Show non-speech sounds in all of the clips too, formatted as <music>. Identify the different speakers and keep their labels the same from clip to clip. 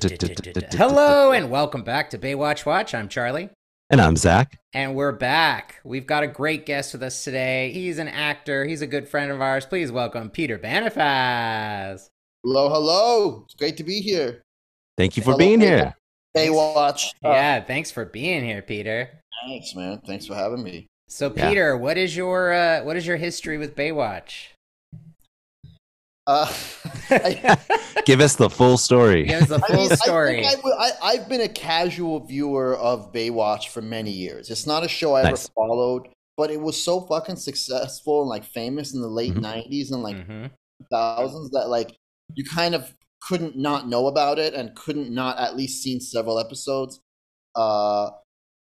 Speaker 1: Hello and welcome back to Baywatch Watch. I'm Charlie.
Speaker 2: And I'm Zach.
Speaker 1: And we're back. We've got a great guest with us today. He's an actor, he's a good friend of ours. Please welcome Peter Banifaz.
Speaker 3: Hello, hello. It's great to be here.
Speaker 2: Thank you for
Speaker 1: <laughs>
Speaker 2: being here.
Speaker 3: Baywatch.
Speaker 1: Yeah, thanks for being here, Peter.
Speaker 3: Thanks, man. Thanks for having me.
Speaker 1: So, Peter, what is your uh, what is your history with Baywatch?
Speaker 3: Uh, <laughs> I,
Speaker 2: Give us the full story.
Speaker 1: Give us the
Speaker 3: I
Speaker 1: full
Speaker 3: mean, I
Speaker 1: story.
Speaker 3: think I would- I, have been a casual viewer of Baywatch for many years. It's not a show I
Speaker 2: Nice.
Speaker 3: ever followed, but it was so fucking successful and like famous in the late
Speaker 2: Mhm.
Speaker 3: 90s and like
Speaker 1: Mhm.
Speaker 3: 2000s that like you kind of couldn't not know about it and couldn't not at least seen several episodes. Uh,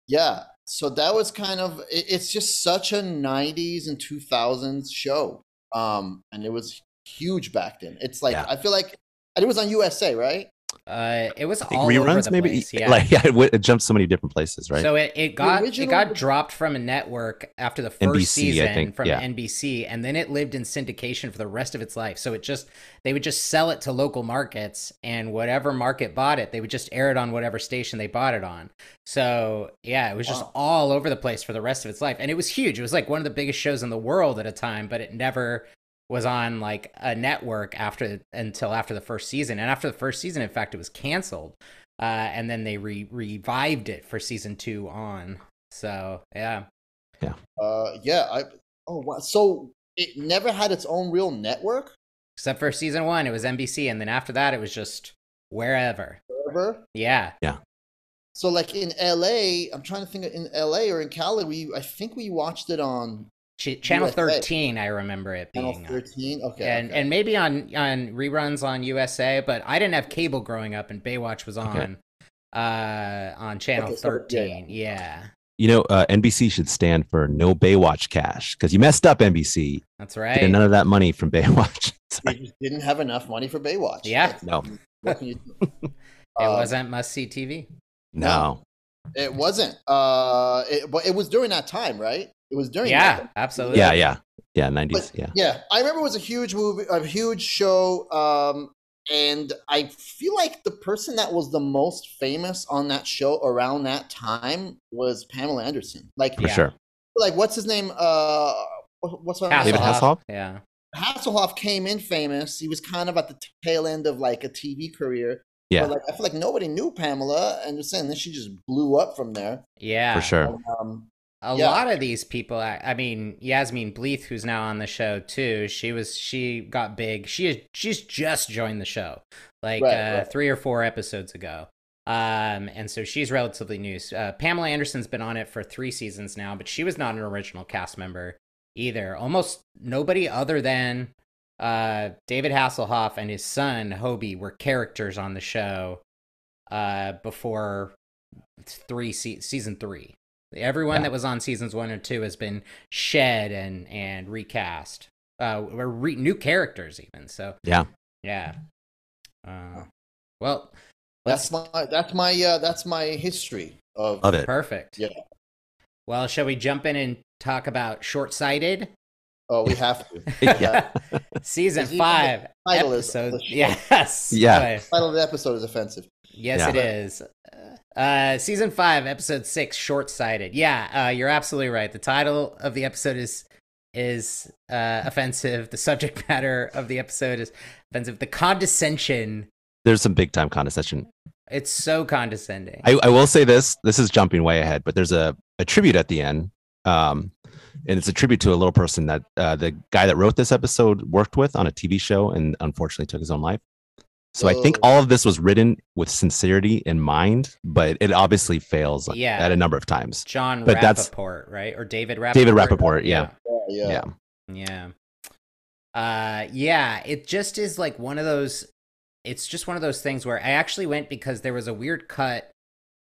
Speaker 3: yeah. So that was kind of it, it's just such a 90s and 2000s show. Um, and it was huge back then. It's like
Speaker 2: Yeah.
Speaker 3: I feel like and it was on USA, right?
Speaker 1: Uh, it was
Speaker 2: I think
Speaker 1: all over
Speaker 2: reruns,
Speaker 1: the
Speaker 2: maybe.
Speaker 1: place. Yeah.
Speaker 2: Like <laughs> yeah, it, went, it jumped so many different places, right?
Speaker 1: So it, it got it
Speaker 3: original-
Speaker 1: got dropped from a network after the first
Speaker 2: NBC, I
Speaker 1: season
Speaker 2: think,
Speaker 1: from
Speaker 2: yeah.
Speaker 1: NBC, and then it lived in syndication for the rest of its life. So it just they would just sell it to local markets, and whatever market bought it, they would just air it on whatever station they bought it on. So yeah, it was just
Speaker 3: Wow.
Speaker 1: all over the place for the rest of its life, and it was huge. It was like one of the biggest shows in the world at a time, but it never was on like a network after until after the first season. And after the first season, in fact, it was canceled uh, and then they re- revived it for season two on. So yeah,
Speaker 3: Uh, yeah, I oh wow. So it never had its own real network
Speaker 1: except for season one, it was NBC, and then after that, it was just wherever.
Speaker 3: ever.
Speaker 1: Yeah,
Speaker 3: So like in LA, I'm trying to think of- in LA or in Cali, we I think we watched it on
Speaker 1: Ch- Channel
Speaker 3: USA.
Speaker 1: thirteen, I remember it
Speaker 3: Channel
Speaker 1: being. on.
Speaker 3: 13. Okay,
Speaker 1: and
Speaker 3: okay.
Speaker 1: and maybe on on reruns on USA, but I didn't have cable growing up, and Baywatch was on. Uh, on channel
Speaker 3: Okay, so- yeah, yeah.
Speaker 1: thirteen, yeah,
Speaker 2: you know, uh, NBC should stand for No Baywatch Cash because you messed up NBC.
Speaker 1: that's
Speaker 2: Get
Speaker 1: right.
Speaker 2: none of that money
Speaker 1: <laughs>
Speaker 2: from <laughs> Baywatch.
Speaker 3: we
Speaker 2: Sorry.
Speaker 3: just didn't have enough money for Baywatch.
Speaker 1: Yeah.
Speaker 3: That's-
Speaker 2: No.
Speaker 3: what can you do?
Speaker 1: It
Speaker 3: Uh,
Speaker 1: wasn't must see TV.
Speaker 2: No.
Speaker 3: It wasn't. Uh, it, but it was during that time, right? It was during. that
Speaker 1: Yeah,
Speaker 3: time.
Speaker 1: absolutely.
Speaker 2: Yeah, yeah, yeah. Nineties. Yeah.
Speaker 3: Yeah, I remember it was a huge movie, a huge show, um, and I feel like the person that was the most famous on that show around that time was Pamela Anderson. Like,
Speaker 2: For
Speaker 1: Yeah.
Speaker 2: sure.
Speaker 3: like what's his name? Uh, what- what's my
Speaker 2: David
Speaker 1: Hasselhoff.
Speaker 2: Hasselhoff?
Speaker 1: Yeah,
Speaker 3: Hasselhoff came in famous. He was kind of at the tail end of like a TV career.
Speaker 2: Yeah.
Speaker 3: But like I feel like nobody knew Pamela and just saying then she just blew up from there.
Speaker 1: yeah,
Speaker 2: For sure.
Speaker 3: Um,
Speaker 1: a
Speaker 3: Yeah.
Speaker 1: lot of these people I, I mean yasmin bleeth who's now on the show too she was she got big she is she's just joined the show like
Speaker 3: Right,
Speaker 1: uh,
Speaker 3: right.
Speaker 1: three or four episodes ago um and so she's relatively new uh, pamela anderson's been on it for three seasons now but she was not an original cast member either almost nobody other than uh david hasselhoff and his son hobie were characters on the show uh before three se- season three. Everyone
Speaker 2: Yeah.
Speaker 1: that was on seasons one or two has been shed and and recast, uh, or re- new characters even. So
Speaker 2: Yeah.
Speaker 1: yeah. Uh, well,
Speaker 3: that's
Speaker 1: let's
Speaker 3: my that's my uh, that's my history of
Speaker 2: Love it.
Speaker 1: perfect.
Speaker 3: Yeah.
Speaker 1: Well, shall we jump in and talk about short sighted
Speaker 3: oh we have to.
Speaker 2: Yeah.
Speaker 1: <laughs> season
Speaker 3: Even the
Speaker 1: five
Speaker 3: title is
Speaker 1: episode?
Speaker 3: offensive.
Speaker 1: Yes.
Speaker 2: <laughs> Yeah.
Speaker 1: boy.
Speaker 3: The title of the episode is offensive.
Speaker 1: Yes,
Speaker 2: Yeah.
Speaker 1: it is. Uh, season five, episode six, short sighted. Yeah, uh, you're absolutely right. The title of the episode is is uh, offensive. The subject <laughs> matter of the episode is offensive. The condescension.
Speaker 2: There's some big time condescension.
Speaker 1: It's so condescending.
Speaker 2: I, I will say this. This is jumping way ahead, but there's a, a tribute at the end. Um, and it's a tribute to a little person that uh, the guy that wrote this episode worked with on a TV show and unfortunately took his own life. So I think
Speaker 3: Oh.
Speaker 2: all of this was written with sincerity in mind, but it obviously fails
Speaker 1: Yeah.
Speaker 2: at a number of times.
Speaker 1: John
Speaker 2: but that's-
Speaker 1: Rappaport, right? Or David Rappaport.
Speaker 2: David Rappaport, yeah.
Speaker 3: Yeah, yeah.
Speaker 2: Yeah.
Speaker 1: Yeah. Uh yeah, it just is like one of those it's just one of those things where I actually went because there was a weird cut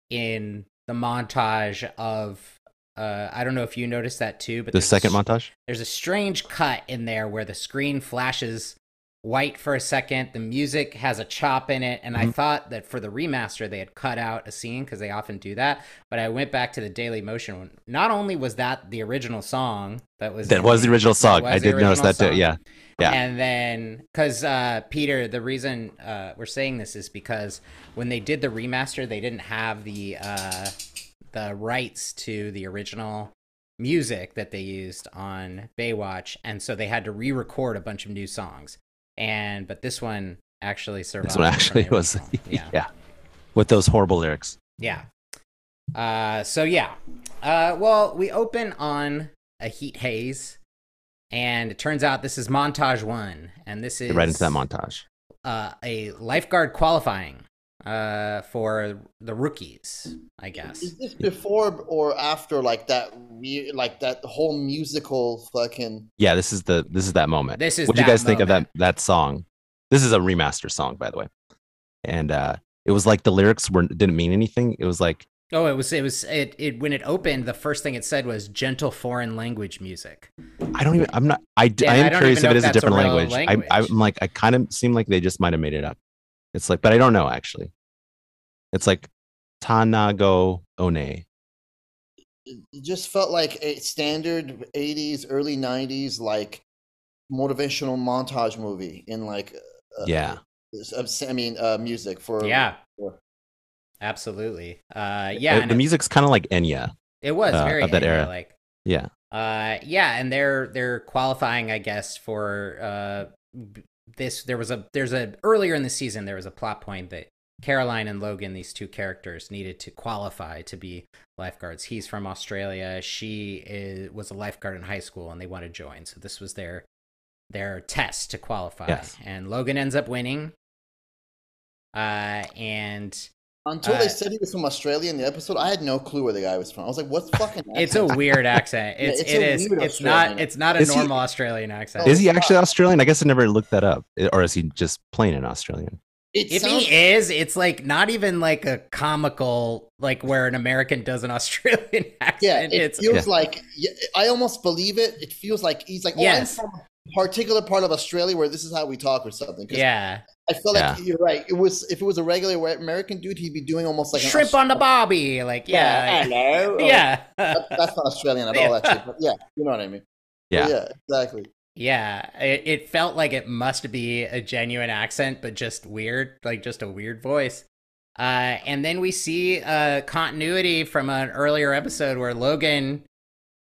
Speaker 1: in the montage of uh I don't know if you noticed that too, but
Speaker 2: The
Speaker 1: there's a s-
Speaker 2: second montage?
Speaker 1: there's a strange cut in there where the screen flashes white for a second. The music has a chop in it, and I
Speaker 2: Mhm.
Speaker 1: thought that for the remaster they had cut out a scene because they often do that. But I went back to the Daily Motion one. Not only was that the original song that was
Speaker 2: That
Speaker 1: in
Speaker 2: was the original song. I
Speaker 1: was the
Speaker 2: did notice
Speaker 1: original
Speaker 2: that too.
Speaker 1: song.
Speaker 2: Yeah. Yeah.
Speaker 1: And then, because uh, Peter, the reason uh, we're saying this is because when they did the remaster, they didn't have the uh, the rights to the original music that they used on Baywatch, and so they had to re-record a bunch of new songs. And but this one actually survived.
Speaker 2: This one
Speaker 1: from
Speaker 2: actually
Speaker 1: the
Speaker 2: was
Speaker 1: original. <laughs> yeah,
Speaker 2: <laughs> yeah. With those horrible lyrics.
Speaker 1: yeah. Uh, so yeah. Uh, well, we open on a heat haze, and it turns out this is montage one, and this is
Speaker 2: Right into that montage.
Speaker 1: uh, a lifeguard qualifying uh, for the rookies, I guess.
Speaker 3: Is this before or after like that weird, like that whole musical fucking?
Speaker 2: Yeah, this is the this is that moment.
Speaker 1: This is
Speaker 2: what do you
Speaker 1: that
Speaker 2: guys think of that
Speaker 1: moment.
Speaker 2: that song? This is a remaster song, by the way. And uh it was like the lyrics were didn't mean anything. It was like
Speaker 1: Oh, it was it was it, it when it opened. The first thing it said was gentle foreign language music.
Speaker 2: I don't even. I'm not. I, d-
Speaker 1: Yeah,
Speaker 2: I
Speaker 1: I
Speaker 2: am
Speaker 1: don't
Speaker 2: curious
Speaker 1: even
Speaker 2: if
Speaker 1: know
Speaker 2: it
Speaker 1: if
Speaker 2: is a
Speaker 1: that's a
Speaker 2: different
Speaker 1: real
Speaker 2: language.
Speaker 1: language.
Speaker 2: I, I'm like. I kind of seem like they just might have made it up. It's like, but I don't know actually. It's like Tanago One.
Speaker 3: It just felt like a standard '80s, early '90s, like motivational montage movie in like. Uh,
Speaker 2: Yeah,
Speaker 3: uh, I mean, uh, music for
Speaker 1: Yeah,
Speaker 3: Sure.
Speaker 1: absolutely. Uh, yeah,
Speaker 2: Uh,
Speaker 1: and
Speaker 2: the
Speaker 1: it-
Speaker 2: music's kind of like Enya.
Speaker 1: It was
Speaker 2: uh,
Speaker 1: very
Speaker 2: of that
Speaker 1: anime,
Speaker 2: era.
Speaker 1: Like,
Speaker 2: Yeah.
Speaker 1: uh, yeah, and they're they're qualifying, I guess, for uh, b- this. There was a there's a earlier in the season there was a plot point that Caroline and Logan, these two characters, needed to qualify to be lifeguards. He's from Australia. She is, was a lifeguard in high school, and they want to join. So this was their their test to qualify.
Speaker 2: Yes.
Speaker 1: And Logan ends up winning. Uh, and
Speaker 3: Until
Speaker 1: Uh,
Speaker 3: they said he was from Australia in the episode, I had no clue where the guy was from. I was like, "What's fucking?"
Speaker 1: <laughs> it's a
Speaker 3: <laughs> accent?"
Speaker 1: weird accent.
Speaker 3: Yeah,
Speaker 1: It's
Speaker 3: it's
Speaker 1: it
Speaker 3: a
Speaker 1: is.
Speaker 3: weird
Speaker 1: It's not.
Speaker 3: Australian
Speaker 1: It's not a
Speaker 2: Is he-
Speaker 1: normal Australian accent.
Speaker 2: Is he actually Australian? I guess I never looked that up. I- Or is he just plain an Australian?
Speaker 3: It
Speaker 1: If
Speaker 3: sounds-
Speaker 1: he is, it's like not even like a comical, like where an American does an <laughs> Australian
Speaker 3: yeah,
Speaker 1: accent.
Speaker 3: it
Speaker 1: it's
Speaker 3: feels like yeah, I almost believe it. It feels like he's like, "Oh,
Speaker 1: Yes.
Speaker 3: I'm from a particular part of Australia where this is how we talk or something." 'Cause
Speaker 1: yeah,
Speaker 3: I feel like you're right. It was if it was a regular white American dude, he'd be doing almost like an
Speaker 1: shrimp on the bobby. Like <laughs>
Speaker 3: Australian-
Speaker 1: yeah,
Speaker 3: hello. or-
Speaker 1: yeah,
Speaker 3: that- that's not Australian at all, actually. But yeah, you know what I mean.
Speaker 2: Yeah.
Speaker 3: But yeah, exactly.
Speaker 1: yeah. It, it felt like it must be a genuine accent, but just weird, like just a weird voice. Uh, and then we see uh, continuity from an earlier episode where Logan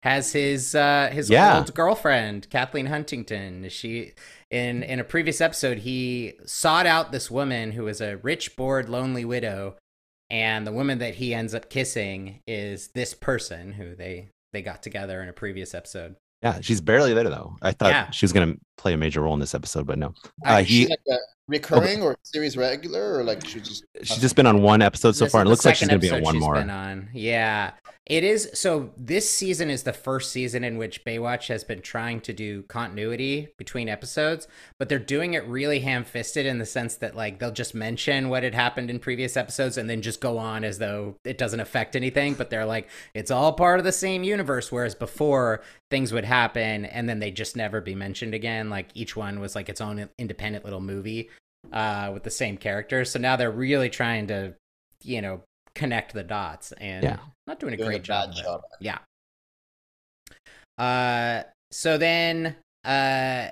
Speaker 1: has his uh, his
Speaker 2: Yeah.
Speaker 1: old girlfriend Kathleen Huntington. She in in a previous episode he sought out this woman who is a rich, bored, lonely widow, and the woman that he ends up kissing is this person who they they got together in a previous episode.
Speaker 2: Yeah, she's barely there though. I thought
Speaker 1: Yeah.
Speaker 2: she was gonna play a major role in this episode, but no.
Speaker 1: I-
Speaker 2: Uh,
Speaker 3: She's
Speaker 2: he
Speaker 3: like a recurring or series regular or like she just
Speaker 2: she's just been on one episode so
Speaker 1: This is
Speaker 2: far, and
Speaker 1: the
Speaker 2: it looks like she's
Speaker 1: second
Speaker 2: gonna be on
Speaker 1: episode
Speaker 2: one
Speaker 1: she's
Speaker 2: more.
Speaker 1: been on. Yeah, it is. So this season is the first season in which Baywatch has been trying to do continuity between episodes, but they're doing it really ham-fisted in the sense that like they'll just mention what had happened in previous episodes and then just go on as though it doesn't affect anything. But they're like, it's all part of the same universe. Whereas before things would happen and then they just never be mentioned again. Like each one was like its own independent little movie uh, with the same characters. So now they're really trying to, you know, connect the dots and
Speaker 2: Yeah.
Speaker 1: not doing a
Speaker 3: doing
Speaker 1: great
Speaker 3: a
Speaker 1: job.
Speaker 3: bad
Speaker 1: of it.
Speaker 3: job.
Speaker 1: Uh, so then uh,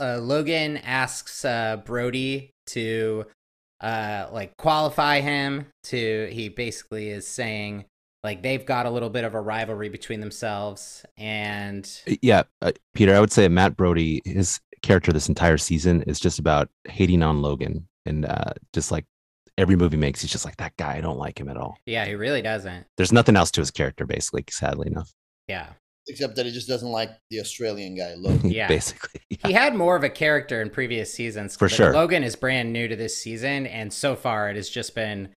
Speaker 1: uh, Logan asks uh, Brody to uh, like qualify him to he basically is saying like they've got a little bit of a rivalry between themselves and
Speaker 2: Yeah, uh, Peter, I would say Matt Brody, his character this entire season is just about hating on Logan, and uh, just like every movie makes, he's just like that guy. I don't like him at all.
Speaker 1: yeah he really doesn't
Speaker 2: There's nothing else to his character, basically. Sadly enough, <laughs>
Speaker 1: yeah
Speaker 3: Except that he just doesn't like the Australian guy look.
Speaker 1: Yeah.
Speaker 2: basically. <laughs> Yeah.
Speaker 1: he had more of a character in previous seasons.
Speaker 2: For
Speaker 1: but
Speaker 2: sure.
Speaker 1: Logan is brand new to this season, and so far it has just been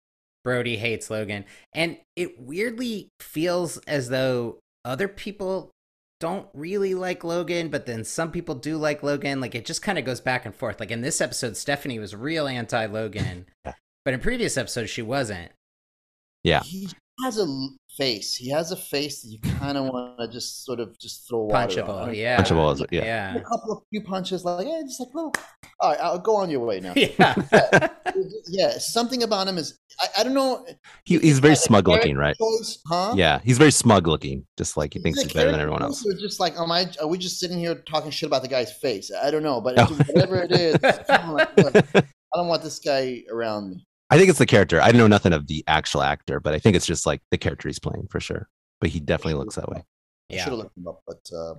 Speaker 1: Brody hates Logan, and it weirdly feels as though other people don't really like Logan, but then some people do like Logan. Like it just kind of goes back and forth. Like in this episode, Stephanie was real anti Logan,
Speaker 2: <laughs> Yeah.
Speaker 1: but in previous episodes she wasn't.
Speaker 2: Yeah.
Speaker 3: He has a l- face. He has a face that you kind of want to just sort of just throw water on. I
Speaker 1: Punchable,
Speaker 3: mean,
Speaker 1: oh, yeah.
Speaker 2: Punchable is yeah.
Speaker 1: Yeah.
Speaker 3: A couple of few punches, like yeah, just like little. All right, I'll go on your
Speaker 1: <laughs>
Speaker 3: way now.
Speaker 1: Yeah.
Speaker 3: yeah, something about him is I, I don't know.
Speaker 2: He, he's very
Speaker 3: Like,
Speaker 2: smug
Speaker 3: character
Speaker 2: looking, right?
Speaker 3: choice, huh?
Speaker 2: Yeah, he's very smug looking. Just like he
Speaker 3: Is
Speaker 2: thinks
Speaker 3: it
Speaker 2: he's better than
Speaker 3: character
Speaker 2: everyone
Speaker 3: choice
Speaker 2: else.
Speaker 3: or just like, am I? Are we just sitting here talking shit about the guy's face? I don't know, but it's just whatever it is, it's kinda
Speaker 2: <laughs>
Speaker 3: like, look,
Speaker 2: I
Speaker 3: I don't want this guy around me.
Speaker 2: think it's the character. I know nothing of the actual actor, but I think it's just like the character he's playing for sure. But he definitely looks that way.
Speaker 3: I should
Speaker 1: yeah.
Speaker 3: have looked him up, but uh,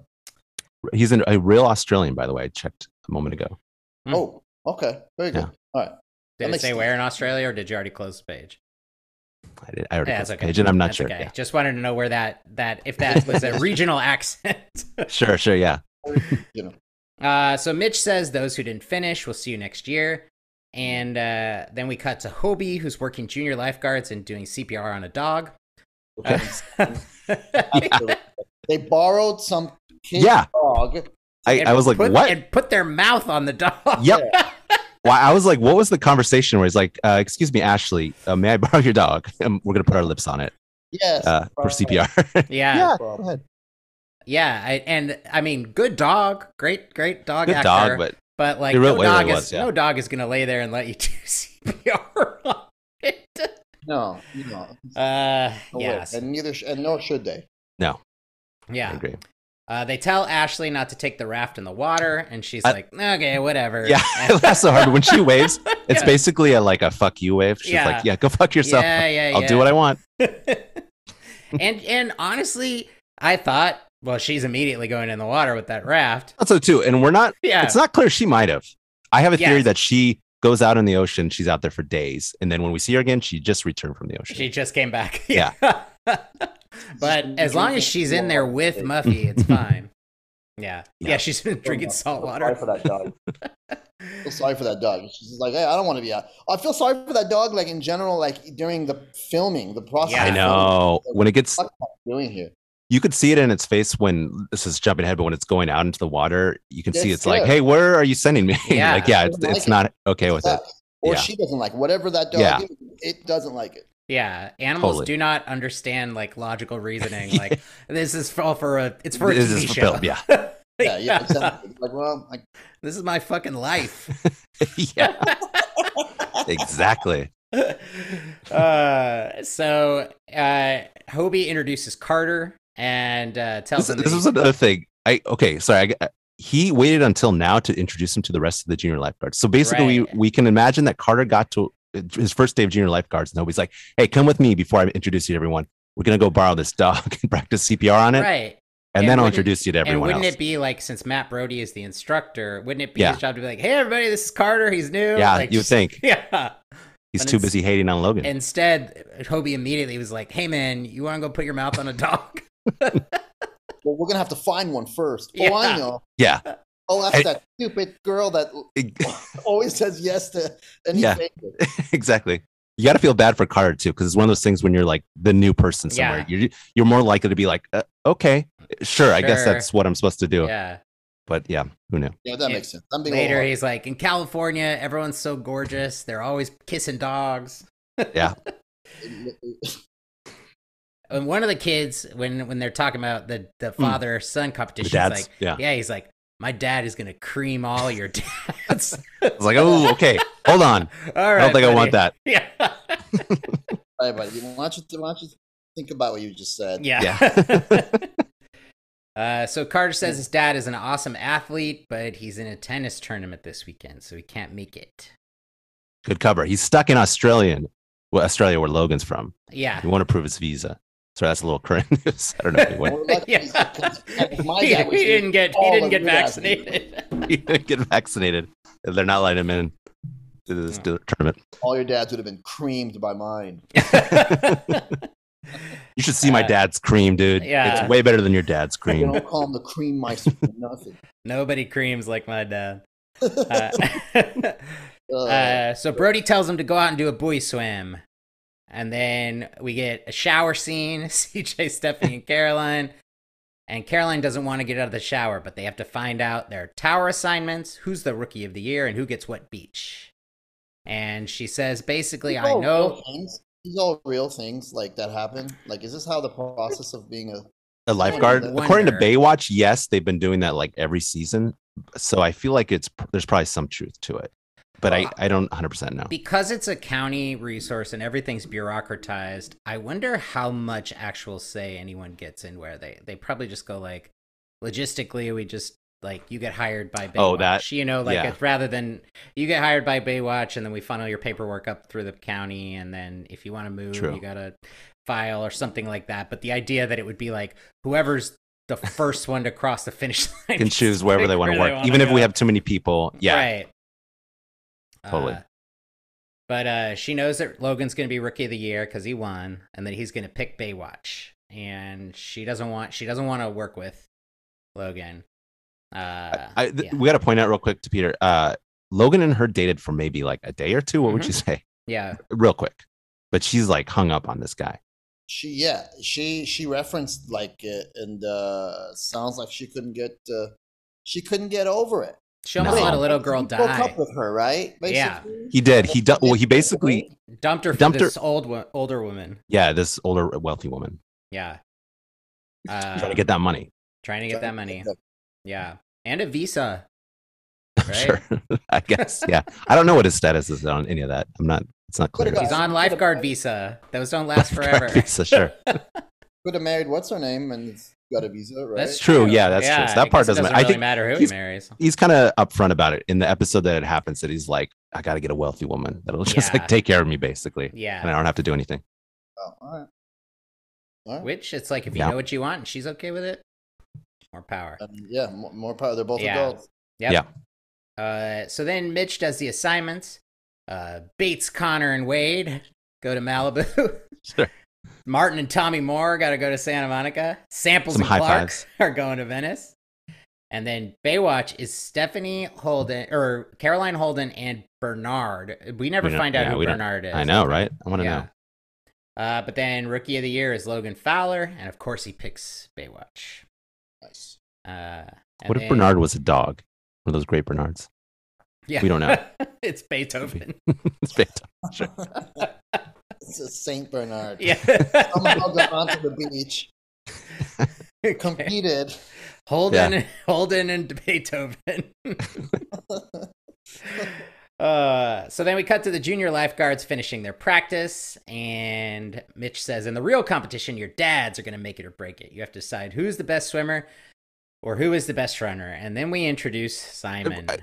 Speaker 2: He's an, a real Australian, by the way. I checked a moment ago.
Speaker 1: Hmm.
Speaker 3: oh, okay, very good.
Speaker 2: Yeah.
Speaker 3: All right,
Speaker 1: Did it
Speaker 3: makes
Speaker 1: say
Speaker 3: sense.
Speaker 1: where in Australia or did you already close the page?
Speaker 2: I, did, I already
Speaker 1: Yeah,
Speaker 2: yeah,
Speaker 1: that's okay.
Speaker 2: page, and I'm not
Speaker 1: That's
Speaker 2: sure.
Speaker 1: okay.
Speaker 2: Yeah.
Speaker 1: Just wanted to know where that that if that was
Speaker 2: <laughs>
Speaker 1: a regional accent. <laughs>
Speaker 2: Sure, sure, yeah.
Speaker 3: you know,
Speaker 1: Uh, so Mitch says those who didn't finish, we'll see you next year. And uh, then we cut to Hobie, who's working junior lifeguards and doing CPR on a dog. Um,
Speaker 3: okay.
Speaker 2: <laughs>
Speaker 3: they borrowed some kid's
Speaker 2: Yeah.
Speaker 3: dog.
Speaker 1: <laughs>
Speaker 2: I,
Speaker 1: And
Speaker 2: I was like,
Speaker 1: put,
Speaker 2: what?
Speaker 1: And put their mouth on the dog.
Speaker 2: <laughs> Yep.
Speaker 1: <laughs>
Speaker 2: Why? I was like, what was the conversation where he's like, uh, excuse me, Ashley, uh, may I <laughs> borrow your dog? Um, We're going to put our lips on it
Speaker 3: Yes,
Speaker 2: uh, for
Speaker 3: Right.
Speaker 2: CPR.
Speaker 1: yeah. Yeah.
Speaker 2: yeah,
Speaker 3: go
Speaker 2: ahead.
Speaker 1: I, and I mean, good dog. Great, great dog
Speaker 2: <laughs> Good
Speaker 1: actor.
Speaker 2: dog, but
Speaker 1: But like,
Speaker 2: It
Speaker 1: no
Speaker 2: really
Speaker 1: dog,
Speaker 2: was,
Speaker 1: is,
Speaker 2: yeah.
Speaker 1: no dog is going to lay there and let you <laughs> do CPR on it.
Speaker 3: no, no,
Speaker 1: Uh,
Speaker 3: no way.
Speaker 1: yes.
Speaker 3: and neither sh- and nor should they.
Speaker 2: I
Speaker 1: Yeah.
Speaker 2: agree. <laughs>
Speaker 1: Uh, they tell Ashley not to take the raft in the water, and she's
Speaker 2: I-
Speaker 1: like, okay, whatever.
Speaker 2: Yeah, <laughs> I laugh so hard.
Speaker 1: <laughs>
Speaker 2: When she waves, it's basically a, like a fuck you wave. She's
Speaker 1: Yeah.
Speaker 2: like, yeah, go fuck yourself.
Speaker 1: Yeah, yeah,
Speaker 2: I'll do what I want.
Speaker 1: <laughs> and and honestly, I thought, well, she's immediately going in the water with that raft. <laughs>
Speaker 2: Also, too, and we're not,
Speaker 1: Yeah,
Speaker 2: it's not clear she might have. I have a
Speaker 1: Yeah.
Speaker 2: theory that she goes out in the ocean, she's out there for days. And then when we see her again, she just returned from the ocean.
Speaker 1: she just came back. <laughs>
Speaker 2: Yeah.
Speaker 1: but as long as she's in there with Muffy,
Speaker 2: <laughs>
Speaker 1: it's fine. Yeah, yeah,
Speaker 2: Yeah.
Speaker 1: she's <laughs> been drinking salt
Speaker 3: Sorry
Speaker 1: water.
Speaker 3: for that dog.
Speaker 1: <laughs>
Speaker 3: I feel sorry for that dog. She's just like, hey, I don't want to be out. I feel sorry for that dog, like in general, like during the filming, the process.
Speaker 1: Yeah.
Speaker 2: I
Speaker 1: I
Speaker 2: know. When it gets,
Speaker 3: doing here.
Speaker 2: you could see it in its face when this is jumping ahead, but when it's going out into the water, you can see
Speaker 3: Yes,
Speaker 2: it's like,
Speaker 3: yeah.
Speaker 2: hey, where are you sending me? <laughs>
Speaker 1: Yeah.
Speaker 2: like, yeah, it's,
Speaker 3: Doesn't like
Speaker 2: it's
Speaker 3: it.
Speaker 2: not okay with it.
Speaker 3: Or
Speaker 2: Yeah.
Speaker 3: she doesn't like whatever that dog
Speaker 2: Yeah.
Speaker 3: is, it doesn't
Speaker 1: <laughs>
Speaker 3: like it.
Speaker 1: Yeah, animals
Speaker 2: Totally.
Speaker 1: do not understand like logical reasoning.
Speaker 2: <laughs> Yeah.
Speaker 1: Like this is for, for a it's for a
Speaker 2: This
Speaker 1: TV
Speaker 2: is for
Speaker 1: show.
Speaker 2: film, yeah.
Speaker 3: Yeah, yeah, exactly. Like, well, like,
Speaker 1: <laughs> This is my fucking life.
Speaker 2: yeah, <laughs> exactly.
Speaker 1: <laughs> uh, so uh, Hobie introduces Carter and uh, tells
Speaker 2: This,
Speaker 1: him
Speaker 2: this
Speaker 1: that
Speaker 2: is
Speaker 1: he-
Speaker 2: another thing. I okay, sorry. I g- uh, he waited until now to introduce him to the rest of the junior lifeguards. So basically,
Speaker 1: Right.
Speaker 2: we we can imagine that Carter got to uh, his first day of junior lifeguards, and he's like, "Hey, come with me before I introduce you to everyone. We're gonna go borrow this dog <laughs> and practice CPR on it,
Speaker 1: right.
Speaker 2: and,
Speaker 1: And
Speaker 2: then I'll
Speaker 1: wouldn't-
Speaker 2: introduce you to
Speaker 1: And
Speaker 2: everyone
Speaker 1: wouldn't
Speaker 2: else."
Speaker 1: it be like since Matt Brody is the instructor, wouldn't it be
Speaker 2: Yeah.
Speaker 1: his job to be like, "Hey, everybody, this is Carter. He's new."
Speaker 2: yeah,
Speaker 1: like,
Speaker 2: you would
Speaker 1: just-
Speaker 2: think
Speaker 1: <laughs> Yeah.
Speaker 2: he's
Speaker 1: but
Speaker 2: too
Speaker 1: it's-
Speaker 2: busy hating on Logan.
Speaker 1: Instead, Hobie immediately was like, "Hey, man, you want to go put your mouth on a
Speaker 2: <laughs>
Speaker 1: dog?"
Speaker 3: well, we're gonna have to find one first. Oh,
Speaker 1: Yeah.
Speaker 3: I know.
Speaker 2: yeah,
Speaker 3: Oh, that's
Speaker 2: And-
Speaker 3: that stupid girl that always says yes to any
Speaker 2: Yeah.
Speaker 3: favor.
Speaker 2: <laughs> exactly. You got to feel bad for Carter too, because it's one of those things when you're like the new person somewhere, you're you're more likely to be like, uh, okay, sure, I guess
Speaker 1: Sure.
Speaker 2: that's what I'm supposed to do.
Speaker 1: yeah.
Speaker 2: But yeah, who knew?
Speaker 3: Yeah, that
Speaker 1: Yeah.
Speaker 3: makes sense. I'm being a little
Speaker 1: Later,
Speaker 3: hard.
Speaker 1: he's like, "In California, everyone's so gorgeous. They're always kissing dogs." And one of the kids, when when they're talking about the the father son
Speaker 2: Hmm. The
Speaker 1: competition, he's
Speaker 2: dads,
Speaker 1: like,
Speaker 2: yeah.
Speaker 1: yeah, he's like, my dad is gonna cream all
Speaker 2: <laughs>
Speaker 1: your dads. <laughs>
Speaker 2: It's like, oh, okay, hold on.
Speaker 1: all right,
Speaker 2: I don't think I want
Speaker 1: buddy.
Speaker 2: that.
Speaker 1: Yeah,
Speaker 3: All right, buddy, why don't you why don't you think about what you just said?
Speaker 2: <laughs>
Speaker 1: yeah. <laughs> uh, so Carter says his dad is an awesome athlete, but he's in a tennis tournament this weekend, so he can't make it.
Speaker 2: Good cover. He's stuck in Australian, well, Australia, where Logan's from.
Speaker 1: Yeah.
Speaker 2: He won't approve his visa. So that's a little <laughs> current news. I don't know if he went.
Speaker 3: Well,
Speaker 1: <laughs>
Speaker 3: lucky
Speaker 1: Yeah.
Speaker 3: he's-
Speaker 1: <laughs>
Speaker 3: 'cause my
Speaker 1: he,
Speaker 3: dad was
Speaker 1: he
Speaker 3: doing
Speaker 1: didn't get he
Speaker 3: all
Speaker 1: didn't
Speaker 3: of
Speaker 1: get
Speaker 3: your dads.
Speaker 1: vaccinated.
Speaker 2: He didn't get vaccinated. They're not letting him in to this tournament.
Speaker 3: <laughs> all your dads would have been creamed by mine.
Speaker 2: <laughs> You should see my
Speaker 1: Uh,
Speaker 2: dad's cream, dude.
Speaker 1: yeah.
Speaker 2: It's way better than your dad's
Speaker 3: You
Speaker 2: cream.
Speaker 3: don't call him the cream
Speaker 2: <laughs>
Speaker 3: meister for nothing.
Speaker 1: <laughs> Nobody creams like my
Speaker 3: <laughs>
Speaker 1: dad. Uh, <laughs> Uh, so Brody tells him to go out and do a buoy swim. And then we get a shower scene, <laughs> CJ, Stephanie, and Caroline. And Caroline doesn't want to get out of the shower, but they have to find out their tower assignments, who's the rookie
Speaker 3: Oh,
Speaker 1: of the year, and who gets what beach. And she says, basically, I know.
Speaker 3: things. these all real things like that happen? Like, is this how the process of being a
Speaker 2: A lifeguard,
Speaker 3: wonder.
Speaker 2: according to Baywatch, yes, they've been doing that like every season. So I feel like it's there's probably some truth to it, but I
Speaker 1: Well,
Speaker 2: I don't 100 percent know.
Speaker 1: Because it's a county resource and everything's bureaucratized, I wonder how much actual say anyone gets in where they they probably just go like logistically we just like you get hired by Baywatch.
Speaker 2: Oh, that-
Speaker 1: you know, like
Speaker 2: yeah.
Speaker 1: it's rather than you get hired by Baywatch and then we funnel your paperwork up through the county and then if you want to move
Speaker 2: True.
Speaker 1: you gotta file or something like that. But the idea that it would be like whoever's the first one to cross the finish <laughs> line
Speaker 2: Can
Speaker 1: is,
Speaker 2: choose wherever
Speaker 1: like,
Speaker 2: they want
Speaker 1: where
Speaker 2: to work,
Speaker 1: wanna
Speaker 2: even if we
Speaker 1: go.
Speaker 2: have too many people. Yeah,
Speaker 1: Right.
Speaker 2: Totally.
Speaker 1: Uh, but uh, she knows that Logan's going to be rookie of the year because he won, and that he's going to pick Baywatch, and she doesn't want she doesn't want to work with Logan. Uh,
Speaker 2: I, th-
Speaker 1: yeah.
Speaker 2: we got to point out real quick to Peter. Uh, Logan and her dated for maybe like a day or two. What would
Speaker 1: Mhm.
Speaker 2: you say? <laughs>
Speaker 1: yeah,
Speaker 2: Real quick, but she's like hung up on this guy.
Speaker 3: she? Yeah, she she referenced like it, and uh, sounds like she couldn't get uh, she couldn't get over it.
Speaker 1: she almost
Speaker 2: No.
Speaker 1: let a little girl
Speaker 3: He broke
Speaker 1: die.
Speaker 3: up with her, right?
Speaker 1: Yeah.
Speaker 2: He did. He du- well, he basically
Speaker 1: Dumped her for
Speaker 2: Dumped her-
Speaker 1: this old wo- older woman.
Speaker 2: yeah, this older wealthy woman <laughs>
Speaker 1: Yeah, uh,
Speaker 2: trying to get that money.
Speaker 1: trying to get that money.
Speaker 3: That
Speaker 1: Yeah, and a
Speaker 2: <laughs>
Speaker 1: visa.
Speaker 2: I'm
Speaker 1: Right.
Speaker 2: Sure, <laughs> I guess. Yeah, I don't know what his status is on any of that. I'm not. It's not clear. <laughs>
Speaker 3: about-
Speaker 1: He's on lifeguard visa. Those don't last forever.
Speaker 2: Visa, sure.
Speaker 3: Could have married what's her name and got a visa, right?
Speaker 1: That's
Speaker 2: True, yeah, that's true. So that
Speaker 1: I guess
Speaker 2: part
Speaker 1: it
Speaker 2: doesn't
Speaker 1: doesn't
Speaker 2: matter. I
Speaker 1: really
Speaker 2: think
Speaker 1: matter who he
Speaker 2: he's-
Speaker 1: marries.
Speaker 2: He's kind of upfront about it in the episode that it happens. That he's like, I got to get a wealthy woman that'll <laughs> just
Speaker 1: Yeah.
Speaker 2: like take care of me, basically,
Speaker 1: Yeah.
Speaker 2: and I don't have to do anything.
Speaker 3: Oh, all right. All right.
Speaker 1: Which it's like if you
Speaker 2: Yeah.
Speaker 1: know what you want and she's okay with it, more power.
Speaker 3: Um, yeah, more, more power. They're both
Speaker 1: Yeah.
Speaker 3: adults.
Speaker 1: Yep. Uh, so then Mitch does the assignments. Uh, Bates, Connor, and Wade go to Malibu. <laughs>
Speaker 2: Sure.
Speaker 1: Martin and Tommy Moore got to go to Santa Monica. Samples
Speaker 2: Some
Speaker 1: and
Speaker 2: high
Speaker 1: Clark
Speaker 2: fives.
Speaker 1: <laughs> are going to Venice. And then Baywatch is Stephanie Holden or Caroline Holden and Bernard. We never
Speaker 2: We don't-
Speaker 1: find out
Speaker 2: yeah,
Speaker 1: who
Speaker 2: we don't-
Speaker 1: Bernard is.
Speaker 2: I know, right? I want to know.
Speaker 1: Uh, but then rookie of the year is Logan Fowler, and of course he picks Baywatch.
Speaker 3: Nice.
Speaker 1: Uh, and
Speaker 2: What
Speaker 1: then-
Speaker 2: if Bernard was a dog? One of those great Bernards.
Speaker 1: <laughs> Yeah.
Speaker 2: we don't know.
Speaker 1: <laughs> it's Beethoven.
Speaker 2: <laughs> It's fantastic.
Speaker 3: It's a Saint
Speaker 2: <laughs>
Speaker 3: Bernard.
Speaker 1: yeah.
Speaker 3: Somehow got onto the
Speaker 1: <laughs>
Speaker 3: beach, competed.
Speaker 1: Holden, <laughs> Holden, and Beethoven. <laughs> uh, so then we cut to the junior lifeguards finishing their practice, and Mitch says, "In the real competition, your dads are going to make it or break it. You have to decide who's the best swimmer." Or who is the best runner? And then we introduce Simon.
Speaker 2: I-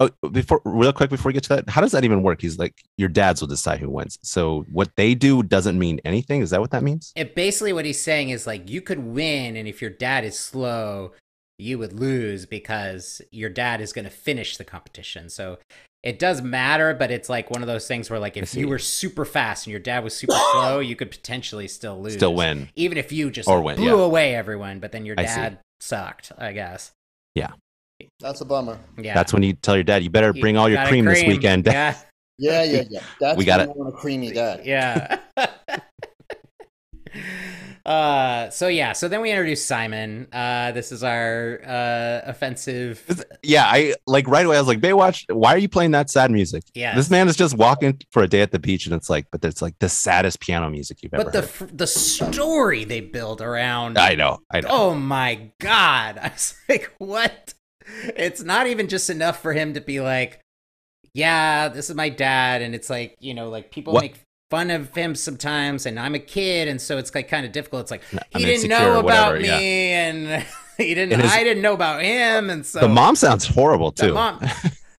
Speaker 2: Oh, before, real quick, before we get to that, how does that even work? He's like, your dads will decide who wins. So what they do doesn't mean anything. Is that what that means?
Speaker 1: It basically what he's saying is like you could win, and if your dad is slow, you would lose because your dad is going to finish the competition. So it does matter, but it's like one of those things where like
Speaker 2: I
Speaker 1: if
Speaker 2: see.
Speaker 1: you were super fast and your dad was super slow, you could potentially still lose,
Speaker 2: Still win.
Speaker 1: even if you just
Speaker 2: Or win,
Speaker 1: blew
Speaker 2: yeah.
Speaker 1: away everyone. But then your
Speaker 2: I see.
Speaker 1: dad sucked, I guess.
Speaker 3: That's a bummer.
Speaker 1: Yeah,
Speaker 2: That's when you tell your dad, you better
Speaker 1: You
Speaker 2: bring all your
Speaker 1: gotta
Speaker 2: cream, this weekend.
Speaker 1: Yeah,
Speaker 3: Yeah, yeah, yeah. That's
Speaker 2: We got
Speaker 3: when you want a creamy dad.
Speaker 2: <laughs>
Speaker 1: yeah. Uh, so yeah, so then we introduce Simon. Uh, this is our uh offensive
Speaker 2: yeah, I like right away. I was like, Baywatch, why are you playing that sad music?
Speaker 1: Yeah.
Speaker 2: This man is just walking for a day at the beach, and it's like, but it's like the saddest piano music you've ever
Speaker 1: but the f-
Speaker 2: heard.
Speaker 1: the story they build around.
Speaker 2: I know, I know.
Speaker 1: oh my god! <laughs> I was like, what? It's not even just enough for him to be like, yeah, this is my dad, and it's like you know, like people
Speaker 2: What-
Speaker 1: make fun of him sometimes, and I'm a kid, and so it's like kind of difficult. It's like he
Speaker 2: I'm
Speaker 1: didn't
Speaker 2: insecure
Speaker 1: know
Speaker 2: or
Speaker 1: about
Speaker 2: whatever,
Speaker 1: me,
Speaker 2: yeah.
Speaker 1: and <laughs> he didn't.
Speaker 2: And his-
Speaker 1: I didn't know about him, and so
Speaker 2: the mom sounds horrible
Speaker 1: the
Speaker 2: too.
Speaker 1: mom,
Speaker 2: <laughs>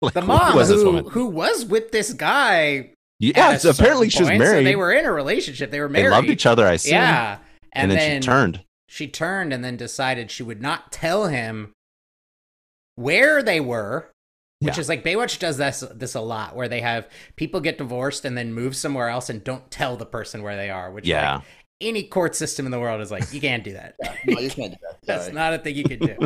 Speaker 2: Like,
Speaker 1: the
Speaker 2: who
Speaker 1: mom
Speaker 2: was this
Speaker 1: who,
Speaker 2: woman?
Speaker 1: who was with this guy. at
Speaker 2: Yeah,
Speaker 1: a
Speaker 2: so apparently she
Speaker 1: certain
Speaker 2: was
Speaker 1: point, so
Speaker 2: married.
Speaker 1: they were in a relationship. They were married.
Speaker 2: They loved each other, I assume.
Speaker 1: Yeah.
Speaker 2: and, then, she turned.
Speaker 1: she turned and then decided she would not tell him where they were which
Speaker 2: Yeah.
Speaker 1: is like Baywatch does this this a lot where they have people get divorced and then move somewhere else and don't tell the person where they are which is,
Speaker 2: Yeah,
Speaker 1: like, any court system in the world is like you can't do that
Speaker 3: No, you can't do that.
Speaker 1: <laughs> that's
Speaker 3: Sorry.
Speaker 1: not a thing you can
Speaker 2: <laughs>
Speaker 1: do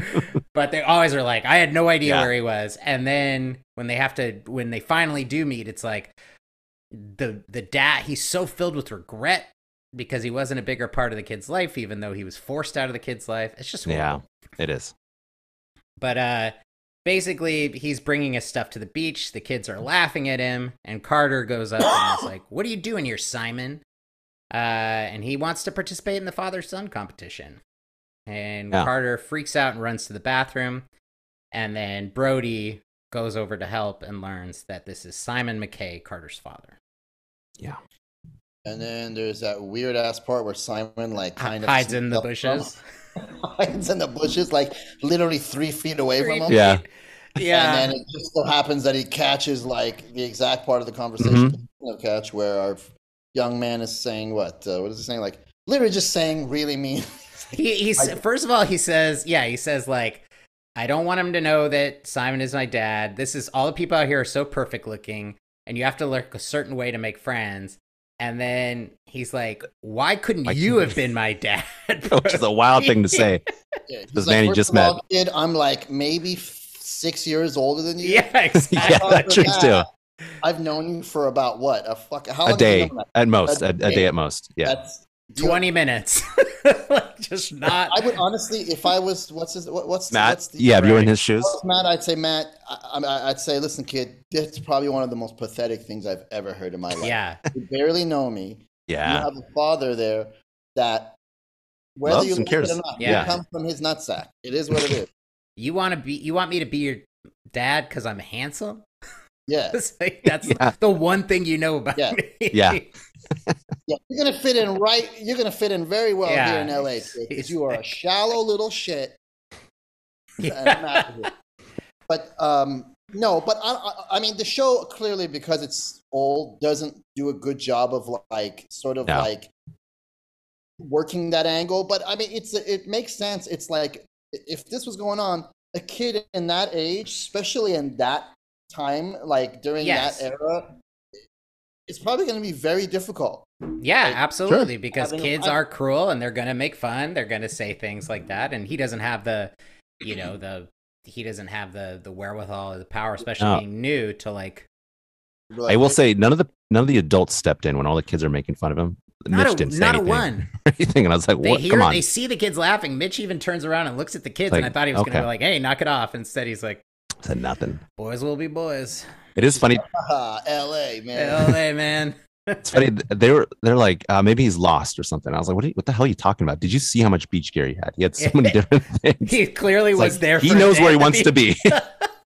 Speaker 1: but they always are like I had no idea
Speaker 2: Yeah.
Speaker 1: where he was and then when they have to when they finally do meet it's like the the dad he's so filled with regret because he wasn't a bigger part of the kid's life even though he was forced out of the kid's life it's just horrible.
Speaker 2: yeah, it is. <laughs>
Speaker 1: But uh basically he's bringing his stuff to the beach. The kids are laughing at him and Carter goes up and is like, "What are you doing here, Simon?" uh, and he wants to participate in the father son competition. And
Speaker 2: Yeah.
Speaker 1: Carter freaks out and runs to the bathroom. And then Brody goes over to help and learns that this is Simon McKay, Carter's father.
Speaker 3: And then there's that weird ass part where Simon like kind of
Speaker 1: hides in
Speaker 3: sneaks
Speaker 1: the
Speaker 3: up from
Speaker 1: bushes.
Speaker 3: him. <laughs> hides in the bushes, like literally three feet away from him.
Speaker 2: feet.
Speaker 3: <laughs>
Speaker 2: Yeah.
Speaker 1: Yeah.
Speaker 3: And then it just so happens that he catches like the exact part of
Speaker 2: Mm-hmm.
Speaker 3: the conversation you know, catch where our young man is saying what? Uh, what is he saying? Like literally just saying
Speaker 1: <laughs>
Speaker 3: really mean.
Speaker 1: he he's
Speaker 3: I-
Speaker 1: first of all he says yeah he says like i don't want him to know that simon is my dad this is all the people out here are so perfect looking and you have to look a certain way to make friends and then he's like why couldn't
Speaker 2: Why
Speaker 1: you
Speaker 2: couldn't- Oh,
Speaker 1: have been my dad <laughs>
Speaker 2: which is a wild thing to say.
Speaker 3: Yeah, he's
Speaker 2: This
Speaker 3: like,
Speaker 2: man he
Speaker 3: "First
Speaker 2: just
Speaker 3: of all, Kid, I'm like maybe f- six years older than you.
Speaker 1: yeah exactly
Speaker 2: <laughs> yeah, that changed too.
Speaker 3: I've known you for about what a fuck
Speaker 2: A
Speaker 3: how long have you
Speaker 2: day
Speaker 3: known that?
Speaker 2: at most. A, a
Speaker 3: day.
Speaker 2: day at most. Yeah.
Speaker 3: That's, you-
Speaker 1: 20 minutes <laughs> like just not
Speaker 3: I would honestly, if I was what's his what, what's
Speaker 2: Matt.
Speaker 3: what's the,
Speaker 2: Yeah. If you were in
Speaker 1: Right.
Speaker 2: his shoes.
Speaker 3: Well, Matt, I'd say Matt. I, I, I'd say, listen, kid, that's probably one of the most pathetic things I've ever heard in my <laughs> life.
Speaker 1: yeah
Speaker 3: You barely know me.
Speaker 2: Yeah.
Speaker 3: You have a father there that, whether
Speaker 2: Loves
Speaker 3: you
Speaker 2: and
Speaker 3: like it
Speaker 2: cares.
Speaker 3: or not,
Speaker 1: Yeah.
Speaker 3: it comes from his nutsack. It is what it is.
Speaker 1: you want to be you want me to be your dad because i'm handsome <laughs>
Speaker 3: Yeah.
Speaker 1: It's like, that's
Speaker 2: Yeah.
Speaker 1: the one thing you know about
Speaker 3: Yeah.
Speaker 1: me
Speaker 2: Yeah.
Speaker 3: yeah. You're gonna fit in right. You're gonna fit in very well
Speaker 1: Yeah.
Speaker 3: here in LA because you are a shallow little shit.
Speaker 1: <laughs>
Speaker 3: and uh,
Speaker 1: <laughs>
Speaker 3: I'm
Speaker 1: yeah.
Speaker 3: out of here. But um, no, but I, I, I mean, the show clearly because it's old doesn't do a good job of like sort of
Speaker 2: No.
Speaker 3: like working that angle. But I mean, it's it makes sense. It's like if this was going on, a kid in that age, especially in that time, like during
Speaker 1: Yes.
Speaker 3: that era, it's probably going to be very difficult.
Speaker 1: Yeah,
Speaker 3: Like,
Speaker 1: absolutely. Because
Speaker 3: having a-
Speaker 1: kids
Speaker 3: I-
Speaker 1: are cruel and they're gonna make fun. They're gonna say things like that, and he doesn't have the, you
Speaker 2: <clears throat>
Speaker 1: know, the he doesn't have the the wherewithal or the power, especially
Speaker 2: No.
Speaker 1: being new to like
Speaker 2: I will say none of the none of the adults stepped in when all the kids are making fun of him.
Speaker 1: not
Speaker 2: Mitch
Speaker 1: a
Speaker 2: didn't say
Speaker 1: not a
Speaker 2: anything
Speaker 1: one.
Speaker 2: or anything, and I was like,
Speaker 1: They
Speaker 2: "What?
Speaker 1: hear
Speaker 2: Come on!"
Speaker 1: they see the kids laughing. Mitch even turns around and looks at the kids, and I
Speaker 2: Like,
Speaker 1: thought he was gonna
Speaker 2: okay.
Speaker 1: be like, "Hey, knock it off." Instead, he's like,
Speaker 2: Said nothing.
Speaker 1: "Boys will be boys."
Speaker 2: It is
Speaker 1: <laughs>
Speaker 2: funny.
Speaker 3: Ah, LA, man.
Speaker 1: Oh, hey, man. <laughs>
Speaker 2: It's funny. They were they're like, uh, maybe he's lost or something. I was like, what, are you- what the hell are you talking about? Did you see how much beach gear he had? He had so many
Speaker 1: <laughs>
Speaker 2: different things.
Speaker 1: He clearly
Speaker 2: It's
Speaker 1: was
Speaker 2: like,
Speaker 1: there.
Speaker 2: He
Speaker 1: for a
Speaker 2: knows
Speaker 1: day
Speaker 2: where he
Speaker 1: at the
Speaker 2: wants to
Speaker 1: beach.
Speaker 2: be.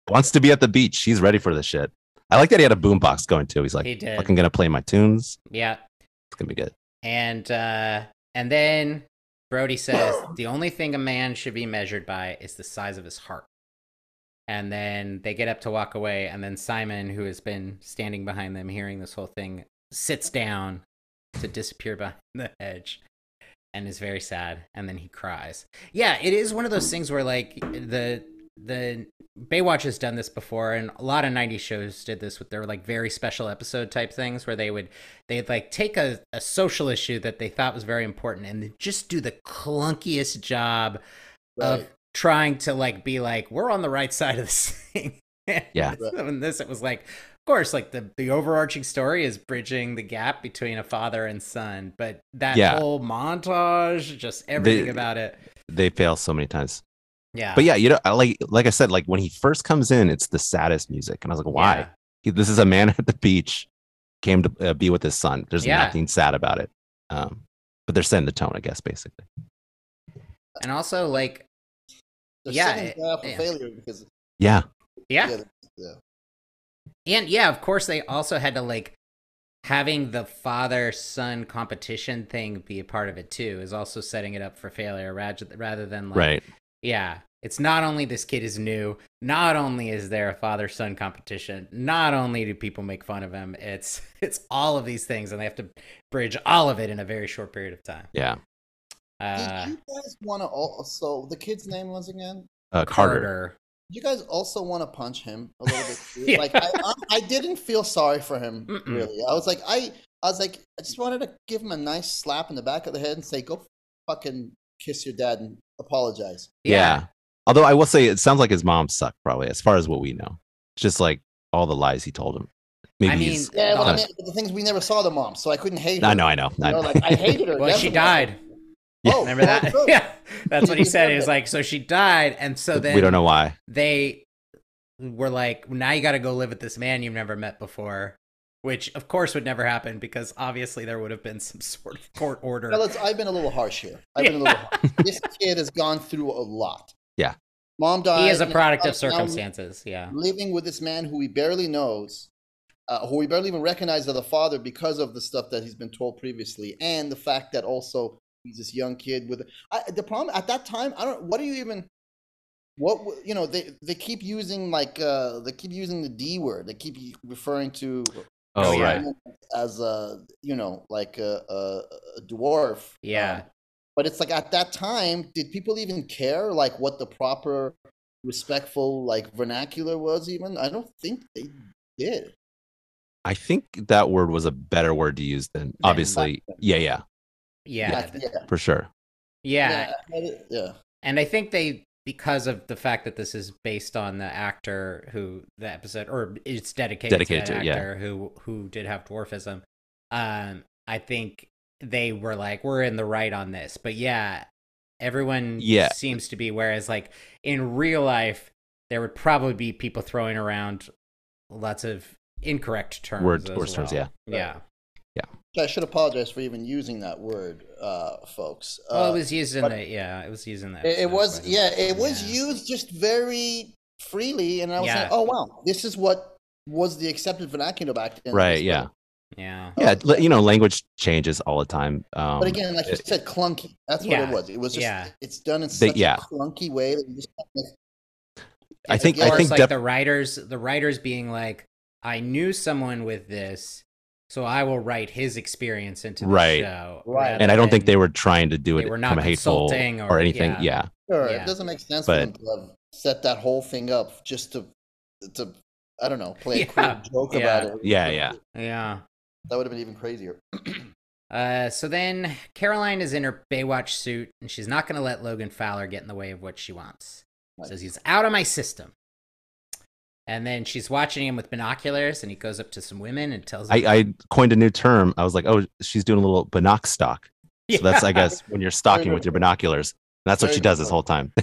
Speaker 2: <laughs> wants to be at the beach. He's ready for this shit. I like that he had a boombox going too. He's
Speaker 1: <laughs>
Speaker 2: like,
Speaker 1: He did.
Speaker 2: fucking gonna play my tunes.
Speaker 1: Yeah.
Speaker 2: It's gonna be good.
Speaker 1: And uh and then Brody says the only thing a man should be measured by is the size of his heart. And then they get up to walk away and then Simon who has been standing behind them hearing this whole thing sits down to disappear behind <laughs> the hedge and is very sad and then he cries. Yeah, it is one of those things where like the the Baywatch has done this before and a lot of 90s shows did this with their like very special episode type things where they would they'd like take a, a social issue that they thought was very important and then just do the clunkiest job of Uh,
Speaker 3: Right.
Speaker 1: trying to like be like we're on the right side of this <laughs> thing
Speaker 2: Yeah.
Speaker 1: so in this it was like of course like the the overarching story is bridging the gap between a father and son but that
Speaker 2: Yeah.
Speaker 1: whole montage just everything
Speaker 2: The-
Speaker 1: about it
Speaker 2: They fail so many times.
Speaker 1: yeah
Speaker 2: But yeah, you know, I like like I said, like when he first comes in, it's the saddest music, and I was like, why?
Speaker 1: Yeah.
Speaker 2: He- This is a man <laughs> at the beach, came to uh, be with his son. There's
Speaker 1: Yeah.
Speaker 2: nothing sad about it. Um, but they're setting the tone, I guess, basically.
Speaker 1: and also like
Speaker 3: They're
Speaker 1: Yeah,
Speaker 3: setting
Speaker 1: it-
Speaker 3: him up for
Speaker 1: yeah.
Speaker 3: failure because
Speaker 2: Yeah,
Speaker 1: yeah
Speaker 3: yeah,
Speaker 1: And yeah, of course, they also had to like having the father son competition thing be a part of it too, is also setting it up for failure rather, rather than like,
Speaker 2: right.
Speaker 1: yeah, it's not only this kid is new, not only is there a father son competition, not only do people make fun of him, it's <laughs> it's all of these things, and they have to bridge all of it in a very short period of time.
Speaker 2: Yeah,
Speaker 1: Uh,
Speaker 3: Did you guys want to also the kid's name once again?
Speaker 2: uh, Carter.
Speaker 3: You guys also want to punch him a little
Speaker 1: <laughs>
Speaker 3: bit. too?
Speaker 1: Yeah.
Speaker 3: Like I, I, I didn't feel sorry for him
Speaker 1: Mm-mm.
Speaker 3: really. I was like I, I was like I just wanted to give him a nice slap in the back of the head and say go fucking kiss your dad and apologize.
Speaker 2: Yeah. Although I will say, it sounds like his mom sucked probably, as far as what we know. Just like all the lies he told him. Maybe
Speaker 1: I mean,
Speaker 2: he's.
Speaker 3: Yeah, but I
Speaker 1: Uh,
Speaker 3: mean the things we never saw the mom, so I couldn't hate her.
Speaker 2: I know, I know.
Speaker 3: You
Speaker 2: I
Speaker 3: know,
Speaker 2: know.
Speaker 3: like
Speaker 2: <laughs>
Speaker 3: I hated
Speaker 1: <laughs>
Speaker 3: her.
Speaker 1: Well,
Speaker 3: that's
Speaker 1: she
Speaker 3: what I-
Speaker 1: died.
Speaker 2: Yeah.
Speaker 3: <laughs> Oh,
Speaker 1: Remember that?
Speaker 3: good.
Speaker 1: <laughs> yeah, that's
Speaker 3: <laughs>
Speaker 1: what he said.
Speaker 3: He said
Speaker 1: He was
Speaker 3: that.
Speaker 1: like, so she died, and so then
Speaker 2: we don't know why.
Speaker 1: they were like, now you got to go live with this man you've never met before. which of course would never happen because obviously there would have been some <laughs> sort of court order.
Speaker 3: Fellas, I've been a little harsh here. I've been a little. Harsh. This kid has gone through a lot.
Speaker 2: Yeah.
Speaker 3: Mom died.
Speaker 1: he is a
Speaker 3: and
Speaker 1: product of
Speaker 3: now- now
Speaker 1: circumstances. Yeah.
Speaker 3: Living with this man who he barely knows, uh, who we barely even recognize as the father because of the stuff that he's been told previously, and the fact that also he's this young kid with I, the problem at that time. I don't. What do you even? What w- you know? They they keep using like uh they keep using the D word. They keep referring to
Speaker 1: Oh,
Speaker 2: Oh,
Speaker 1: yeah.
Speaker 2: right.
Speaker 3: as a you know like a, a, a dwarf
Speaker 1: Yeah.
Speaker 3: um, but it's like at that time did people even care like what the proper respectful like vernacular was even i don't think they did
Speaker 2: I think that word was a better word to use than obviously. Yeah, yeah,
Speaker 1: Yeah.
Speaker 3: Like, yeah
Speaker 2: for sure.
Speaker 1: Yeah.
Speaker 3: yeah, yeah.
Speaker 1: And I think they because of the fact that this is based on the actor who the episode or it's dedicated,
Speaker 2: Dedicated
Speaker 1: to an
Speaker 2: to it, yeah.
Speaker 1: actor who who did have dwarfism. Um, I think they were like, we're in the right on this. But yeah, everyone
Speaker 2: Yeah.
Speaker 1: seems to be. Whereas like in real life, there would probably be people throwing around lots of incorrect terms.
Speaker 2: Word-
Speaker 1: as
Speaker 2: words, terms,
Speaker 1: well.
Speaker 3: yeah.
Speaker 1: Yeah.
Speaker 3: i should apologize for even using that word uh folks uh,
Speaker 1: well, it was used in
Speaker 3: but-
Speaker 1: the yeah, it was used in that.
Speaker 3: it, it was yeah it was used just very freely and i was
Speaker 1: Yeah.
Speaker 3: like oh wow this is what was the accepted vernacular back then
Speaker 2: Right.
Speaker 3: This
Speaker 2: Yeah.
Speaker 3: was-
Speaker 1: Yeah.
Speaker 2: Yeah. l- You know, language changes all the time. Um,
Speaker 3: But again, like you
Speaker 2: it-
Speaker 3: said, clunky. That's
Speaker 1: Yeah.
Speaker 3: what it was. It was just
Speaker 1: Yeah.
Speaker 3: it's done in
Speaker 2: They-
Speaker 3: such
Speaker 2: yeah.
Speaker 3: a clunky way that you just
Speaker 2: I
Speaker 1: It's
Speaker 2: think
Speaker 1: of
Speaker 2: I
Speaker 1: course,
Speaker 2: think
Speaker 1: like
Speaker 2: def-
Speaker 1: the writers the writers being like, I knew someone with this, so I will write his experience into the
Speaker 2: Right.
Speaker 1: show.
Speaker 3: Right.
Speaker 1: rather
Speaker 2: and I don't think
Speaker 1: than-
Speaker 2: they were trying to do
Speaker 1: they
Speaker 2: it
Speaker 1: were
Speaker 2: from
Speaker 1: not
Speaker 2: a hateful
Speaker 1: consulting
Speaker 2: or,
Speaker 1: or-
Speaker 2: anything.
Speaker 1: yeah.
Speaker 2: Yeah.
Speaker 3: sure,
Speaker 1: Yeah.
Speaker 3: it doesn't make sense
Speaker 2: But-
Speaker 3: for them to have set that whole thing up just to to I don't know, play a
Speaker 1: <laughs> Yeah.
Speaker 3: cool
Speaker 1: Yeah.
Speaker 3: joke about it.
Speaker 2: Yeah, yeah.
Speaker 1: Yeah.
Speaker 3: That would have been even crazier.
Speaker 1: Uh, so then Caroline is in her Baywatch suit, and she's not going to let Logan Fowler get in the way of what she wants.
Speaker 3: Right.
Speaker 1: Says he's out of my system. And then she's watching him with binoculars, and he goes up to some women and tells.
Speaker 2: I,
Speaker 1: them-
Speaker 2: I coined a new term. I was like, oh, she's doing a little binoc stalk. So that's,
Speaker 1: <laughs>
Speaker 2: I guess, when you're stalking with your binoculars. And that's what
Speaker 3: Very
Speaker 2: she does
Speaker 3: good
Speaker 2: this whole time. <laughs>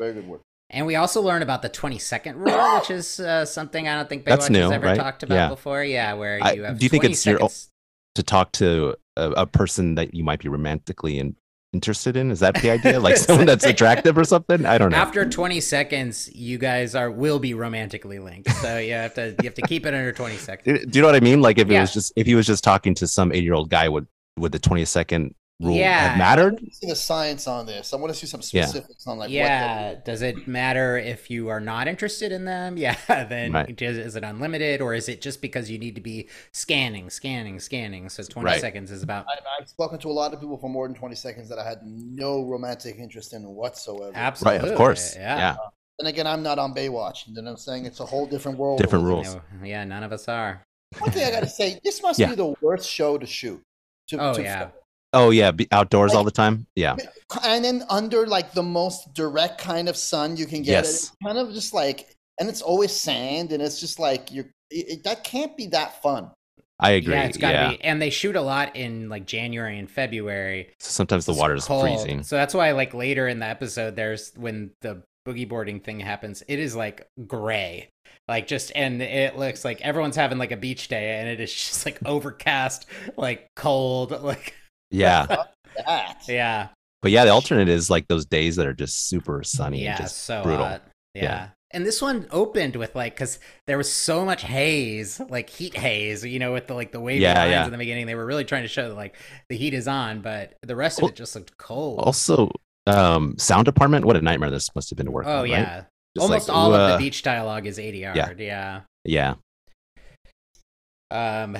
Speaker 3: Very good work.
Speaker 1: And we also learn about the 20 second rule, which is uh, something I don't think Baywatch
Speaker 2: That's new,
Speaker 1: has ever
Speaker 2: right?
Speaker 1: talked about
Speaker 2: Yeah.
Speaker 1: before. Yeah, where
Speaker 2: I-
Speaker 1: you have
Speaker 2: do you think
Speaker 1: 20
Speaker 2: it's your o-
Speaker 1: seconds-
Speaker 2: to talk to a, a person that you might be romantically in, interested in. Is that the
Speaker 1: <laughs>
Speaker 2: idea? Like someone that's attractive or something? I don't know.
Speaker 1: after 20 seconds you guys are will be romantically linked.
Speaker 2: <laughs>
Speaker 1: So you have to you have to keep it under 20 seconds.
Speaker 2: do, do you know what I mean? Like if it
Speaker 1: Yeah.
Speaker 2: was just if he was just talking to some eight year old guy, would would the twenty second rule
Speaker 1: Yeah.
Speaker 2: have mattered?
Speaker 3: Let's see the science on this. I want to see some
Speaker 2: Yeah.
Speaker 3: specifics on like
Speaker 1: yeah,
Speaker 3: what
Speaker 1: does it matter if you are not interested in them? <laughs> Yeah, then
Speaker 2: Right.
Speaker 1: does- is it unlimited or is it just because you need to be scanning, scanning, scanning? So 20
Speaker 2: Right.
Speaker 1: seconds is about
Speaker 3: the, I've spoken to a lot of people for more than twenty seconds that I had no romantic interest in whatsoever.
Speaker 1: absolutely.
Speaker 2: Right, of course.
Speaker 1: Yeah.
Speaker 2: Yeah.
Speaker 3: And again, I'm not on Baywatch. You know what I'm saying? It's a whole different
Speaker 1: Oh,
Speaker 3: world.
Speaker 2: Different
Speaker 3: over there.
Speaker 2: rules.
Speaker 1: No, yeah, none of us are.
Speaker 3: One thing I gotta say, this must
Speaker 2: Yeah.
Speaker 3: be the worst show to shoot. To,
Speaker 1: Oh,
Speaker 3: to
Speaker 1: yeah.
Speaker 2: Oh yeah, be outdoors all the time. Yeah.
Speaker 3: and then under like the most direct kind of sun you can get. and
Speaker 2: Yes.
Speaker 3: It's kind of just like, and it's always sand, and it's just like you're. It, it- that can't be that fun.
Speaker 2: I agree.
Speaker 1: Yeah,
Speaker 2: Yeah.
Speaker 1: it's gotta be. And they shoot a lot in like January and February.
Speaker 2: So sometimes the
Speaker 1: It's
Speaker 2: water is
Speaker 1: cold. <laughs>
Speaker 2: freezing.
Speaker 1: So that's why, like later in the episode, there's when the boogie boarding thing happens. It is like gray, like just, and it looks like everyone's having like a beach day, and it is just like <laughs> overcast, like cold, like
Speaker 2: Yeah.
Speaker 3: That.
Speaker 1: yeah,
Speaker 2: But yeah, the alternate is like those days that are just super sunny
Speaker 1: yeah,
Speaker 2: and just
Speaker 1: so
Speaker 2: brutal.
Speaker 1: hot. Yeah.
Speaker 2: Yeah.
Speaker 1: And this one opened with like, because there was so much haze, like heat haze, you know, with the like the wavy
Speaker 2: Yeah,
Speaker 1: lines
Speaker 2: yeah.
Speaker 1: in the beginning. They were really trying to show that like the heat is on, but the rest of
Speaker 2: Well-
Speaker 1: it just looked cold.
Speaker 2: also um sound department, what a nightmare this must have been to work on.
Speaker 1: oh
Speaker 2: right?
Speaker 1: yeah,
Speaker 2: Just
Speaker 1: almost
Speaker 2: like,
Speaker 1: all of the
Speaker 2: "Whoa."
Speaker 1: beach dialogue is ADR.
Speaker 2: Yeah.
Speaker 1: yeah.
Speaker 2: Yeah.
Speaker 1: Um,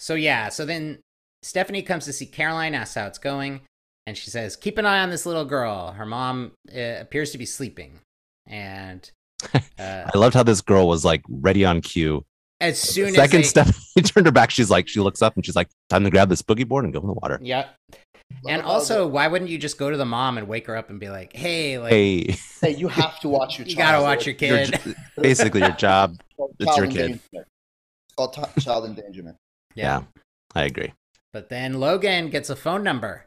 Speaker 1: so yeah, so then Stephanie comes to see Caroline, asks how it's going, and she says, "Keep an eye on this little girl. Her mom uh, appears to be sleeping."
Speaker 2: <laughs>
Speaker 1: And uh,
Speaker 2: I loved how this girl was like ready on cue.
Speaker 1: as soon as
Speaker 2: Second
Speaker 1: they-
Speaker 2: step, <laughs> he turned her back. She's like, she looks up and she's like, time to grab this boogie board and go in the water.
Speaker 1: yep.
Speaker 3: Love
Speaker 1: And
Speaker 3: about
Speaker 1: also, why wouldn't you just go to the mom and wake her up and be like, "Hey, like
Speaker 2: Hey, <laughs>
Speaker 3: that. hey, you have to watch
Speaker 1: <laughs>
Speaker 3: your.
Speaker 1: you gotta
Speaker 3: child.
Speaker 1: watch your
Speaker 2: your
Speaker 1: kid." <laughs>
Speaker 2: j- basically your job.
Speaker 3: called
Speaker 2: it's your
Speaker 3: child
Speaker 2: kid.
Speaker 3: endangerment. It's called t- child
Speaker 1: <laughs>
Speaker 3: endangerment.
Speaker 2: Yeah. I agree.
Speaker 1: But then Logan gets a phone number,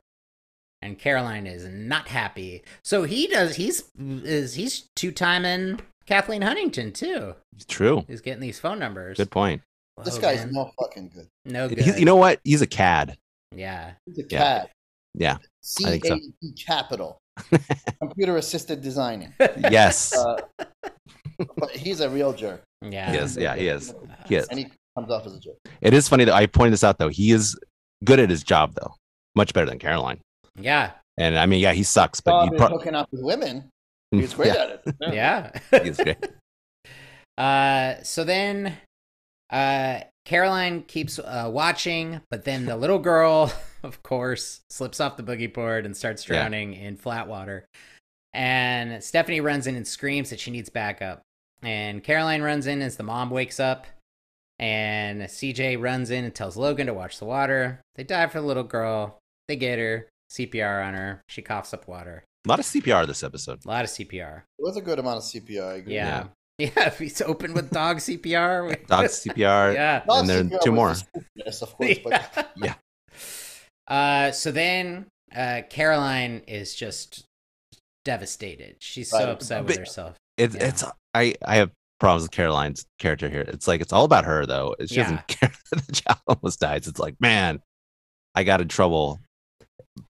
Speaker 1: and Caroline is not happy. So he does. He's is he's two timing Kathleen Huntington too.
Speaker 2: It's true.
Speaker 1: He's getting these phone numbers.
Speaker 2: Good point.
Speaker 3: This
Speaker 1: Logan.
Speaker 3: guy's no fucking good.
Speaker 1: no good.
Speaker 2: He's, you know what? He's a cad.
Speaker 1: yeah,
Speaker 3: He's a
Speaker 2: Yeah.
Speaker 3: cat.
Speaker 2: Yeah,
Speaker 3: C
Speaker 2: I
Speaker 3: A
Speaker 2: think so.
Speaker 3: T
Speaker 2: <laughs>
Speaker 3: capital. Computer
Speaker 1: <laughs>
Speaker 3: assisted designing.
Speaker 2: Yes.
Speaker 3: Uh, but he's a real jerk.
Speaker 1: yeah,
Speaker 2: He is, yeah, he is. He is.
Speaker 3: And he comes off as a jerk.
Speaker 2: it is funny that I pointed this out though. He is good at his job though, much better than Caroline.
Speaker 1: yeah,
Speaker 2: And I mean, yeah, he sucks, but
Speaker 1: Oh,
Speaker 3: Bob
Speaker 2: he <laughs>
Speaker 3: is
Speaker 2: pro-
Speaker 3: hooking up with women.
Speaker 2: <laughs>
Speaker 3: He's great
Speaker 2: yeah,
Speaker 3: at it.
Speaker 1: yeah.
Speaker 2: he's great.
Speaker 1: Uh, so then, uh, Caroline keeps uh, watching, but then the little girl, <laughs> of course, slips off the boogie board and starts
Speaker 2: Yeah.
Speaker 1: drowning in flat water. And Stephanie runs in and screams that she needs backup. And Caroline runs in as the mom wakes up. And CJ runs in and tells Logan to watch the water. They dive for the little girl. They get her, CPR on her. She coughs up water.
Speaker 2: A lot of CPR this episode.
Speaker 1: A lot of CPR.
Speaker 3: It was a good amount of CPR. I agree.
Speaker 1: Yeah. <laughs> Yeah, if he's open with dog CPR. we- <laughs>
Speaker 2: Dog CPR.
Speaker 1: yeah.
Speaker 3: Not
Speaker 2: And there are
Speaker 3: CPR
Speaker 2: two
Speaker 3: was
Speaker 2: more.
Speaker 3: just- Yes, of course. But
Speaker 2: <laughs> Yeah.
Speaker 3: <laughs>
Speaker 1: Uh, so then uh, Caroline is just devastated. She's
Speaker 3: Right.
Speaker 1: so upset with
Speaker 2: But-
Speaker 1: herself.
Speaker 2: It's
Speaker 1: Yeah.
Speaker 2: it's I I have problems with Caroline's character here. It's like it's all about her though. She
Speaker 1: Yeah.
Speaker 2: doesn't <laughs> care that the child almost dies. It's like man, I got in trouble.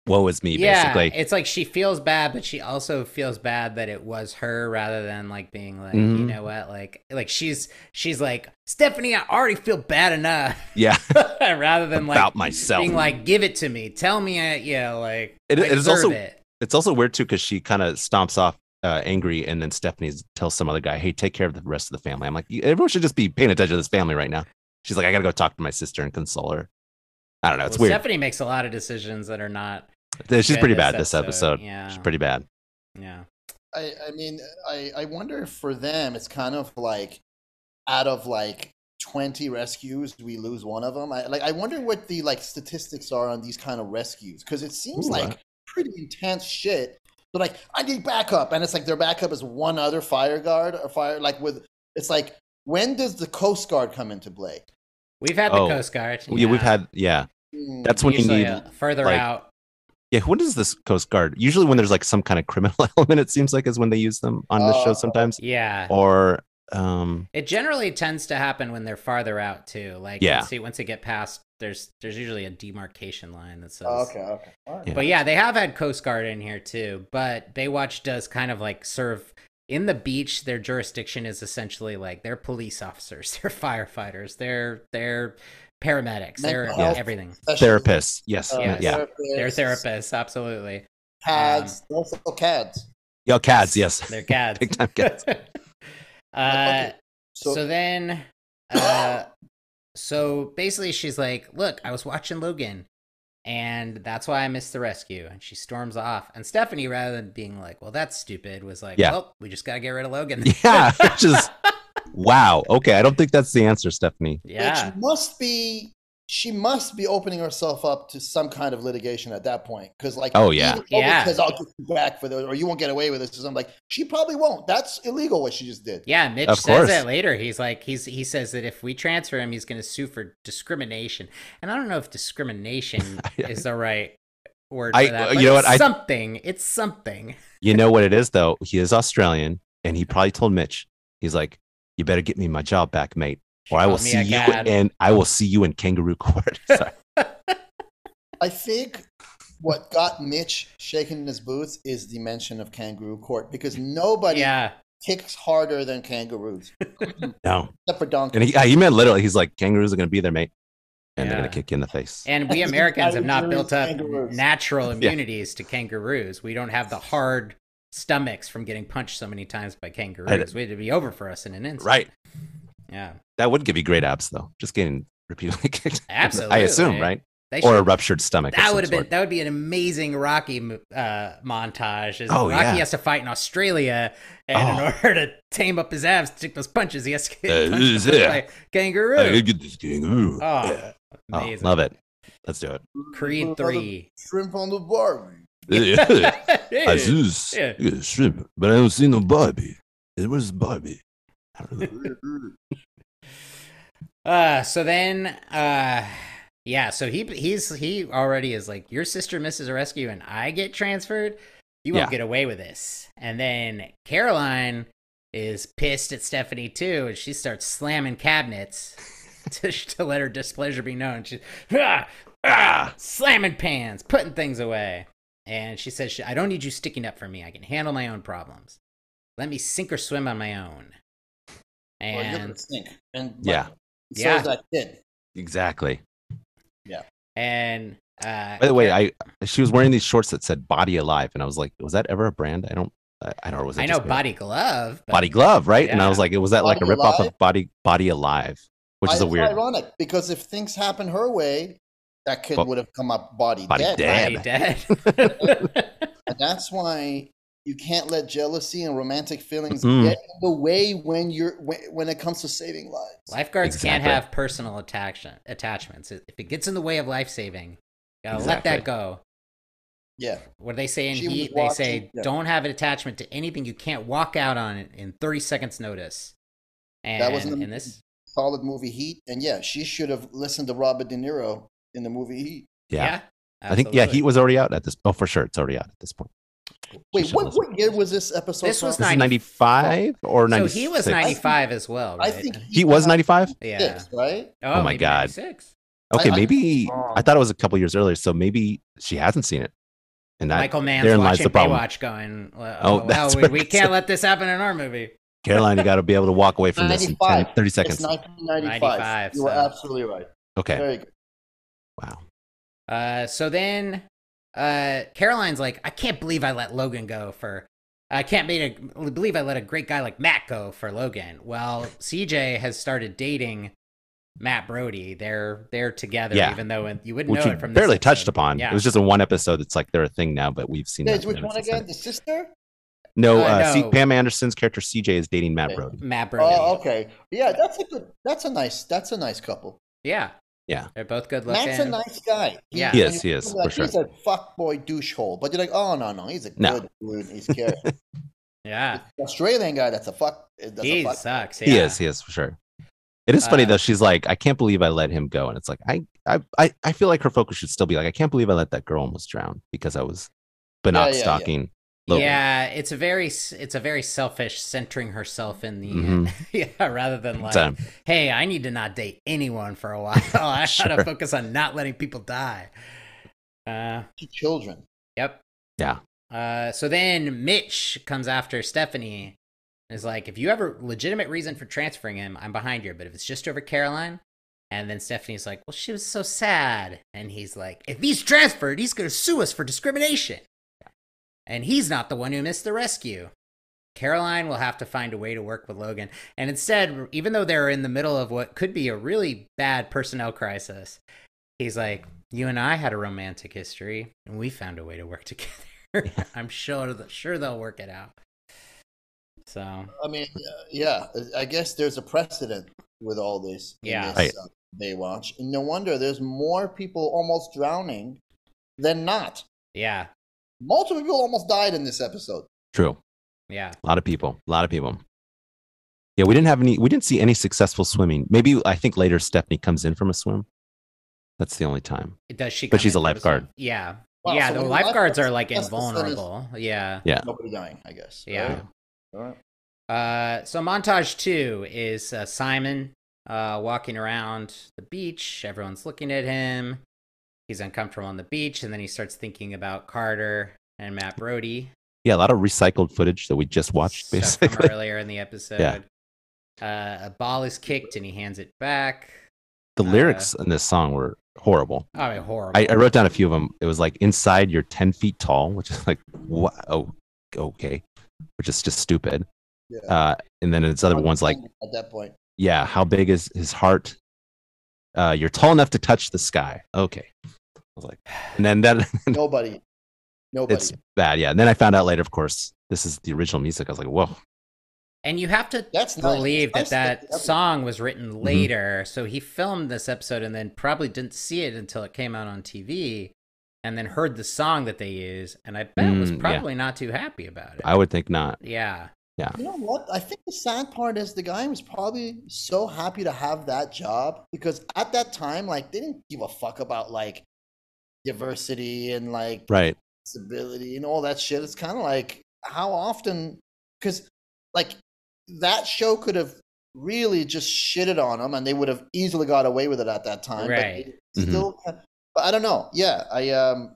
Speaker 2: Woe is me,
Speaker 1: yeah,
Speaker 2: basically.
Speaker 1: it's like she feels bad, but she also feels bad that it was her rather than like being like, you
Speaker 2: Mhm.
Speaker 1: know what, like, like she's she's like Stephanie, I already feel bad enough, <laughs>
Speaker 2: yeah,
Speaker 1: rather than like
Speaker 2: about myself.
Speaker 1: being like, give it to me, tell me, I, you know, like
Speaker 2: It-
Speaker 1: I
Speaker 2: it is
Speaker 1: deserve
Speaker 2: also-
Speaker 1: it.
Speaker 2: it's also weird too because she kind of stomps off uh, angry, and then Stephanie tells some other guy, "Hey, take care of the rest of the family." I'm like, "You- everyone should just be paying attention to this family right now. She's like, "I gotta go talk to my sister and console her." I don't know. It's
Speaker 1: Well,
Speaker 2: weird.
Speaker 1: Stephanie makes a lot of decisions that are not.
Speaker 2: She's
Speaker 1: good
Speaker 2: pretty bad this episode.
Speaker 1: Yeah,
Speaker 2: She's pretty bad.
Speaker 1: yeah,
Speaker 3: I, I mean, I, I wonder if for them, it's kind of like out of like 20 rescues, we lose one of them. I, like, I wonder what the like statistics are on these kind of rescues because it seems
Speaker 2: Ooh,
Speaker 3: like
Speaker 2: uh.
Speaker 3: pretty intense shit. They're like, I need backup. And it's like their backup is one other fire guard or fire, like, with it's like, when does the Coast Guard come into play?
Speaker 1: we've had the
Speaker 2: Oh.
Speaker 1: Coast Guard.
Speaker 2: Yeah, we've had yeah.
Speaker 3: Hmm.
Speaker 2: That's when
Speaker 1: Usually,
Speaker 2: you need
Speaker 1: uh, further
Speaker 2: like-
Speaker 1: out.
Speaker 2: Yeah, when does this Coast Guard? Usually, when there's like some kind of criminal <laughs> element, it seems like is when they use them on this
Speaker 3: Oh.
Speaker 2: show sometimes.
Speaker 1: Yeah,
Speaker 2: Or um,
Speaker 1: it generally tends to happen when they're farther out too. Like,
Speaker 2: Yeah.
Speaker 1: yeah, see, once they get past, there's there's usually a demarcation line that says.
Speaker 3: Oh, okay, okay. All right.
Speaker 2: Yeah.
Speaker 1: But yeah, they have had Coast Guard in here too. But Baywatch does kind of like serve in the beach. Their jurisdiction is essentially like they're police officers, <laughs> they're firefighters, they're they're paramedics, they're
Speaker 3: Mental health.
Speaker 1: everything,
Speaker 3: Special
Speaker 2: therapists. Yes.
Speaker 1: Oh,
Speaker 2: yeah.
Speaker 1: yes.
Speaker 2: Yeah.
Speaker 1: they're therapists, um, absolutely.
Speaker 3: CADs, also CADs.
Speaker 2: Yeah. Cads. Yes.
Speaker 1: They're <laughs> gads.
Speaker 2: <laughs> Big time
Speaker 1: <laughs>
Speaker 2: cads.
Speaker 1: uh,
Speaker 3: Okay,
Speaker 1: so, then uh so basically she's like look i was watching logan and that's why i missed the rescue and she storms off and stephanie rather than being like well that's stupid was like
Speaker 2: Yeah.
Speaker 1: well we just gotta get rid of logan
Speaker 2: <laughs> Yeah, which is- Wow. Okay. I don't think that's the answer, Stephanie.
Speaker 1: <laughs> yeah
Speaker 3: Which must be she must be opening herself up to some kind of litigation at that point. Because like
Speaker 2: Oh, yeah.
Speaker 1: Yeah.
Speaker 3: because I'll get you back for the or you won't get away with this or something. Like she probably won't. That's illegal what she just did.
Speaker 1: yeah mitch
Speaker 2: Of
Speaker 1: says
Speaker 2: course.
Speaker 1: that later he's like he's he says that if we transfer him he's gonna sue for discrimination and i don't know if
Speaker 2: <laughs>
Speaker 1: discrimination is the right word for
Speaker 2: I- uh,
Speaker 1: that
Speaker 2: you
Speaker 1: but
Speaker 2: know
Speaker 1: it's
Speaker 2: what, I-
Speaker 1: something it's something
Speaker 2: You know what it is though? He is Australian, and he probably told Mitch. He's like, "You better get me my job back, mate,
Speaker 1: She
Speaker 2: or I will
Speaker 1: called me
Speaker 2: see
Speaker 1: a
Speaker 2: you
Speaker 1: gad.
Speaker 2: and I will see you in kangaroo court." <laughs> Sorry.
Speaker 3: I think what got Mitch shaking in his boots is the mention of kangaroo court because nobody
Speaker 1: yeah
Speaker 3: kicks harder than kangaroos.
Speaker 2: no.
Speaker 3: Except for donkey.
Speaker 2: And he, he meant literally. He's like, "Kangaroos are going to be there, mate, and they're going
Speaker 1: Yeah.
Speaker 2: to kick you in the face."
Speaker 1: And we
Speaker 3: That's the
Speaker 1: Americans have not
Speaker 3: Italian
Speaker 1: built up
Speaker 3: kangaroos.
Speaker 1: natural immunities to kangaroos. We don't have the hard stomachs from getting punched so many times by kangaroos. We'd be over for us in an instant.
Speaker 2: right.
Speaker 1: Yeah.
Speaker 2: That would give you great abs, though. Just getting repeatedly <laughs> kicked. in the-
Speaker 1: Absolutely.
Speaker 2: I assume, right?
Speaker 1: They
Speaker 2: Or a
Speaker 1: should-
Speaker 2: ruptured stomach. of
Speaker 1: that
Speaker 2: some
Speaker 1: would have been
Speaker 2: sort.
Speaker 1: that would be an amazing Rocky mo- uh, montage. Is
Speaker 2: Oh,
Speaker 1: Rocky
Speaker 2: yeah.
Speaker 1: has to fight in Australia, and
Speaker 2: Oh.
Speaker 1: in order to tame up his abs, to take those punches, he has to get
Speaker 2: Uh,
Speaker 1: punched
Speaker 2: yeah.
Speaker 1: by a kangaroo.
Speaker 2: I get this kangaroo. Yeah.
Speaker 1: Oh,
Speaker 2: Oh,
Speaker 1: amazing!
Speaker 2: love it.
Speaker 1: <laughs>
Speaker 2: Let's do it.
Speaker 1: Creed three.
Speaker 3: Shrimp on the Barbie.
Speaker 1: <laughs>
Speaker 2: <laughs> I Zeus,
Speaker 1: Yeah.
Speaker 2: you get a shrimp, but I don't see no Barbie. And Where's Barbie? I don't know.
Speaker 1: Uh so then uh yeah, so he he's he already is like your sister misses a rescue and I get transferred. You won't
Speaker 2: Yeah.
Speaker 1: get away with this. And then Caroline is pissed at Stephanie too and she starts slamming cabinets. <laughs> to, to let her displeasure be known. She's ah, ah, slamming pans, putting things away. And she says, I don't need you sticking up for me. I can handle my own problems. Let me sink or swim on my own.
Speaker 3: Well, you're
Speaker 1: And
Speaker 3: gonna stink. And like,
Speaker 2: Yeah,
Speaker 3: so
Speaker 1: Yeah.
Speaker 3: is that kid.
Speaker 2: exactly.
Speaker 1: and uh,
Speaker 2: By the way, I she was wearing these shorts that said "Body Alive," and I was like, was that ever a brand? I don't, I, I don't know. Was it
Speaker 1: I know
Speaker 2: just me?
Speaker 1: body glove. but-
Speaker 2: Body Glove, right? And I was
Speaker 1: Yeah.
Speaker 2: like, was that like a
Speaker 3: Body
Speaker 2: ripoff
Speaker 3: Alive?
Speaker 2: of Body Body Alive, which
Speaker 3: I-
Speaker 2: is a
Speaker 3: it's
Speaker 2: weird
Speaker 3: ironic because if things happened her way, that kid
Speaker 2: Bo-
Speaker 3: would have come up body,
Speaker 2: Body
Speaker 3: dead.
Speaker 2: dead.
Speaker 1: body
Speaker 2: <laughs>
Speaker 1: dead. <laughs>
Speaker 3: And that's why you can't let jealousy and romantic feelings
Speaker 2: Mm-mm.
Speaker 3: get in the way when you're when, when it comes to saving lives.
Speaker 1: Lifeguards
Speaker 2: Exactly.
Speaker 1: can't have personal attach- attachments. If it gets in the way of life saving, gotta
Speaker 2: Exactly.
Speaker 1: let that go.
Speaker 3: Yeah.
Speaker 1: What do they say in
Speaker 3: She was
Speaker 1: heat? They
Speaker 3: watching-
Speaker 1: say
Speaker 3: yeah.
Speaker 1: don't have an attachment to anything you can't walk out on it in 30 seconds notice. And,
Speaker 3: That was in the-
Speaker 1: and this,
Speaker 3: Solid movie Heat. And yeah, she should have listened to Robert De Niro in the movie Heat.
Speaker 2: Yeah. I think yeah,
Speaker 1: absolutely.
Speaker 2: Heat was already out at this. Oh, for sure, it's already out at this point.
Speaker 3: Wait,
Speaker 2: should
Speaker 3: what,
Speaker 2: listen.
Speaker 3: what year was this episode?
Speaker 1: This was
Speaker 3: from?
Speaker 2: This
Speaker 1: 90
Speaker 2: is ninety five or
Speaker 1: So
Speaker 2: ninety.
Speaker 1: he was 95 as well,
Speaker 3: I
Speaker 1: right?
Speaker 3: think
Speaker 2: He was ninety five.
Speaker 1: yeah.
Speaker 3: six, right?
Speaker 2: Oh my
Speaker 1: maybe
Speaker 2: God.
Speaker 1: 96.
Speaker 2: Okay,
Speaker 3: I- I-
Speaker 2: maybe
Speaker 3: Oh.
Speaker 2: I thought it was a couple years earlier, so maybe she hasn't seen it. And that
Speaker 1: Michael Mann's
Speaker 2: therein lies
Speaker 1: watching
Speaker 2: the problem.
Speaker 1: Baywatch going, well,
Speaker 2: Oh,
Speaker 1: oh, well,
Speaker 2: that's
Speaker 1: we,
Speaker 2: what
Speaker 1: we
Speaker 2: I
Speaker 1: can't
Speaker 2: said.
Speaker 1: let this happen in our movie.
Speaker 2: Caroline, you got to be able to walk away from this in 10,
Speaker 3: 95.
Speaker 2: 30
Speaker 3: It's
Speaker 2: seconds.
Speaker 3: 1995.
Speaker 1: 95,
Speaker 3: you were
Speaker 1: so-
Speaker 3: absolutely right.
Speaker 2: Okay,
Speaker 3: Very good.
Speaker 2: wow.
Speaker 1: Uh, so then uh, Caroline's like, I can't believe I let Logan go for. I can't made a, believe I let a great guy like Matt go for Logan. Well, CJ has started dating Matt Brody. They're they're together,
Speaker 2: Yeah.
Speaker 1: even though you wouldn't
Speaker 2: Which
Speaker 1: know
Speaker 2: we
Speaker 1: it from
Speaker 2: barely
Speaker 1: this
Speaker 2: touched
Speaker 1: episode.
Speaker 2: upon.
Speaker 1: Yeah.
Speaker 2: It was just in one episode. It's like they're a thing now, but we've seen.
Speaker 3: Guys,
Speaker 2: that
Speaker 3: which
Speaker 2: ever
Speaker 3: one
Speaker 2: since
Speaker 3: again?
Speaker 2: then.
Speaker 3: The sister?
Speaker 2: No,
Speaker 1: Uh,
Speaker 2: uh, C-
Speaker 1: no.
Speaker 2: Pam Anderson's character CJ is dating Matt
Speaker 3: Okay.
Speaker 2: Brody.
Speaker 1: Matt Brody.
Speaker 3: Oh, okay. Yeah, that's a good. That's a nice. That's a nice couple.
Speaker 1: Yeah,
Speaker 2: Yeah.
Speaker 1: they're both good looking.
Speaker 3: Matt's a nice guy.
Speaker 1: Yeah.
Speaker 2: He is,
Speaker 3: when you
Speaker 2: he is,
Speaker 3: feel like,
Speaker 2: for sure.
Speaker 3: He's a fuckboy douchehole, but you're like, oh no, no, he's a
Speaker 2: No.
Speaker 3: good dude.
Speaker 1: <laughs>
Speaker 3: He's caring.
Speaker 1: yeah,
Speaker 3: Australian guy. That's a fuck. That's
Speaker 1: he
Speaker 3: a fuck.
Speaker 1: sucks. Yeah.
Speaker 2: He is. He is for sure. It is funny
Speaker 1: Uh,
Speaker 2: though. She's like, I can't believe I let him go, and it's like, I, I, I, I feel like her focus should still be like, I can't believe I let that girl almost drown because I was, but
Speaker 3: Yeah,
Speaker 2: not
Speaker 3: yeah, yeah.
Speaker 2: stalking. Logan.
Speaker 1: Yeah, it's a very s- it's a very selfish centering herself in the
Speaker 2: Mhm.
Speaker 1: <laughs> yeah rather than like
Speaker 2: So,
Speaker 1: hey, I need to not date anyone for a while. <laughs> I gotta
Speaker 2: Sure.
Speaker 1: focus on not letting people die. Uh,
Speaker 3: Two children.
Speaker 1: yep.
Speaker 2: Yeah.
Speaker 1: Uh, so then Mitch comes after Stephanie and is like, if you have a legitimate reason for transferring him, I'm behind you. But if it's just over Caroline, and then Stephanie's like, well, she was so sad. And he's like, if he's transferred, he's gonna sue us for discrimination. And he's not the one who missed the rescue. Caroline will have to find a way to work with Logan. And instead, even though they're in the middle of what could be a really bad personnel crisis, he's like, You and I had a romantic history, and we found a way to work <laughs> together. I'm sure, that, sure they'll work it out. So,
Speaker 3: I mean, uh, yeah. I guess there's a precedent with all this. in
Speaker 1: Yeah.
Speaker 3: This, uh, Baywatch, and no wonder there's more people almost drowning than not.
Speaker 1: yeah,
Speaker 3: Multiple people almost died in this episode.
Speaker 2: true.
Speaker 1: yeah.
Speaker 2: A lot of people. A lot of people. Yeah, we didn't have any. We didn't see any successful swimming. Maybe I think later Stephanie comes in from a swim. That's the only time.
Speaker 1: Does she?
Speaker 2: But
Speaker 1: come in
Speaker 2: she's a
Speaker 1: for the
Speaker 2: lifeguard.
Speaker 1: swim? Yeah,
Speaker 3: Wow,
Speaker 1: yeah.
Speaker 3: so
Speaker 1: The
Speaker 3: when
Speaker 1: lifeguards
Speaker 3: lifeguards-
Speaker 1: are like
Speaker 3: that's the sort of-
Speaker 1: invulnerable. Yeah,
Speaker 2: Yeah.
Speaker 3: Nobody dying, I guess.
Speaker 1: yeah.
Speaker 3: right? All right.
Speaker 1: Uh, so montage two is uh, Simon uh, walking around the beach. Everyone's looking at him. He's uncomfortable on the beach, and then he starts thinking about Carter and Matt Brody.
Speaker 2: Yeah, a lot of recycled footage that we just watched.
Speaker 1: stuff from
Speaker 2: Basically,
Speaker 1: earlier in the episode.
Speaker 2: <laughs> Yeah.
Speaker 1: Uh, a ball is kicked, and he hands it back.
Speaker 2: the
Speaker 1: uh,
Speaker 2: lyrics in this song were horrible.
Speaker 1: Oh, horrible!
Speaker 2: I, uh, I wrote down a few of them. It was like inside you're 10 feet tall, which is like, what? Oh, okay. Which is just stupid.
Speaker 3: Yeah.
Speaker 2: Uh, and then it's other ones like,
Speaker 3: at that point.
Speaker 2: yeah, how big is his heart? Uh, you're tall enough to touch the sky. Okay. I was like, <sighs> and then that
Speaker 3: <sighs> Nobody. Nobody.
Speaker 2: it's bad. Yeah. And then I found out later, of course, this is the original music. I was like, whoa.
Speaker 1: and you have to
Speaker 3: That's nice.
Speaker 1: believe
Speaker 3: Nice
Speaker 1: that
Speaker 3: that-
Speaker 1: that song was
Speaker 2: Mm-hmm.
Speaker 1: written later. So he filmed this episode and then probably didn't see it until it came out on TV, and then heard the song that they use, and I bet was
Speaker 2: Mm, yeah.
Speaker 1: probably not too happy about it.
Speaker 2: I would think not.
Speaker 1: yeah,
Speaker 3: You know what? I think the sad part is the guy was probably so happy to have that job because at that time, like, they didn't give a fuck about like diversity and like
Speaker 2: Right.
Speaker 3: disability and all that shit. It's kind of like how often, because like that show could have really just shitted on him, and they would have easily got away with it at that time.
Speaker 1: Right.
Speaker 3: But
Speaker 2: Mm-hmm.
Speaker 3: they still, but I don't know. Yeah, I um,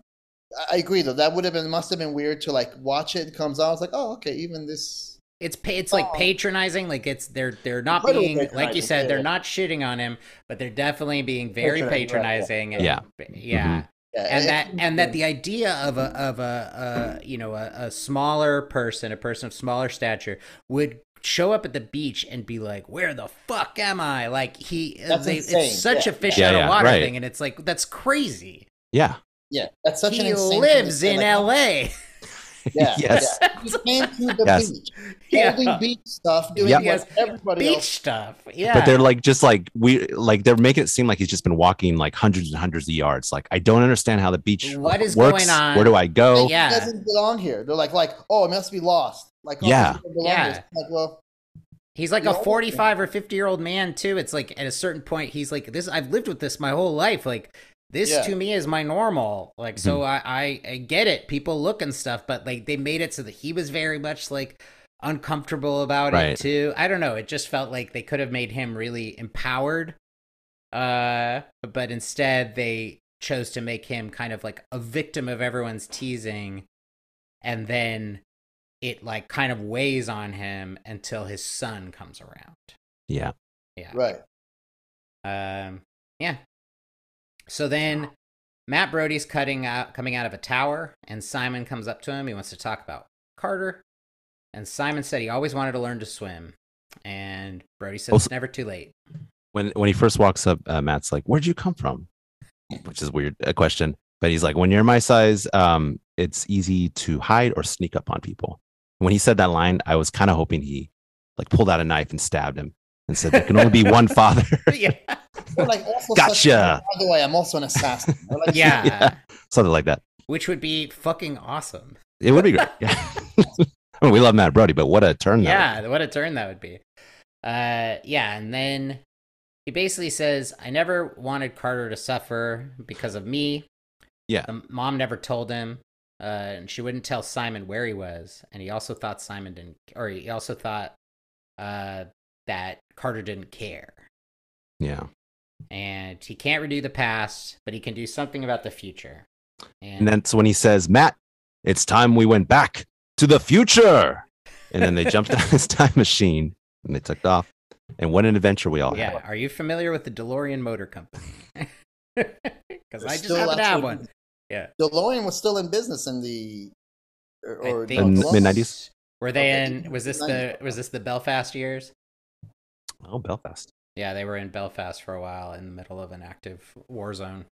Speaker 3: I- I agree though. That would have been must have been weird to like watch it. It comes out. It's like, oh, okay, even this.
Speaker 1: It's pa- it's like
Speaker 3: Oh.
Speaker 1: patronizing, like it's they're they're not
Speaker 3: Totally
Speaker 1: being like you
Speaker 3: patronizing,
Speaker 1: said
Speaker 3: yeah.
Speaker 1: they're not shitting on him, but they're definitely being very patronizing.
Speaker 3: Patronizing, right,
Speaker 1: and-
Speaker 2: yeah. Mm-hmm.
Speaker 1: yeah.
Speaker 3: Eh, Yeah,
Speaker 1: and
Speaker 3: it-
Speaker 1: that and that the idea of a of a, a you know a, a smaller person a person of smaller stature would show up at the beach and be like where the fuck am i like he
Speaker 3: That's
Speaker 1: they,
Speaker 3: insane.
Speaker 1: it's such
Speaker 3: Yeah.
Speaker 1: a fish
Speaker 2: Yeah,
Speaker 1: out
Speaker 2: yeah,
Speaker 1: of water
Speaker 2: right.
Speaker 1: thing and it's like that's crazy
Speaker 2: Yeah.
Speaker 3: <laughs> yeah, that's such an
Speaker 1: he
Speaker 3: insane. thing to
Speaker 1: lives
Speaker 3: say,
Speaker 1: in
Speaker 3: like,
Speaker 1: la
Speaker 3: Yeah,
Speaker 2: <laughs> Yes.
Speaker 3: yeah. He came to the
Speaker 2: Yes.
Speaker 3: beach, holding
Speaker 1: <laughs>
Speaker 3: <laughs>
Speaker 1: yeah.
Speaker 3: beach stuff, doing
Speaker 2: Yep.
Speaker 3: what
Speaker 1: Yes.
Speaker 3: everybody
Speaker 1: beach
Speaker 3: else.
Speaker 1: stuff yeah
Speaker 2: But they're like just like we like they're making it seem like he's just been walking like hundreds and hundreds of yards. Like I don't understand how the beach
Speaker 1: What is
Speaker 2: works.
Speaker 1: going on?
Speaker 2: Where do I go?
Speaker 1: yeah
Speaker 3: doesn't belong here. They're like, like, oh, it must be lost. Like, oh,
Speaker 2: Yeah.
Speaker 3: it doesn't belong
Speaker 1: Yeah.
Speaker 3: here. It's Like, well,
Speaker 1: He's like
Speaker 3: You
Speaker 1: a
Speaker 3: know?
Speaker 1: 45 or 50 year old man too. It's like at a certain point he's like this I've lived with this my whole life. Like this
Speaker 3: Yeah.
Speaker 1: to me is my normal. Like so I, I I get it. People look and stuff, but like they made it so that he was very much like uncomfortable about
Speaker 2: Right.
Speaker 1: it too. I don't know. It just felt like they could have made him really empowered. Uh but instead they chose to make him kind of like a victim of everyone's teasing and then it like kind of weighs on him until his son comes around.
Speaker 2: Yeah.
Speaker 1: Yeah.
Speaker 3: right.
Speaker 1: Um, yeah. So then Matt Brody's cutting out coming out of a tower and Simon comes up to him. He wants to talk about Carter. And Simon said he always wanted to learn to swim. And Brody said
Speaker 2: Also-
Speaker 1: it's never too late. <laughs>
Speaker 2: When when he first walks up, uh, Matt's like, "Where'd you come from?" Which is weird a question, but he's like, "When you're my size, um, it's easy to hide or sneak up on people." When he said that line, I was kind of hoping he like pulled out a knife and stabbed him and said, "There can only be <laughs> one father."
Speaker 1: yeah.
Speaker 3: We're like, also Such,
Speaker 2: Gotcha.
Speaker 3: by the way, I'm also an assassin. We're like,
Speaker 1: yeah.
Speaker 2: Yeah. Something like that.
Speaker 1: Which would be fucking awesome.
Speaker 2: It would be great. Yeah. <laughs> I mean, we love Matt Brody, but what a turn! that
Speaker 1: yeah, what a turn that would be. Uh, yeah, and then he basically says, "I never wanted Carter to suffer because of me."
Speaker 2: Yeah.
Speaker 1: the mom never told him, uh, and she wouldn't tell Simon where he was, and he also thought Simon didn't, or he also thought uh, that Carter didn't care,
Speaker 2: Yeah.
Speaker 1: and he can't redo the past, but he can do something about the future.
Speaker 2: And then so when he says, Matt, it's time we went back to the future. And then they jumped <laughs> on his time machine and they took off. And what an adventure we all
Speaker 1: yeah,
Speaker 2: had.
Speaker 1: are you familiar with the DeLorean Motor Company? <laughs> Because
Speaker 3: They're
Speaker 1: I just
Speaker 3: still
Speaker 1: haven't had
Speaker 3: actually-
Speaker 1: one.
Speaker 3: DeLorean was still in business in the or,
Speaker 1: I
Speaker 3: or
Speaker 1: think-
Speaker 2: The
Speaker 3: DeLorean-
Speaker 2: mid- mid-nineties?
Speaker 1: Were they
Speaker 3: Okay,
Speaker 1: in? Was this the was this the Belfast years?
Speaker 2: Oh, Belfast.
Speaker 1: Yeah, they were in Belfast for a while in the middle of an active war zone.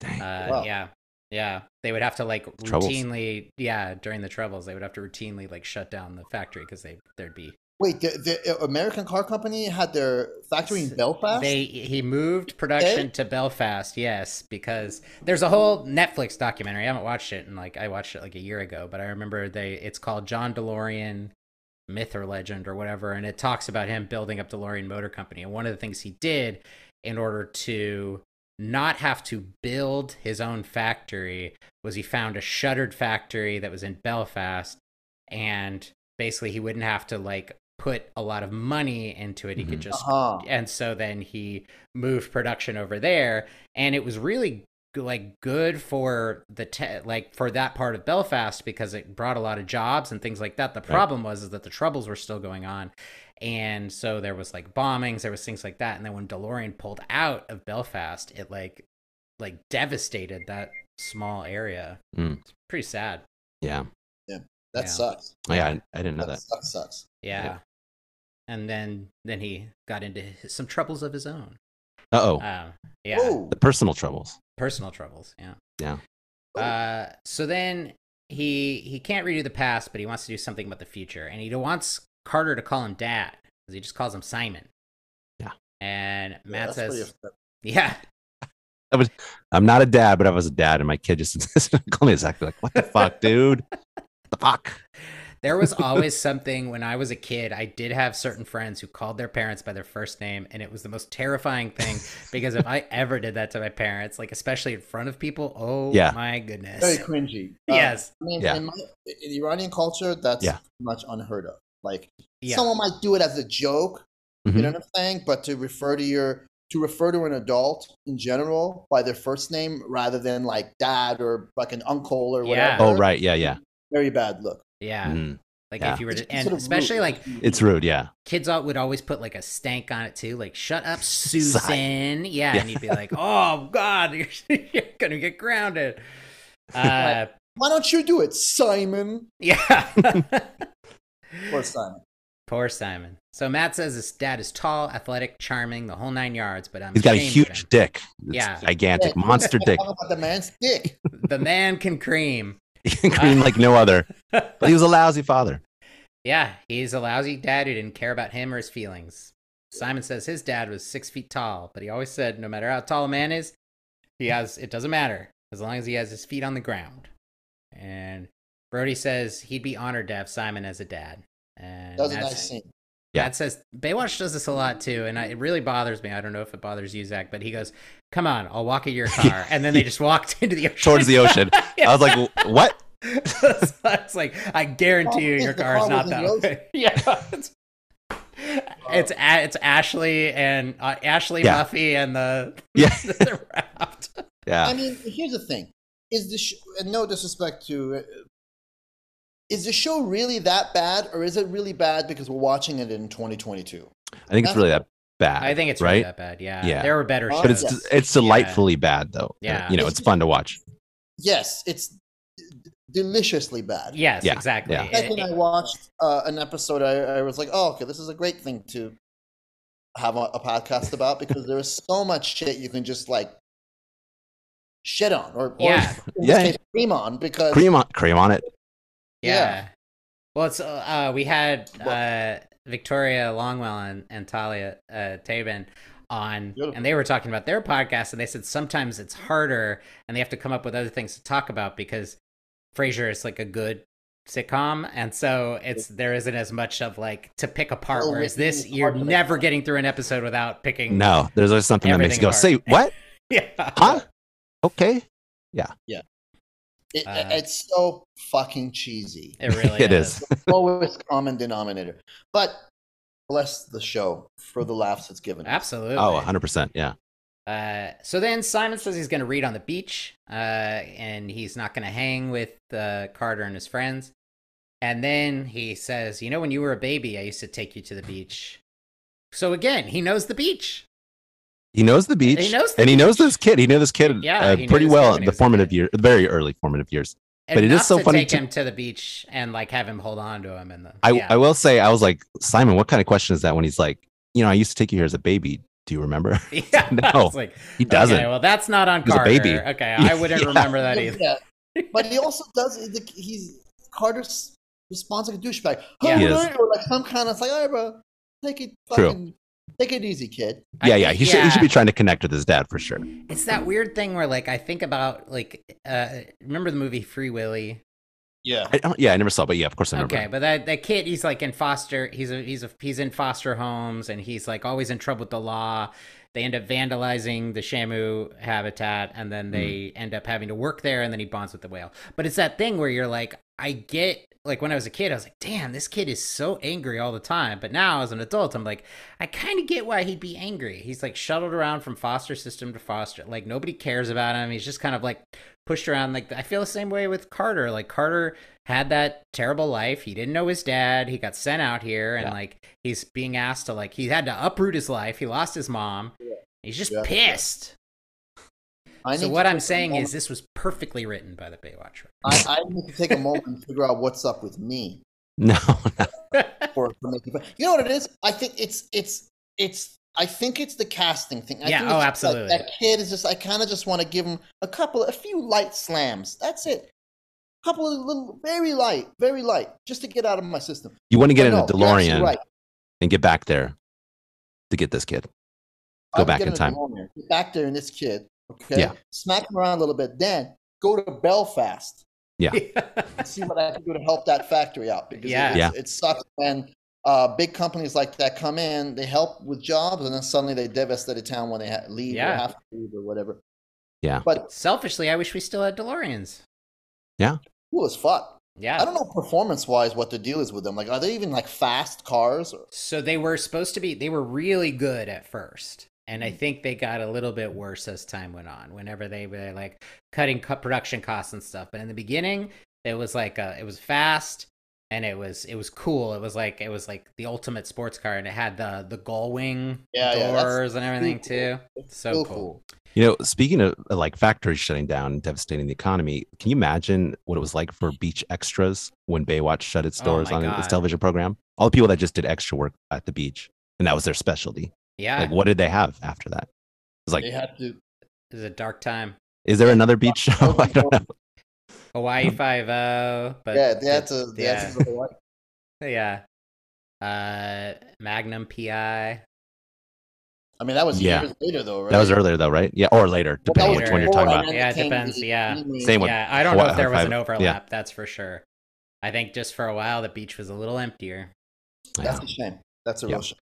Speaker 2: Dang.
Speaker 1: Uh,
Speaker 3: Wow.
Speaker 1: Yeah, yeah, they would have to like
Speaker 2: Troubles.
Speaker 1: routinely, yeah, during the troubles, they would have to routinely like shut down the factory because they there'd be
Speaker 3: Wait, the, the uh, American car company had their factory in
Speaker 1: S-
Speaker 3: Belfast.
Speaker 1: they he moved production to Belfast, yes, because there's a whole Netflix documentary. I haven't watched it, and like I watched it like a year ago, but I remember they it's called John DeLorean myth or legend or whatever, and it talks about him building up DeLorean Motor Company. And one of the things he did in order to not have to build his own factory was he found a shuttered factory that was in Belfast and basically he wouldn't have to like put a lot of money into it he could
Speaker 2: Mhm.
Speaker 1: just
Speaker 3: uh-huh.
Speaker 1: and so then he moved production over there and it was really g- like good for the te- like for that part of Belfast because it brought a lot of jobs and things like that the problem was is that the troubles were still going on and so there was like bombings there was things like that and then when DeLorean pulled out of Belfast it like like devastated that small area
Speaker 2: Mm.
Speaker 1: it's pretty sad
Speaker 2: Yeah.
Speaker 3: That
Speaker 1: yeah.
Speaker 3: sucks.
Speaker 2: Oh, yeah. I, I didn't know
Speaker 3: That,
Speaker 2: that.
Speaker 3: sucks. Sucks.
Speaker 1: yeah,
Speaker 2: Yeah.
Speaker 1: and then then he got into his, some troubles of his own
Speaker 2: Uh oh.
Speaker 1: um yeah
Speaker 3: Whoa.
Speaker 2: The personal troubles.
Speaker 1: personal troubles yeah
Speaker 2: Yeah.
Speaker 1: uh so then he he can't redo the past but he wants to do something about the future and he wants carter to call him dad 'cause he just calls him simon
Speaker 2: Yeah.
Speaker 1: and
Speaker 3: Yeah,
Speaker 1: matt
Speaker 3: that's pretty
Speaker 1: says
Speaker 3: offensive.
Speaker 1: <laughs> yeah
Speaker 2: I'm not a dad, but I was a dad, and my kid just <laughs> called me exactly like, what
Speaker 1: <laughs>
Speaker 2: the fuck, dude? the fuck?
Speaker 1: there was
Speaker 2: <laughs>
Speaker 1: always something when i was a kid i did have certain friends who called their parents by their first name and it was the most terrifying
Speaker 2: <laughs>
Speaker 1: thing because if i ever did that to my parents like especially in front of people oh
Speaker 2: Yeah.
Speaker 1: my goodness
Speaker 3: very cringy. Uh,
Speaker 1: yes
Speaker 3: I mean,
Speaker 2: Yeah.
Speaker 3: in, my, in Iranian culture, that's
Speaker 2: Yeah.
Speaker 3: pretty much unheard of. Like
Speaker 1: yeah
Speaker 3: someone might do it as a joke,
Speaker 2: Mhm.
Speaker 3: You know what I'm saying? But to refer to your to refer to an adult in general by their first name rather than like dad or like an uncle or
Speaker 1: Yeah.
Speaker 3: whatever.
Speaker 2: Oh, right. Yeah. Yeah.
Speaker 3: Very bad look.
Speaker 1: Uh, Yeah.
Speaker 2: Mhm.
Speaker 1: Like
Speaker 2: Yeah.
Speaker 1: if you were
Speaker 3: It's
Speaker 1: to,
Speaker 3: just
Speaker 1: and
Speaker 3: sort of
Speaker 1: especially
Speaker 3: rude.
Speaker 1: like
Speaker 2: It's rude. Yeah.
Speaker 1: kids al- would always put like a stank on it too, like "Shut
Speaker 2: <laughs>
Speaker 1: up, Susan." Yeah, and you'd be like, "Oh God, <laughs> you're, you're gonna get grounded." Uh,
Speaker 3: Why don't you do it, Simon?
Speaker 1: yeah. <laughs>
Speaker 3: Or Simon.
Speaker 1: Poor Simon. So Matt says his dad is tall, athletic, charming, the whole nine yards. But I'm
Speaker 2: He's got a
Speaker 1: ashamed of
Speaker 2: huge
Speaker 1: him.
Speaker 2: dick. It's
Speaker 1: Yeah. <laughs>
Speaker 2: Gigantic
Speaker 3: Yeah,
Speaker 2: monster dick. <laughs>
Speaker 3: Talk about the man's dick.
Speaker 1: the man can cream.
Speaker 2: Green like
Speaker 1: <laughs>
Speaker 2: no other. But he was a lousy father.
Speaker 1: Yeah, he's a lousy dad who didn't care about him or his feelings. Simon says his dad was six feet tall, but he always said no matter how tall a man is,
Speaker 3: Hmm.
Speaker 1: he has it doesn't matter as long as he has his feet on the ground. And Brody says he'd be honored to have Simon as a dad. And
Speaker 3: That was a
Speaker 1: that's-
Speaker 3: nice scene.
Speaker 2: Yeah.
Speaker 1: Matt says Baywatch does this a lot too, and I, it really bothers me. I don't know if it bothers you, Zach, but he goes, "Come on, I'll walk in
Speaker 2: <laughs>
Speaker 1: your car," and then they just walked <laughs> into the ocean.
Speaker 2: Towards the ocean. I was like, what?
Speaker 1: it's, like I guarantee you, your
Speaker 3: The
Speaker 1: car is
Speaker 3: car
Speaker 1: not
Speaker 3: was
Speaker 1: that
Speaker 3: in the
Speaker 1: open. yeah, <laughs> it's it's, A- it's Ashley and uh, Ashley
Speaker 2: Yeah.
Speaker 1: Muffy and the
Speaker 2: <laughs> Yeah.
Speaker 1: <laughs> the raft.
Speaker 2: Yeah.
Speaker 3: I mean, here's the thing: is the sh- and no disrespect to, uh, is the show really that bad, or is it really bad because we're watching it in 2022?
Speaker 2: I think it's really that bad.
Speaker 1: I think it's really
Speaker 2: right.
Speaker 1: that bad. Yeah,
Speaker 2: Yeah.
Speaker 1: there were better shows.
Speaker 2: But it's it's delightfully bad though.
Speaker 1: Yeah.
Speaker 2: You know, it's fun to watch.
Speaker 3: Yes, it's d- deliciously bad.
Speaker 1: yes,
Speaker 2: Yeah,
Speaker 1: exactly.
Speaker 2: yeah.
Speaker 1: It-
Speaker 3: Second, I watched uh, an episode. I, I was like, "Oh, okay, this is a great thing to have a, a podcast about because there is so much shit you can just like shit on or, or
Speaker 1: Yeah.
Speaker 3: in this
Speaker 2: Yeah.
Speaker 3: case, cream on because
Speaker 2: Cream on cream on it.
Speaker 1: Yeah.
Speaker 3: Yeah.
Speaker 1: Well, it's uh, uh, we had uh, Victoria Longwell and, and Talia uh, Tabin on,
Speaker 3: Beautiful.
Speaker 1: and they were talking about their podcast, and they said sometimes it's harder, and they have to come up with other things to talk about because Frasier is like a good sitcom, and so it's there isn't as much of like to pick apart.
Speaker 3: Oh,
Speaker 1: whereas
Speaker 3: it-
Speaker 1: this,
Speaker 3: it's
Speaker 1: you're
Speaker 3: hard to make
Speaker 1: never getting through an episode without picking.
Speaker 2: No, there's always something that makes you go, say
Speaker 1: Everything
Speaker 2: what?
Speaker 1: <laughs> Yeah.
Speaker 2: Huh? Okay.
Speaker 3: it,
Speaker 1: Uh,
Speaker 3: it's so fucking cheesy.
Speaker 1: It really
Speaker 2: <laughs> It is.
Speaker 3: lowest common denominator. But bless the show for the laughs it's given. us.
Speaker 1: Absolutely.
Speaker 2: Oh, 100%. Yeah.
Speaker 1: Uh, so then Simon says he's going to read on the beach, uh, and he's not going to hang with uh, Carter and his friends. And then he says, "You know, when you were a baby, I used to take you to the beach." So again, he knows the beach.
Speaker 2: He knows the beach.
Speaker 1: He knows the
Speaker 2: and he knows
Speaker 1: beach.
Speaker 2: this kid. He knew this kid
Speaker 1: Yeah,
Speaker 2: uh,
Speaker 1: he knew
Speaker 2: pretty
Speaker 1: this kid
Speaker 2: well
Speaker 1: when
Speaker 2: in
Speaker 1: he
Speaker 2: the
Speaker 1: was a
Speaker 2: formative
Speaker 1: kid.
Speaker 2: year, the very early formative years. But it is
Speaker 1: Enough
Speaker 2: so
Speaker 1: to
Speaker 2: funny
Speaker 1: Take
Speaker 2: to-
Speaker 1: him to the beach and like have him hold on to him, and then
Speaker 2: I,
Speaker 1: yeah.
Speaker 2: I will say I was like Simon. What kind of question is that? When he's like, you know, I used to take you here as a baby. Do you remember?
Speaker 1: <laughs>
Speaker 2: <laughs>
Speaker 1: yeah,
Speaker 2: No,
Speaker 1: it's like,
Speaker 2: He doesn't.
Speaker 1: Okay, well, that's not on
Speaker 2: He was a
Speaker 1: Carter.
Speaker 2: baby.
Speaker 1: Okay,
Speaker 2: <laughs>
Speaker 1: I wouldn't
Speaker 2: Yeah.
Speaker 1: remember that either.
Speaker 3: Yeah.
Speaker 1: <laughs>
Speaker 3: But he also does. the- He's Carter's responds like a douchebag.
Speaker 1: Yeah.
Speaker 2: He
Speaker 3: Oh,
Speaker 2: is.
Speaker 3: no, or like some kind of it's like, all right, bro, take it
Speaker 2: True.
Speaker 3: fucking, take it easy, kid.
Speaker 1: I
Speaker 2: yeah, yeah.
Speaker 1: think-
Speaker 2: He should.
Speaker 1: yeah.
Speaker 2: He should be trying to connect with his dad for sure.
Speaker 1: It's that weird thing where like I think about like uh, remember the movie Free Willy?
Speaker 3: Yeah.
Speaker 2: I don't, yeah, I never saw, but yeah, of course I remember.
Speaker 1: Okay, but that that kid, he's like in foster. He's a he's a he's in foster homes, and he's like always in trouble with the law. They end up vandalizing the Shamu habitat, and then they end up having to work there, and then he bonds with the whale. But it's that thing where you're like, I get like when I was a kid, I was like, damn, this kid is so angry all the time. But now as an adult, I'm like, I kind of get why he'd be angry. He's like shuttled around from foster system to foster. Like nobody cares about him. He's just kind of like pushed around. Like I feel the same way with Carter. Like Carter had that terrible life. He didn't know his dad. He got sent out here, and
Speaker 2: Yeah.
Speaker 1: like he's being asked to like he had to uproot his life. He lost his mom. He's just
Speaker 3: Yeah.
Speaker 1: pissed.
Speaker 3: I
Speaker 1: So
Speaker 3: need
Speaker 1: what
Speaker 3: to
Speaker 1: I'm
Speaker 3: take a
Speaker 1: saying is
Speaker 3: moment-
Speaker 1: this was perfectly written by the Baywatcher. <laughs>
Speaker 3: I, I need to take a moment and figure out what's up with me.
Speaker 2: <laughs> No,
Speaker 3: for, for making fun. You know what it is? I think it's it's it's I think it's the casting thing. I
Speaker 1: Yeah,
Speaker 3: think
Speaker 1: oh,
Speaker 3: it's just like
Speaker 1: absolutely.
Speaker 3: that kid is just I kind of just want to give him a couple a few light slams. That's it. A couple of little very light, very light, just to get out of my system.
Speaker 2: you want to get
Speaker 3: But
Speaker 2: in a
Speaker 3: no, you're absolutely
Speaker 2: DeLorean
Speaker 3: right.
Speaker 2: and get back there to get this kid.
Speaker 3: I
Speaker 2: Go
Speaker 3: would
Speaker 2: back
Speaker 3: get
Speaker 2: in
Speaker 3: a
Speaker 2: time.
Speaker 3: DeLorean, get back there in this kid. Okay.
Speaker 2: Yeah.
Speaker 3: Smack him around a little bit. Then go to Belfast and see what I can do to help that factory out because
Speaker 1: Yeah.
Speaker 3: It, it's- it sucks when uh, big companies like that come in, they help with jobs, and then suddenly they devastate a town when they ha- leave
Speaker 1: Yeah.
Speaker 3: or have to leave or whatever.
Speaker 2: Yeah.
Speaker 3: But
Speaker 1: Selfishly, I wish we still had DeLoreans.
Speaker 3: cool as fuck.
Speaker 1: Yeah.
Speaker 3: I don't know performance wise what the deal is with them. Like, are they even like fast cars? Or,
Speaker 1: So they were supposed to be they were really good at first. And
Speaker 3: Mm.
Speaker 1: I think they got a little bit worse as time went on. Whenever they were like cutting cut production costs and stuff, but in the beginning, it was like uh it was fast and it was it was cool. It was like it was like the ultimate sports car, and it had the the gull wing
Speaker 3: Yeah, yeah, that's
Speaker 1: doors and everything
Speaker 3: cool.
Speaker 1: too. So
Speaker 3: Real
Speaker 1: cool.
Speaker 3: cool.
Speaker 2: You know, speaking of uh, like factories shutting down, and devastating the economy, can you imagine what it was like for beach extras when Baywatch shut its
Speaker 1: Oh
Speaker 2: doors
Speaker 1: my
Speaker 2: on
Speaker 1: God.
Speaker 2: its television program? All the people that just did extra work at the beach and that was their specialty.
Speaker 1: Yeah,
Speaker 2: Like, what did they have after that? It's like,
Speaker 3: They had to.
Speaker 1: it was a dark time.
Speaker 3: <laughs>
Speaker 2: is there another beach <laughs> show? I don't know.
Speaker 1: Hawaii Five O, but
Speaker 3: yeah, they had to. They
Speaker 1: yeah,
Speaker 3: had to go to Hawaii.
Speaker 1: yeah. Uh, Magnum PI.
Speaker 3: I mean, that was
Speaker 2: Yeah.
Speaker 3: years later, though, right?
Speaker 2: That was earlier, though, right? Yeah, or later,
Speaker 3: Well, that
Speaker 2: depending on
Speaker 1: was
Speaker 2: which one you're talking
Speaker 3: before,
Speaker 2: about.
Speaker 3: and
Speaker 1: Yeah, it
Speaker 3: then came E
Speaker 1: depends,
Speaker 3: the
Speaker 1: yeah.
Speaker 3: remake.
Speaker 2: Same one.
Speaker 1: Yeah, I don't know if
Speaker 2: Hawaii
Speaker 1: there was
Speaker 2: Five-O,
Speaker 1: an
Speaker 2: yeah.
Speaker 1: overlap. That's for sure. I think just for a while the beach was a little emptier.
Speaker 3: That's a shame. That's a
Speaker 2: Yeah.
Speaker 3: real shame.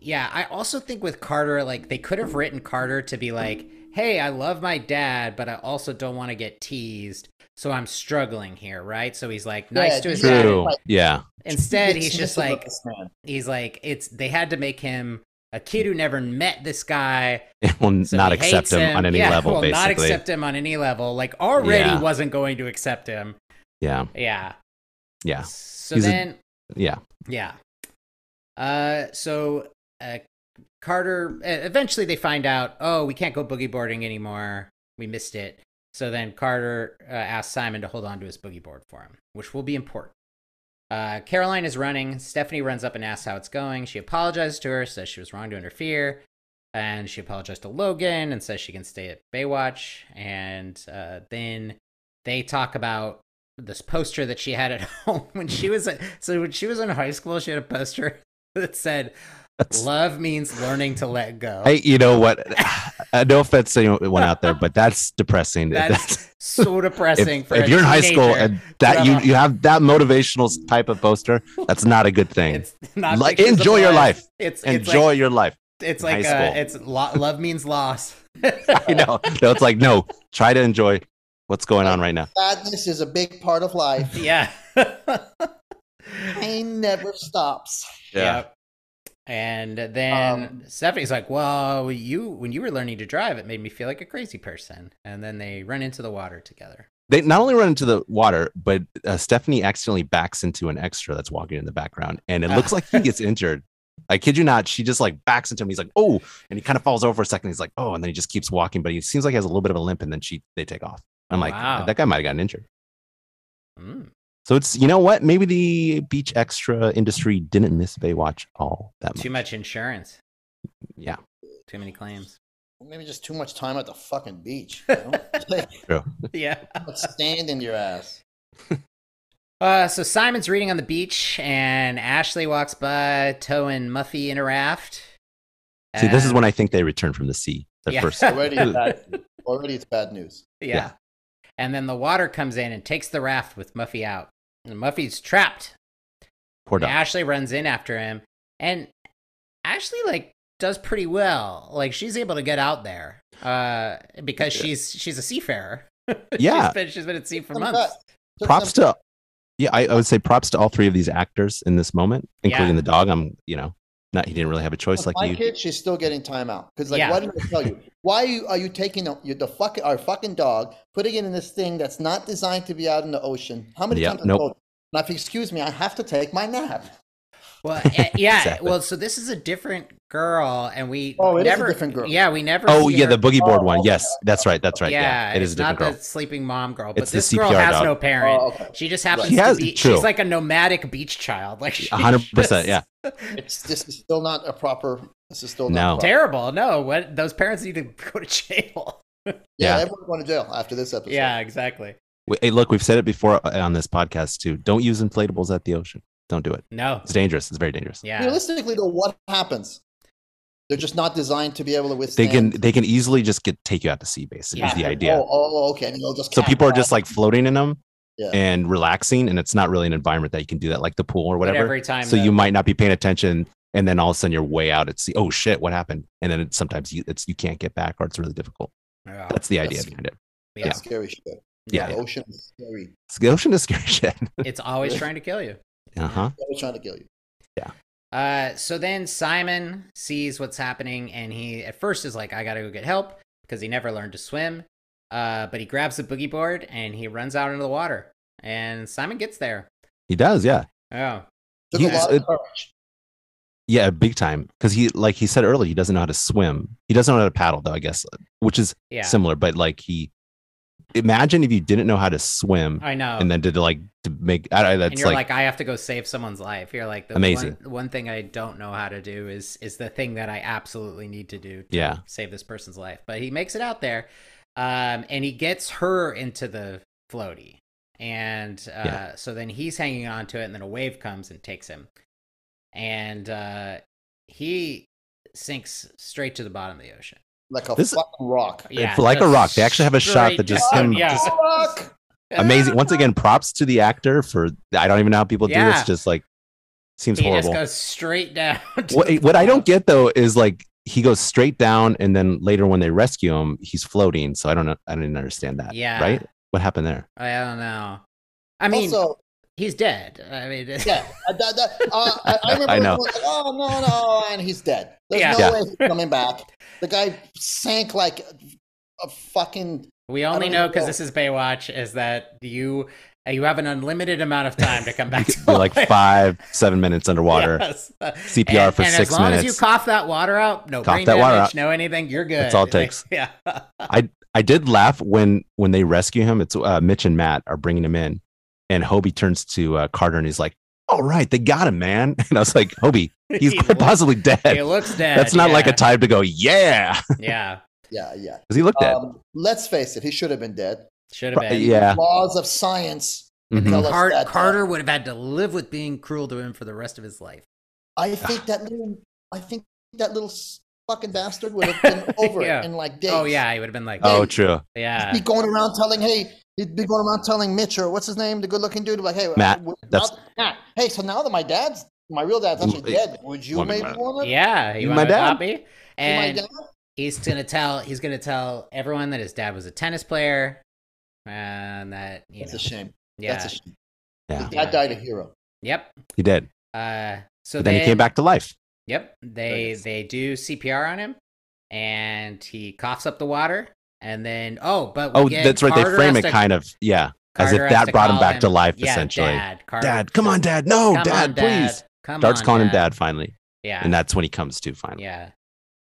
Speaker 1: Yeah, I also think with Carter, like they could have written Carter to be like, "Hey, I love my dad, but I also don't want to get teased, so I'm struggling here, right?" So he's like, nice
Speaker 3: Yeah,
Speaker 1: to his
Speaker 3: yeah.
Speaker 1: dad.
Speaker 2: True. Yeah. <laughs>
Speaker 1: Instead,
Speaker 3: It's <laughs>
Speaker 1: he's just
Speaker 3: dismissive of
Speaker 1: like,
Speaker 3: this man.
Speaker 1: he's like, it's they had to make him a kid who never met this guy,
Speaker 2: It will
Speaker 1: so
Speaker 2: not
Speaker 1: he
Speaker 2: accept
Speaker 1: hates
Speaker 2: him, on any
Speaker 1: Yeah, <laughs>
Speaker 2: level,
Speaker 1: will
Speaker 2: basically.
Speaker 1: not accept him on any level. Like already
Speaker 2: Yeah.
Speaker 1: wasn't going to accept him.
Speaker 2: yeah.
Speaker 1: Yeah. <laughs>
Speaker 2: Yeah.
Speaker 1: So
Speaker 2: He's a-
Speaker 1: then,
Speaker 2: Yeah.
Speaker 1: yeah. Uh, so uh, Carter. Uh, eventually, they find out. Oh, we can't go boogie boarding anymore. We missed it. So then Carter uh, asks Simon to hold on to his boogie board for him, which will be important. Uh, Caroline is running. Stephanie runs up and asks how it's going. She apologizes to her, says she was wrong to interfere, and she apologized to Logan and says she can stay at Baywatch. And uh, then they talk about this poster that she had at <laughs> home when she was at, so when she was in high school. She had a poster <laughs> that said
Speaker 2: That's-
Speaker 1: "Love means learning to let go."
Speaker 2: I, you know what? <sighs> Uh, no offense to anyone out there, but <laughs> that's depressing.
Speaker 1: That's <laughs> so
Speaker 2: if,
Speaker 1: depressing. for
Speaker 2: if
Speaker 1: a
Speaker 2: you're in high school
Speaker 1: teenager uh,
Speaker 2: and
Speaker 1: to
Speaker 2: that you,
Speaker 1: have a-
Speaker 2: you have that motivational type
Speaker 1: <laughs>
Speaker 2: of poster, that's not a good thing.
Speaker 1: It's not
Speaker 2: Li-
Speaker 1: pictures of
Speaker 2: enjoy your
Speaker 1: blood.
Speaker 2: life.
Speaker 1: It's it's
Speaker 2: Enjoy
Speaker 1: like,
Speaker 2: your life. <laughs>
Speaker 1: it's
Speaker 2: in high
Speaker 1: like uh,
Speaker 2: school.
Speaker 1: it's lo- love means loss. <laughs>
Speaker 2: I know. No, it's like no. Try to enjoy what's going on right now.
Speaker 3: Sadness is a big part of
Speaker 2: <laughs>
Speaker 3: life.
Speaker 1: yeah.
Speaker 3: Pain never stops.
Speaker 1: Yep. And then
Speaker 3: Um,
Speaker 1: Stephanie's like, "Well, you when you were learning to drive, it made me feel like a crazy person." And then they run into the water together.
Speaker 2: They not only run into the water, but uh, Stephanie accidentally backs into an extra that's walking in the background, and it looks
Speaker 1: Ah.
Speaker 2: like he gets injured. I kid you not. She just like backs into him. He's like, oh, and he kind of falls over for a second. He's like, oh, and then he just keeps walking, but he seems like he has a little bit of a limp, and then she they take off. I'm like,
Speaker 1: Wow.
Speaker 2: that guy might have gotten injured.
Speaker 1: Mm.
Speaker 2: So it's you know what? Maybe the beach extra industry didn't miss Baywatch all that much.
Speaker 1: Too much insurance.
Speaker 2: Yeah.
Speaker 1: Too many
Speaker 2: <laughs>
Speaker 1: claims.
Speaker 3: Maybe just too much time at the fucking beach.
Speaker 1: <laughs>
Speaker 3: You know? Like,
Speaker 1: yeah.
Speaker 3: too much sand in your ass.
Speaker 1: Uh, so Simon's reading on the beach, and Ashley walks by, towing Muffy in a raft.
Speaker 2: See, this is
Speaker 1: And-
Speaker 2: when I think they returned from the sea. Their
Speaker 1: Yeah. <laughs>
Speaker 2: first.
Speaker 3: Already, it's bad, already, it's bad news.
Speaker 1: Yeah.
Speaker 2: Yeah.
Speaker 1: And then the water comes in and takes the raft with Muffy out. And Muffy's trapped.
Speaker 2: Poor
Speaker 1: And
Speaker 2: dog.
Speaker 1: Ashley runs in after him. And Ashley, like, does pretty well. Like, she's able to get out there uh, because she's she's a seafarer. <laughs>
Speaker 2: Yeah.
Speaker 1: she's, been, she's been at sea for
Speaker 3: Look at
Speaker 1: months.
Speaker 3: Took
Speaker 2: props
Speaker 3: some-
Speaker 2: to yeah I, I would say props to all three of these actors in this moment including
Speaker 1: Yeah.
Speaker 2: the dog i'm you know not he didn't really have a choice
Speaker 3: with
Speaker 2: like
Speaker 3: my
Speaker 2: you
Speaker 3: kid, she's still getting time out. Because like,
Speaker 1: Yeah.
Speaker 3: why did I tell you? Why are you, are you taking the, you- the fuck, our fucking dog, putting it in this thing that's not designed to be out in the ocean? How many
Speaker 2: Yeah,
Speaker 3: times?
Speaker 2: nope.
Speaker 3: I told you? And I think, excuse me, I have to take my nap.
Speaker 2: <laughs>
Speaker 1: Well, eh, yeah.
Speaker 2: Exactly.
Speaker 1: Well, so this is a different girl, and we
Speaker 3: Oh, it is a
Speaker 1: never,
Speaker 3: different girl.
Speaker 1: Yeah, we never.
Speaker 2: oh
Speaker 1: see
Speaker 2: yeah
Speaker 1: her-
Speaker 2: the boogie board
Speaker 3: Oh,
Speaker 2: one
Speaker 3: oh,
Speaker 2: yes
Speaker 3: yeah.
Speaker 2: that's right that's right yeah, it
Speaker 1: it's
Speaker 2: is a different
Speaker 1: not
Speaker 2: girl
Speaker 1: the sleeping mom girl, but
Speaker 2: It's the
Speaker 1: this girl
Speaker 2: CPR
Speaker 1: has
Speaker 2: dog.
Speaker 1: no parent.
Speaker 3: Oh, okay.
Speaker 1: She just happens
Speaker 2: She
Speaker 1: to
Speaker 2: has-
Speaker 1: be.
Speaker 2: true.
Speaker 1: She's like a nomadic beach child. Like she <laughs>
Speaker 2: A hundred percent,
Speaker 1: just-
Speaker 3: It's this is still not a proper. This is still
Speaker 2: No.
Speaker 3: not proper.
Speaker 1: Terrible. No, what those parents need to <laughs> go to jail.
Speaker 3: Yeah,
Speaker 2: Yeah.
Speaker 3: everyone's going to jail after this episode.
Speaker 1: yeah, exactly.
Speaker 2: We- hey look we've said it before uh, on this podcast too don't use inflatables at the ocean don't do it
Speaker 1: No.
Speaker 2: it's dangerous it's very dangerous
Speaker 1: Yeah.
Speaker 3: Realistically, though, what happens? They're just not designed to be able to
Speaker 2: they
Speaker 3: withstand.
Speaker 2: can they can easily just get take you out to sea basically is
Speaker 1: Yeah.
Speaker 2: the idea
Speaker 3: Oh, oh, okay. And they'll just
Speaker 2: so people are
Speaker 3: capitalize.
Speaker 2: just like floating in them
Speaker 3: Yeah.
Speaker 2: and relaxing and it's not really an environment that you can do that like the pool or
Speaker 1: But
Speaker 2: whatever
Speaker 1: every time.
Speaker 2: so
Speaker 1: the- Oh,
Speaker 2: you might not be paying attention and then all of a sudden you're way out at sea oh shit what happened and then it's sometimes you it's you can't get back or it's really difficult
Speaker 1: Yeah.
Speaker 2: that's the idea
Speaker 3: That's-
Speaker 2: behind it
Speaker 1: Yeah.
Speaker 3: That's scary shit.
Speaker 2: Yeah,
Speaker 3: the
Speaker 2: yeah.
Speaker 3: ocean is scary.
Speaker 2: The ocean <laughs> is scary shit.
Speaker 1: It's
Speaker 3: <laughs>
Speaker 1: always trying to kill you.
Speaker 2: Uh
Speaker 1: Uh-huh.
Speaker 2: huh.
Speaker 3: It's always trying to kill you.
Speaker 1: Uh, so then Simon sees what's happening, and he at first is like, "I gotta go get help," because he never learned to swim. Uh, but he grabs the boogie board and he runs out into the water. And Simon gets there.
Speaker 2: He does. Yeah.
Speaker 1: Oh,
Speaker 3: Took
Speaker 2: You-
Speaker 3: a lot of
Speaker 2: it-
Speaker 3: courage.
Speaker 2: Yeah, big time. Because he, like he said earlier, he doesn't know how to swim. He doesn't know how to paddle, though. I guess, which is
Speaker 1: yeah,
Speaker 2: similar. But like he, imagine if you didn't know how to swim
Speaker 1: I know.
Speaker 2: and then did like to make. I, I-
Speaker 1: and
Speaker 2: that's
Speaker 1: you're
Speaker 2: like,
Speaker 1: like, I have to go save someone's life. You're like, the
Speaker 2: Amazing.
Speaker 1: One, one thing I don't know how to do is is the thing that I absolutely need to do to
Speaker 2: Yeah.
Speaker 1: save this person's life. But he makes it out there, um, and he gets her into the floaty, and uh,
Speaker 2: Yeah.
Speaker 1: so then he's hanging on to it, and then a wave comes and takes him, and uh, he sinks straight to the bottom of the ocean.
Speaker 3: Like a
Speaker 2: This-
Speaker 3: fucking rock.
Speaker 1: Yeah,
Speaker 2: like a
Speaker 1: just
Speaker 2: rock. They actually have a shot
Speaker 1: straight
Speaker 2: that just
Speaker 1: down,
Speaker 2: him
Speaker 1: yeah.
Speaker 2: just-
Speaker 3: Rock!
Speaker 2: amazing. Once
Speaker 1: <laughs>
Speaker 2: again, props to the actor for. I don't even know how people do. it.
Speaker 1: Yeah.
Speaker 2: It's just like seems
Speaker 1: he just
Speaker 2: horrible.
Speaker 1: goes straight down. <laughs> to
Speaker 2: what,
Speaker 1: the
Speaker 2: what I
Speaker 1: bottom.
Speaker 2: don't get though is like he goes straight down, and then later when they rescue him, he's floating. So I don't know. I didn't understand that.
Speaker 1: Yeah.
Speaker 2: Right. What
Speaker 1: <laughs>
Speaker 2: happened there?
Speaker 1: I don't know. I mean,
Speaker 3: also,
Speaker 1: he's dead. I mean, <laughs>
Speaker 3: yeah, uh, that, that, uh, I,
Speaker 2: <laughs>
Speaker 3: I remember.
Speaker 2: I know.
Speaker 3: everyone was like, oh no, no, and he's dead. There's
Speaker 1: Yeah.
Speaker 3: no
Speaker 2: Yeah.
Speaker 3: way he's coming back. The guy sank like a, a fucking.
Speaker 1: we only
Speaker 3: don't
Speaker 1: know because
Speaker 3: know.
Speaker 1: this is Baywatch is that you uh, you have an unlimited amount of time to come
Speaker 2: <laughs>
Speaker 1: back to
Speaker 2: You're like
Speaker 1: life.
Speaker 2: five, seven minutes underwater.
Speaker 1: Yes.
Speaker 2: CPR
Speaker 1: and,
Speaker 2: for
Speaker 1: and
Speaker 2: six
Speaker 1: as long as
Speaker 2: minutes.
Speaker 1: you cough that water out, no
Speaker 2: Cough
Speaker 1: brain
Speaker 2: that
Speaker 1: damage,
Speaker 2: water out.
Speaker 1: no anything, you're good.
Speaker 2: That's all
Speaker 1: <laughs>
Speaker 2: it
Speaker 1: Like,
Speaker 2: takes.
Speaker 1: yeah,
Speaker 2: I did laugh when when they rescue him. It's uh, Mitch and Matt are bringing him in, and Hobie turns to uh, Carter and he's like, "All right, they got him, man." <laughs> And I was like, "Hobie,
Speaker 1: <laughs>
Speaker 2: he's
Speaker 1: He
Speaker 2: quite
Speaker 1: looks-
Speaker 2: possibly dead.
Speaker 1: He looks dead.
Speaker 2: That's not like a
Speaker 1: yeah,
Speaker 2: time to go, yeah,"
Speaker 1: yeah,
Speaker 3: Yeah, yeah.
Speaker 2: because he looked dead.
Speaker 3: Um, let's face it, he should have been dead.
Speaker 1: should have
Speaker 2: Pro-
Speaker 1: been.
Speaker 2: yeah,
Speaker 3: Laws of science.
Speaker 2: mhm.
Speaker 3: tell us
Speaker 1: Car-
Speaker 3: that, uh,
Speaker 1: Carter would have had to live with being cruel to him for the rest of his life. <laughs>
Speaker 3: I think that little. I think that little s- fucking bastard would
Speaker 1: <laughs>
Speaker 3: have been over it
Speaker 1: Yeah.
Speaker 3: in like days.
Speaker 1: Oh yeah, he would have been like,
Speaker 2: oh, true.
Speaker 1: yeah,
Speaker 3: He'd be going around telling, hey, he'd be going around telling Mitch or what's his name, the good-looking dude, like, hey,
Speaker 2: Matt,
Speaker 3: w-
Speaker 2: that's-
Speaker 3: now- Matt, hey, so now that my dad's, my real dad's actually
Speaker 2: Mm,
Speaker 3: dead, would you
Speaker 2: wanna be
Speaker 3: maybe
Speaker 2: Matt.
Speaker 3: want to?
Speaker 1: yeah. You
Speaker 2: My
Speaker 1: want a
Speaker 2: dad.
Speaker 1: copy?
Speaker 3: my
Speaker 1: And
Speaker 3: dad?
Speaker 1: he's gonna tell he's gonna tell everyone that his dad was a tennis player and that you
Speaker 3: That's
Speaker 1: know
Speaker 3: a shame.
Speaker 1: yeah
Speaker 3: That's a shame.
Speaker 2: Yeah,
Speaker 1: Yeah.
Speaker 3: Dad died a hero.
Speaker 1: yep
Speaker 2: he did.
Speaker 1: uh so
Speaker 2: But then he came back to life.
Speaker 1: yep
Speaker 2: Oh,
Speaker 1: they
Speaker 3: is.
Speaker 1: they do cpr on him and he coughs up the water and then oh but we
Speaker 2: Oh,
Speaker 1: get
Speaker 2: that's right.
Speaker 1: Carter
Speaker 2: they frame
Speaker 1: has
Speaker 2: it
Speaker 1: to-
Speaker 2: kind of, yeah, as if
Speaker 1: Carter has
Speaker 2: that
Speaker 1: to
Speaker 2: brought him
Speaker 1: call
Speaker 2: back to life,
Speaker 1: yeah,
Speaker 2: essentially. Dad,
Speaker 1: dad, Carter-
Speaker 2: come on, Dad. No,
Speaker 1: Come
Speaker 2: Dad,
Speaker 1: on, Dad.
Speaker 2: please.
Speaker 1: come
Speaker 2: Dark's
Speaker 1: on,
Speaker 2: calling him Dad finally,
Speaker 1: yeah
Speaker 2: and that's when he comes to finally.
Speaker 1: yeah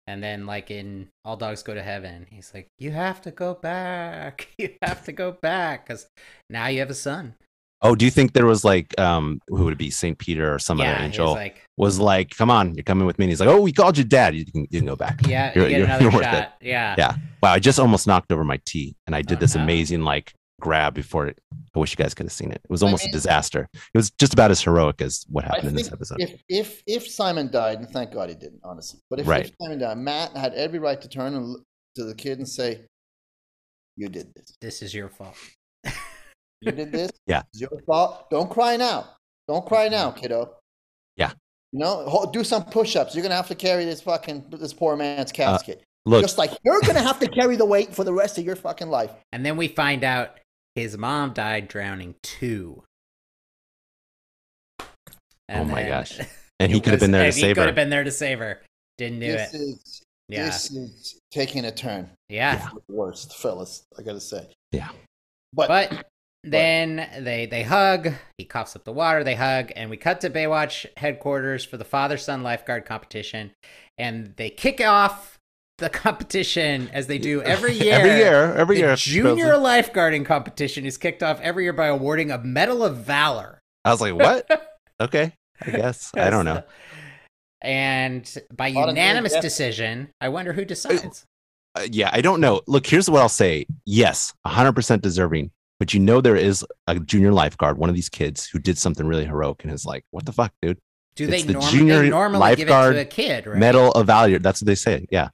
Speaker 1: and then like in all dogs go to heaven he's like you have to go back <laughs> you have to go back because now you have a son
Speaker 2: Oh, do you think there was like, um, who would it be, Saint Peter or some other
Speaker 1: he was
Speaker 2: angel?
Speaker 1: like
Speaker 2: was like, "Come on, you're coming with me." And he's like, "Oh, we called you dad. You can, you can go back."
Speaker 1: Yeah, you get
Speaker 2: You're- you're- <laughs>
Speaker 1: another
Speaker 2: you're worth
Speaker 1: shot. Yeah.
Speaker 2: Yeah. Wow, I just almost knocked over my tea, and I did
Speaker 1: Oh,
Speaker 2: this
Speaker 1: no.
Speaker 2: amazing like grab before it. I wish you guys could have seen it. It was
Speaker 3: I
Speaker 2: almost
Speaker 3: mean-
Speaker 2: a disaster. It was just about as heroic as what
Speaker 3: I
Speaker 2: happened in this
Speaker 3: think
Speaker 2: episode.
Speaker 3: If if if Simon died, and thank God he didn't, honestly. But if,
Speaker 2: Right.
Speaker 3: if Simon died, Matt had every right to turn and look to the kid and say, "You did this.
Speaker 1: This is your fault.
Speaker 3: You did this.
Speaker 2: <laughs> Yeah.
Speaker 3: It's your fault. Don't cry now. Don't cry now, kiddo.
Speaker 2: Yeah.
Speaker 3: You know, ho- do some push-ups. You're gonna have to carry this fucking this poor man's casket.
Speaker 2: Uh, Look,
Speaker 3: Just like you're gonna have to carry the weight for the rest of your fucking life.
Speaker 1: And then we find out his mom died drowning too.
Speaker 2: Oh my
Speaker 1: <laughs>
Speaker 2: gosh.
Speaker 1: it
Speaker 2: and he could have
Speaker 1: was-
Speaker 2: been there to
Speaker 1: and He
Speaker 2: save
Speaker 1: could
Speaker 2: her.
Speaker 1: have been there to save her. Didn't do
Speaker 3: This
Speaker 1: it.
Speaker 3: is
Speaker 1: Yeah.
Speaker 3: this is taking a turn.
Speaker 1: yeah.
Speaker 3: for the worst, fellas. I gotta say.
Speaker 2: Yeah.
Speaker 1: But then they they hug. He coughs up the water. They hug, and we cut to Baywatch headquarters for the father son lifeguard competition, and they kick off the <laughs> competition as they
Speaker 2: <laughs>
Speaker 1: do every year.
Speaker 2: every year, every
Speaker 1: the
Speaker 2: year.
Speaker 1: junior lifeguarding competition is kicked off every year by awarding a Medal of Valor. <laughs>
Speaker 2: I was like, "What?" okay, I guess I don't know.
Speaker 1: And by
Speaker 3: Lot of new
Speaker 1: unanimous
Speaker 3: depth.
Speaker 1: decision, I wonder who decides.
Speaker 2: Uh, yeah, I don't know. Look, here's what I'll say. Yes, 100% deserving. But you know there is a junior lifeguard, one of these kids who did something really heroic and is like, "What the fuck, dude?"
Speaker 1: Do
Speaker 2: It's
Speaker 1: they,
Speaker 2: the
Speaker 1: norm-
Speaker 2: junior
Speaker 1: they normally
Speaker 2: lifeguard
Speaker 1: give it to a kid, right?
Speaker 2: Medal of Valor. That's what they say. Yeah.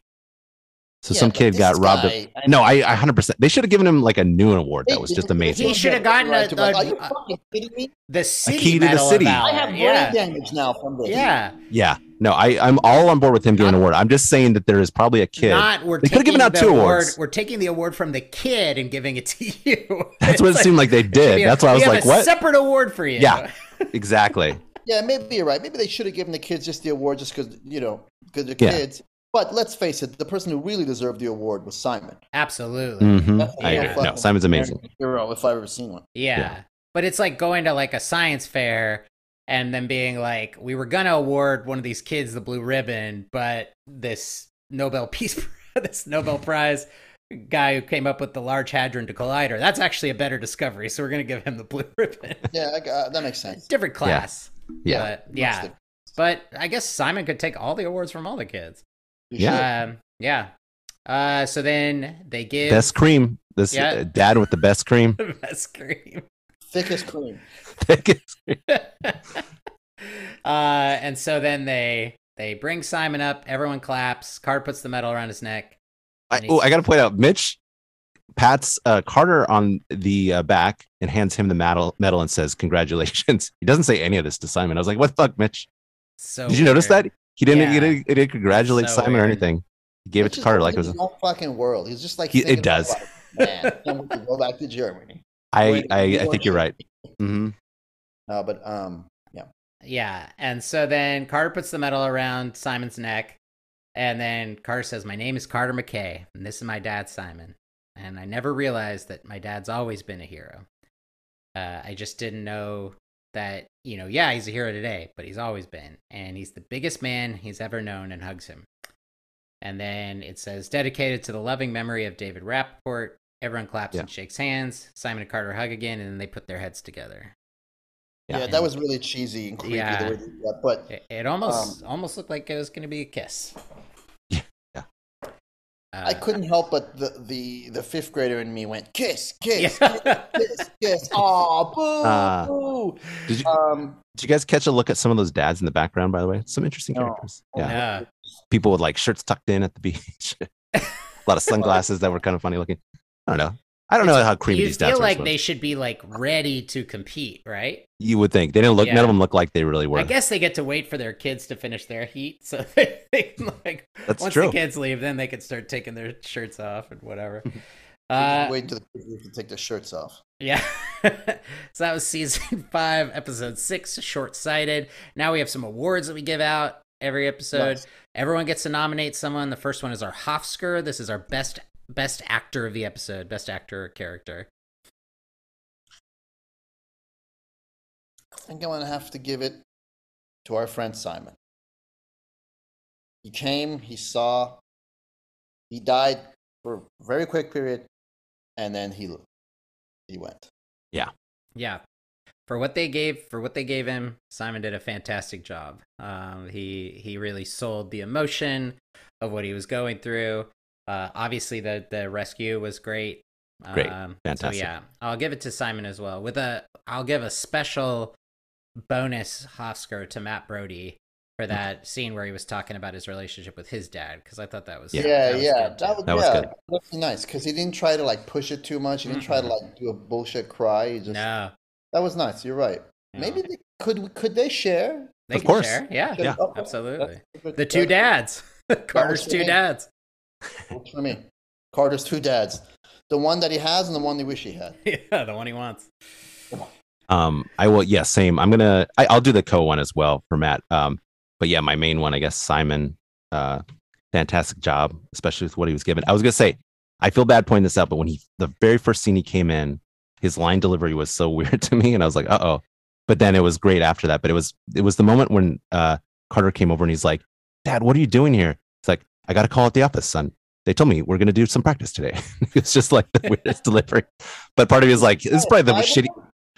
Speaker 2: So
Speaker 3: Yeah,
Speaker 2: some
Speaker 3: but
Speaker 2: kid
Speaker 3: this
Speaker 2: got robbed of.
Speaker 3: guy- I
Speaker 2: No, I, I 100%. They should have given him like a new award that was just
Speaker 1: He
Speaker 2: amazing.
Speaker 1: should have gotten
Speaker 3: Right
Speaker 1: a-
Speaker 3: to like,
Speaker 1: a-
Speaker 3: Are you fucking kidding me?
Speaker 1: The city
Speaker 2: key to the
Speaker 1: Medal of
Speaker 2: city.
Speaker 1: Valor.
Speaker 3: I have brain
Speaker 1: yeah.
Speaker 3: damage now from this.
Speaker 1: yeah.
Speaker 2: Yeah. No, I, I'm all on board with him getting an award. I'm just saying that there is probably a kid.
Speaker 1: Not we're
Speaker 2: They could've
Speaker 1: taking
Speaker 2: given out
Speaker 1: the
Speaker 2: two
Speaker 1: award-
Speaker 2: awards.
Speaker 1: We're taking the award from the kid and giving it to <laughs> you.
Speaker 2: <laughs>
Speaker 1: <laughs>
Speaker 2: That's what it seemed like they did. That's why I was like,
Speaker 1: a
Speaker 2: what?
Speaker 1: Separate award for you.
Speaker 2: Yeah. Exactly.
Speaker 3: Yeah, maybe you're right. Maybe they should have given the kids just the award just because, you know, because they're
Speaker 2: Yeah.
Speaker 3: kids. But let's face it, the person who really deserved the award was Simon.
Speaker 1: absolutely.
Speaker 2: hmm
Speaker 3: That's a
Speaker 2: I
Speaker 3: real
Speaker 2: agree. No,
Speaker 3: fucking
Speaker 2: Simon's amazing.
Speaker 3: Hero, if I've ever seen one.
Speaker 1: Yeah.
Speaker 2: Yeah.
Speaker 1: But it's like going to like a science fair and then being like, we were gonna award one of these kids the blue ribbon, but this Nobel <laughs> Peace this
Speaker 2: <laughs>
Speaker 1: Nobel Prize guy who came up with the Large Hadron Collider, that's actually a better discovery. So we're gonna give him the blue <laughs> ribbon.
Speaker 3: Yeah, I got, that makes sense.
Speaker 1: Different class.
Speaker 2: Yeah.
Speaker 1: But yeah. But I guess Simon could take all the awards from all the kids.
Speaker 2: Yeah.
Speaker 1: Um, yeah. Uh, so then they give
Speaker 2: Best cream. This
Speaker 1: Yeah.
Speaker 2: uh, dad with the best cream.
Speaker 1: <laughs> the best cream.
Speaker 3: Thickest cream.
Speaker 1: uh, and so then they they bring Simon up. Everyone claps. Card puts the medal around his neck.
Speaker 2: I, oh, I got to point out, Mitch pats uh, Carter on the uh, back and hands him the medal, medal and says, "Congratulations." <laughs> He doesn't say any of this to Simon. I was like, "What the fuck, Mitch?
Speaker 1: So
Speaker 2: Did you notice
Speaker 1: weird.
Speaker 2: that he didn't? He
Speaker 1: Yeah.
Speaker 2: didn't, he didn't congratulate
Speaker 1: So
Speaker 2: Simon or
Speaker 1: weird.
Speaker 2: anything. He gave
Speaker 3: It's
Speaker 2: it to
Speaker 3: just
Speaker 2: Carter
Speaker 3: like
Speaker 2: like it
Speaker 3: his
Speaker 2: was.
Speaker 3: whole fucking world. He's just like
Speaker 2: He- it
Speaker 3: thinking about,
Speaker 2: does.
Speaker 3: like, Man, I want to go back to Germany.
Speaker 2: I,
Speaker 3: Wait,
Speaker 2: I, I
Speaker 3: you
Speaker 2: think you're
Speaker 3: are-
Speaker 2: right.
Speaker 1: Mm-hmm.
Speaker 2: hmm
Speaker 3: No, but um,
Speaker 1: Yeah. And so then Carter puts the medal around Simon's neck, and then Carter says, "My name is Carter McKay, and this is my dad, Simon. And I never realized that my dad's always been a hero. Uh, I just didn't know." That, you know, yeah, he's a hero today, but he's always been. And he's the biggest man he's ever known and hugs him. And then it says, dedicated to the loving memory of David Rappaport. Everyone claps
Speaker 2: Yeah.
Speaker 1: and shakes hands. Simon and Carter hug again, and then they put their heads together.
Speaker 2: Yeah.
Speaker 3: yeah, that was really cheesy and creepy.
Speaker 1: Yeah.
Speaker 3: The way they did that, but
Speaker 1: It, it almost
Speaker 3: Um,
Speaker 1: almost looked like it was going to be a kiss.
Speaker 2: Yeah. Yeah.
Speaker 1: Uh, <laughs>
Speaker 3: I couldn't help but the, the the fifth grader in me went kiss, kiss,
Speaker 1: Yeah.
Speaker 3: kiss, kiss. Aw, boo,
Speaker 2: Ah.
Speaker 3: boo.
Speaker 2: Did you,
Speaker 3: Um,
Speaker 2: did you guys catch a look at some of those dads in the background? By the way, some interesting
Speaker 3: No.
Speaker 2: characters. Yeah,
Speaker 1: Yeah.
Speaker 2: people with like shirts tucked in at the <laughs> beach. a
Speaker 1: <laughs>
Speaker 2: lot of sunglasses that were kind of funny looking. I don't know. I don't know how creamy
Speaker 1: you
Speaker 2: these dads
Speaker 1: feel
Speaker 2: were
Speaker 1: like
Speaker 2: supposed-
Speaker 1: they should be like ready to compete, right?
Speaker 2: You would think they didn't look.
Speaker 1: Yeah.
Speaker 2: None of them looked like they really were.
Speaker 1: I guess they get to wait for their kids to finish their heat, so <laughs> they, they can, like
Speaker 2: That's
Speaker 1: once
Speaker 2: true.
Speaker 1: the kids leave, then they can start taking their shirts off and
Speaker 2: <laughs>
Speaker 1: whatever.
Speaker 3: uh,
Speaker 1: Uh,
Speaker 3: wait until the kids can take their shirts off.
Speaker 1: Yeah. <laughs> so that was season <laughs> five, episode six, short sighted. Now we have some awards that we give out every episode.
Speaker 3: Nice.
Speaker 1: Everyone gets to nominate someone. The first one is our Hofsker. This is our best best actor of the episode, best actor or character.
Speaker 3: I think I'm gonna have to give it to our friend Simon. He came, he saw, he died for a very quick period, and then he he went.
Speaker 1: Yeah. For what they gave for what they gave him, Simon did a fantastic job. Um, he he really sold the emotion of what he was going through. Uh, obviously the the rescue was great.
Speaker 2: Great.
Speaker 1: Um,
Speaker 2: Fantastic.
Speaker 1: So yeah, I'll give it to Simon as well. With a I'll give a special bonus Hofsker to Matt Brody
Speaker 2: Hmm.
Speaker 1: for that scene where he was talking about his relationship with his dad because I thought that was
Speaker 3: Yeah,
Speaker 1: that
Speaker 3: yeah,
Speaker 1: was
Speaker 3: yeah.
Speaker 1: good,
Speaker 3: That
Speaker 1: too.
Speaker 3: was,
Speaker 2: That was
Speaker 3: yeah,
Speaker 2: good.
Speaker 3: that's nice because he didn't try to like push it too much. He didn't try to like do a bullshit cry. He just
Speaker 1: no.
Speaker 3: that was nice. You're right.
Speaker 1: no.
Speaker 3: Maybe they, could could they share?
Speaker 1: they
Speaker 2: Of
Speaker 1: can
Speaker 2: course.
Speaker 1: share. Yeah,
Speaker 3: <laughs>
Speaker 2: Yeah.
Speaker 3: Oh,
Speaker 1: absolutely.
Speaker 3: that's-
Speaker 1: The two
Speaker 3: that's
Speaker 1: dads, <laughs> Carter's
Speaker 3: for
Speaker 1: two
Speaker 3: me.
Speaker 1: dads. <laughs>
Speaker 3: cool For me, Carter's two dads, the one that he has and the one they wish he had.
Speaker 1: yeah, the one he wants.
Speaker 2: Um, I will. Yeah, same. I'm gonna. I, I'll do the co one as well for Matt. Um, but yeah, my main one, I guess, Simon. Uh, fantastic job, especially with what he was given. I was gonna say, I feel bad pointing this out, but when he the very first scene he came in, his line delivery was so <laughs> weird to me, and I was like, uh oh. But then it was great after that. But it was it was the moment when uh Carter came over and he's like, Dad, what are you doing here? It's like I got a call at the office, son. They told me we're gonna do some practice today. <laughs> it's just like the <laughs> weirdest delivery. But part of me is like, this is probably the
Speaker 3: Bible-
Speaker 2: shitty.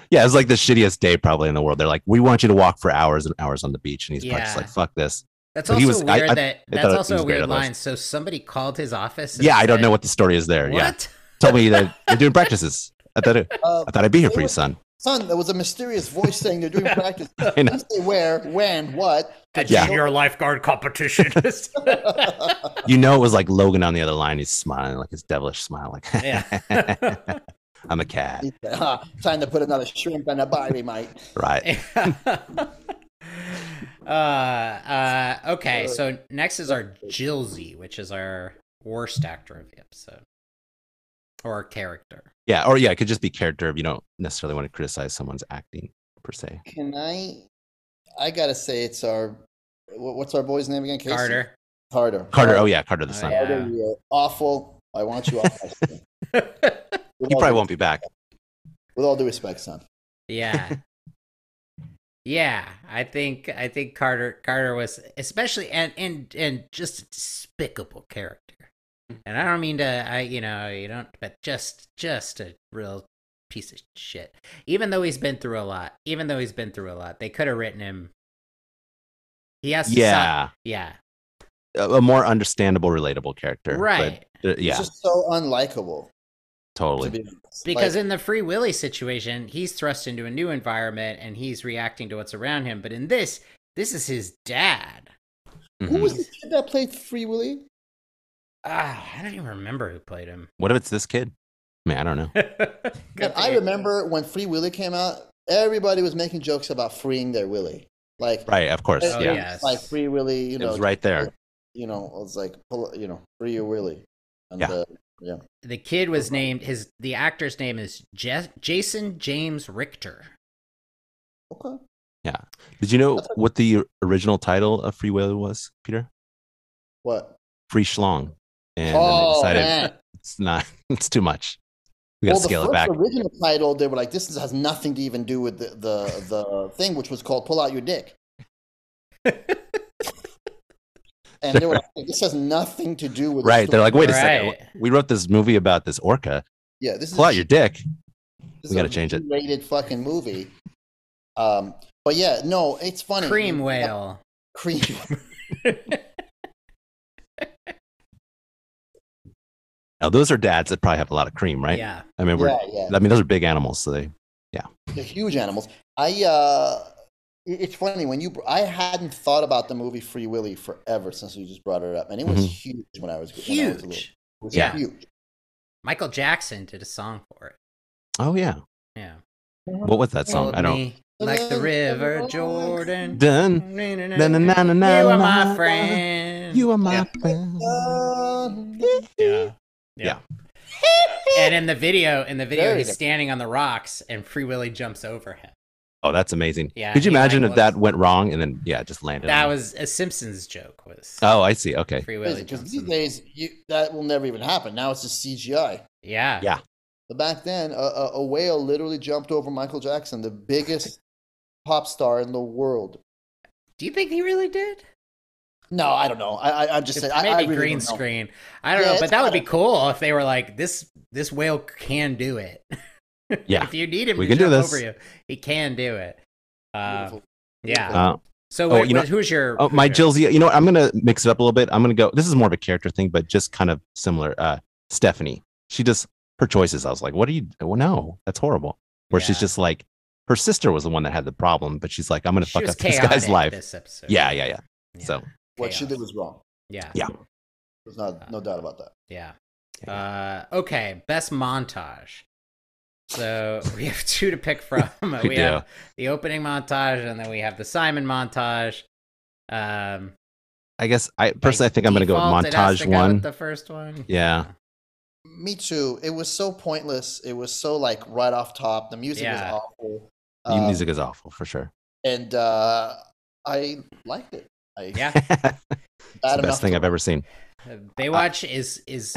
Speaker 2: Yeah, it's like the shittiest day probably in the world. They're like, we want you to walk for hours and hours on the beach, and he's probably just
Speaker 1: Yeah.
Speaker 2: like, fuck this.
Speaker 1: That's
Speaker 2: But
Speaker 1: also
Speaker 2: he was- I-
Speaker 1: weird
Speaker 2: I-
Speaker 1: that
Speaker 2: thought
Speaker 1: that's
Speaker 2: it
Speaker 1: also
Speaker 2: was
Speaker 1: a
Speaker 2: great
Speaker 1: weird
Speaker 2: otherwise.
Speaker 1: line. So somebody called his office. and
Speaker 2: Yeah, I don't
Speaker 1: said,
Speaker 2: know what the story is there. Yeah,
Speaker 1: What?
Speaker 2: tell me that they're doing practices. I thought I
Speaker 3: Uh,
Speaker 2: thought I'd be here for
Speaker 1: <laughs>
Speaker 2: you, son. <laughs>
Speaker 3: son, there was a mysterious voice saying they're doing practice.
Speaker 2: I know.
Speaker 3: Didn't say where, when, what.
Speaker 1: The
Speaker 2: Yeah.
Speaker 1: junior lifeguard
Speaker 2: <laughs>
Speaker 1: competition. <laughs>
Speaker 2: You know, it was like Logan on the other line. He's smiling like his devilish smile, like
Speaker 1: yeah.
Speaker 2: <laughs>
Speaker 1: <laughs>
Speaker 2: I'm a cat,
Speaker 1: <laughs>
Speaker 3: Ah, Time to put another shrimp on the barbie, mate.
Speaker 2: right?
Speaker 1: Uh, uh, okay, so next is our Jilzy, which is our worst actor of the episode or character.
Speaker 2: Yeah, or yeah, it could just be character. You don't necessarily want to criticize someone's acting per se.
Speaker 1: Oh.
Speaker 3: Can I? I gotta say, it's our wha- what's our boy's name again? Casey?
Speaker 1: Carter.
Speaker 3: Carter.
Speaker 2: Carter. Oh yeah, Carter the
Speaker 1: Oh,
Speaker 2: son.
Speaker 1: yeah.
Speaker 3: Carter, you're awful. I want you off. my screen.
Speaker 1: <laughs>
Speaker 2: <laughs>
Speaker 3: With
Speaker 2: He
Speaker 3: all
Speaker 2: probably
Speaker 3: due-
Speaker 2: won't be back.
Speaker 3: With all due respect, son.
Speaker 2: <laughs>
Speaker 1: yeah. Yeah, I think I think Carter Carter was especially and and and just a despicable character.
Speaker 2: Mm.
Speaker 1: And I don't mean to I you know, you don't but just just a real piece of shit. Even though he's been through a lot, even though he's been through a lot, they could have written him He has to si-
Speaker 2: Yeah,
Speaker 1: yeah.
Speaker 2: a, a more understandable, relatable character.
Speaker 1: right.
Speaker 2: But, uh, yeah,
Speaker 3: He's just so unlikable. To
Speaker 2: totally.
Speaker 3: be honest.
Speaker 1: Because
Speaker 3: Like,
Speaker 1: in the Free Willy situation, he's thrust into a new environment and he's reacting to what's around him. But in this, this is his dad.
Speaker 3: who
Speaker 2: Mhm.
Speaker 3: was the kid that played Free Willy?
Speaker 1: Ah, I don't even remember who played him. <laughs>
Speaker 2: What if it's this kid? Man, I don't know.
Speaker 1: Could
Speaker 3: But I
Speaker 1: be.
Speaker 3: remember when Free Willy came out, everybody was making jokes about freeing their Willy. Like,
Speaker 2: Right, of course.
Speaker 1: Oh,
Speaker 2: yeah.
Speaker 1: yeah. yes.
Speaker 3: like Free Willy, you
Speaker 2: It
Speaker 3: know,
Speaker 2: was right there.
Speaker 3: you know, it's like, pull- you know, free your Willy. And
Speaker 2: Yeah.
Speaker 3: uh,
Speaker 1: the kid was named his. The actor's name is Je- Jason James Richter.
Speaker 3: okay.
Speaker 2: Did you know
Speaker 3: That's okay.
Speaker 2: what the original title of Free Will was, Peter?
Speaker 3: What?
Speaker 2: Free Schlong. And
Speaker 3: oh,
Speaker 2: then they decided
Speaker 3: man.
Speaker 2: it's not, <laughs> it's too much. We got to
Speaker 3: well,
Speaker 2: scale
Speaker 3: the
Speaker 2: it
Speaker 3: first
Speaker 2: back.
Speaker 3: original title, they were like, this has nothing to even do with the, the, the thing, which was called Pull Out
Speaker 2: <laughs>
Speaker 3: Your Dick. and they were like, this has nothing to do with the
Speaker 2: Right. They're
Speaker 3: story.
Speaker 2: like, wait a second.
Speaker 1: Right.
Speaker 2: We wrote this movie about this orca.
Speaker 3: yeah, this is
Speaker 2: Pull out your dick.
Speaker 3: this
Speaker 2: we
Speaker 3: is
Speaker 2: gotta
Speaker 3: a
Speaker 2: change it.
Speaker 3: Rated fucking movie. Um, but yeah, no, it's funny.
Speaker 1: Cream
Speaker 2: <laughs>
Speaker 1: whale.
Speaker 3: Cream.
Speaker 2: Now, those are dads that probably have a lot of cream, right?
Speaker 1: Yeah.
Speaker 2: I mean, we're,
Speaker 3: yeah, yeah.
Speaker 2: I mean, those are big animals. So they,
Speaker 3: They're huge animals. I uh, it- it's funny when you br- I hadn't thought about the movie Free Willy forever since you just brought it up, and it was
Speaker 2: Mhm.
Speaker 3: huge when I was When I was little.
Speaker 1: Huge.
Speaker 3: It was
Speaker 1: Yeah.
Speaker 3: huge.
Speaker 1: Michael Jackson did a song for it.
Speaker 2: oh, yeah.
Speaker 1: Yeah.
Speaker 2: What was that song?
Speaker 1: Hold
Speaker 2: I don't.
Speaker 1: me like the river Jordan.
Speaker 2: Dun, na, na, na, na, na,
Speaker 1: you are
Speaker 2: na,
Speaker 1: my
Speaker 2: na.
Speaker 1: friend.
Speaker 2: You are my
Speaker 3: Yeah.
Speaker 2: friend.
Speaker 1: Yeah.
Speaker 2: Yeah.
Speaker 1: and in the video, in the video,
Speaker 3: Very
Speaker 1: he's
Speaker 3: good.
Speaker 1: standing on the rocks, and Free Willy jumps over him.
Speaker 2: Oh, that's amazing.
Speaker 1: Yeah,
Speaker 2: Could you
Speaker 1: he, like,
Speaker 2: imagine if
Speaker 1: was-
Speaker 2: that went wrong and then, yeah, it just landed?
Speaker 1: That
Speaker 2: on-
Speaker 1: was a Simpsons joke. Was
Speaker 2: Oh, I see. Okay.
Speaker 1: Free Willy
Speaker 3: Because
Speaker 1: jumps?
Speaker 3: these
Speaker 1: in-
Speaker 3: days you, that will never even happen. Now it's just CGI.
Speaker 1: Yeah.
Speaker 2: Yeah.
Speaker 3: But back then, a, a, a whale literally jumped over Michael Jackson, the biggest pop star in the world.
Speaker 1: Do you think he really did?
Speaker 3: No, I don't know. I, I I'm just saying.
Speaker 1: Maybe
Speaker 3: I, I really
Speaker 1: green
Speaker 3: don't know.
Speaker 1: screen. I don't
Speaker 3: Yeah,
Speaker 1: know, but
Speaker 3: it's
Speaker 1: that would be
Speaker 3: gotta-
Speaker 1: cool if they were like this. This whale can do it. <laughs>
Speaker 2: Yeah.
Speaker 1: if you need him,
Speaker 2: We
Speaker 1: to
Speaker 2: can do
Speaker 1: jump
Speaker 2: this.
Speaker 1: over you. He can do it. Uh,
Speaker 3: Beautiful.
Speaker 1: yeah.
Speaker 2: Uh,
Speaker 1: so,
Speaker 2: oh,
Speaker 1: what,
Speaker 2: you know-
Speaker 1: what- who's your?
Speaker 2: Oh,
Speaker 1: who's
Speaker 2: my
Speaker 1: your-
Speaker 2: Jilzy. You know what? I'm gonna mix it up a little bit. I'm gonna go. This is more of a character thing, but just kind of similar. Uh, Stephanie. She just her choices. I was like, what are you? Well, no, that's horrible. Where she's
Speaker 1: Yeah.
Speaker 2: just like, her sister was the one that had the problem, but she's like, I'm gonna
Speaker 1: She
Speaker 2: fuck
Speaker 1: was
Speaker 2: up this guy's
Speaker 1: chaotic
Speaker 2: life.
Speaker 1: This episode.
Speaker 2: yeah, yeah, yeah,
Speaker 1: Yeah.
Speaker 2: So
Speaker 3: What she
Speaker 1: chaos. Uh.
Speaker 3: did was wrong.
Speaker 1: yeah.
Speaker 3: There's not no doubt about that.
Speaker 1: Yeah.
Speaker 2: Yeah.
Speaker 1: Uh, okay, best montage. So <laughs> we have two to pick from. we
Speaker 2: <laughs> We
Speaker 1: have the opening montage, and then we have the Simon montage. Um,
Speaker 2: I guess I personally I think I'm gonna go with
Speaker 1: default, it has to
Speaker 2: montage
Speaker 1: go with
Speaker 2: one.
Speaker 1: the first one.
Speaker 2: yeah,
Speaker 3: Me too. It was so pointless. It was so like right off top. The music
Speaker 1: Yeah.
Speaker 3: was awful.
Speaker 2: The
Speaker 3: Um,
Speaker 2: music is awful for sure. <laughs>
Speaker 3: and uh, I liked it. I,
Speaker 1: Yeah,
Speaker 2: it's
Speaker 3: bad
Speaker 2: the
Speaker 3: enough
Speaker 2: best thing
Speaker 3: to-
Speaker 2: I've ever seen.
Speaker 1: Baywatch
Speaker 2: Uh,
Speaker 1: is
Speaker 2: <laughs>
Speaker 1: is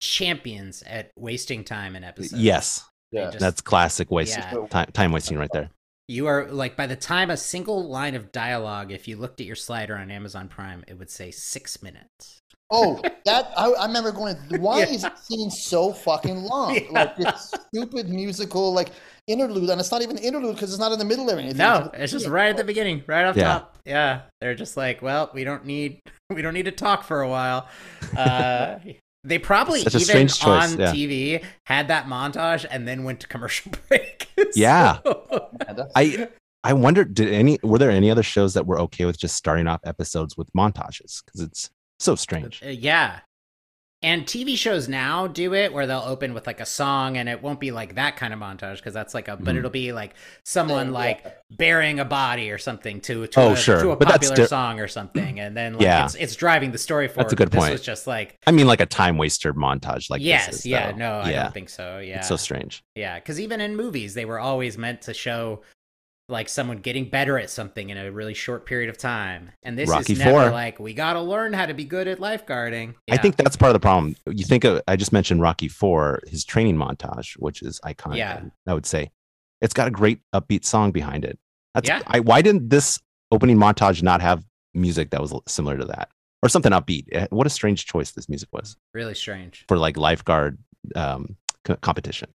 Speaker 1: champions at wasting time in episodes.
Speaker 2: Yes,
Speaker 1: They
Speaker 3: Yeah.
Speaker 1: just-
Speaker 2: that's classic waste
Speaker 1: Yeah.
Speaker 2: time time wasting right there.
Speaker 1: You are like by the time a single line of dialogue, if you looked at your slider on Amazon Prime, it would say six minutes.
Speaker 3: Oh, that I, I remember going.
Speaker 1: <laughs>
Speaker 3: Why
Speaker 1: Yeah.
Speaker 3: is it scene so fucking
Speaker 1: <laughs>
Speaker 3: long?
Speaker 1: Yeah.
Speaker 3: Like this stupid musical like interlude, and it's not even an interlude because it's not in the middle or anything.
Speaker 1: No, it's just right at the beginning, right off
Speaker 2: Yeah.
Speaker 1: top. Yeah, they're just like, well, we don't need <laughs> we don't need to talk for a
Speaker 2: <laughs>
Speaker 1: while. Uh, they probably
Speaker 2: Such a
Speaker 1: even
Speaker 2: strange choice,
Speaker 1: on
Speaker 2: yeah.
Speaker 1: TV had that montage and then went to commercial <laughs> break.
Speaker 2: Yeah.
Speaker 1: So-
Speaker 3: <laughs> Yeah, that's-
Speaker 2: I I wonder did any were there any other shows that were okay with just starting off episodes with montages because it's so strange.
Speaker 1: Uh, yeah. And TV shows now do it where they'll open with like a song and it won't be like that kind of montage because that's like a, but
Speaker 2: Mhm.
Speaker 1: it'll be like someone
Speaker 3: Yeah.
Speaker 1: like burying a body or something to, to,
Speaker 2: Oh,
Speaker 1: a,
Speaker 2: sure.
Speaker 1: to a
Speaker 2: But that's
Speaker 1: popular
Speaker 2: di-
Speaker 1: song or something. And then like
Speaker 2: Yeah.
Speaker 1: it's, it's driving the story forward.
Speaker 2: a good
Speaker 1: but
Speaker 2: point.
Speaker 1: This was just like,
Speaker 2: I mean, like a time waster montage like
Speaker 1: yes,
Speaker 2: this. is,
Speaker 1: yeah,
Speaker 2: though.
Speaker 1: no, I
Speaker 2: yeah,
Speaker 1: don't think so. Yeah.
Speaker 2: it's so strange.
Speaker 1: Yeah, because even in movies, they were always meant to show like someone getting better at something in a really short period of time. And this
Speaker 2: Rocky
Speaker 1: is never
Speaker 2: Four.
Speaker 1: like we got to learn how to be good at lifeguarding.
Speaker 2: I
Speaker 1: Yeah,
Speaker 2: think that's part of the problem. You think of, I just mentioned Rocky Four, his training montage, which is iconic.
Speaker 1: Yeah.
Speaker 2: and I would say it's got a great upbeat song behind it. That's,
Speaker 1: Yeah.
Speaker 2: I, why didn't this opening montage not have music that was l- similar to that or something upbeat? Eh, What a strange choice this music was
Speaker 1: really strange.
Speaker 2: for like lifeguard um, co- competition.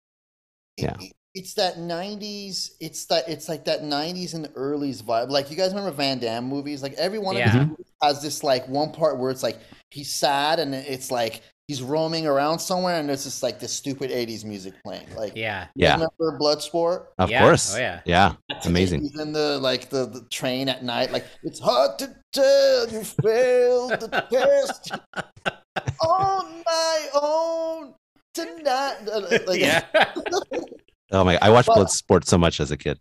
Speaker 3: It-
Speaker 2: Yeah.
Speaker 3: it- it's that 90s it's that it's like that 90s and earlys vibe like you guys remember van damme movies like every one of
Speaker 1: Yeah.
Speaker 2: Mm-hmm.
Speaker 3: them has this like one part where it's like he's sad and it's like he's roaming around somewhere and there's just like this stupid 80s music playing like
Speaker 1: Yeah.
Speaker 3: you guys
Speaker 2: Yeah.
Speaker 3: remember bloodsport
Speaker 2: Of
Speaker 1: Yeah.
Speaker 2: course.
Speaker 1: Oh, yeah.
Speaker 2: Yeah. Amazing.
Speaker 3: he's in the like the, the train at night like it's hard to tell you failed the
Speaker 1: <laughs>
Speaker 3: test on my own tonight Uh, like,
Speaker 1: yeah. <laughs>
Speaker 2: Oh my! I watched
Speaker 3: Well-
Speaker 2: Blood Sport so much as a kid.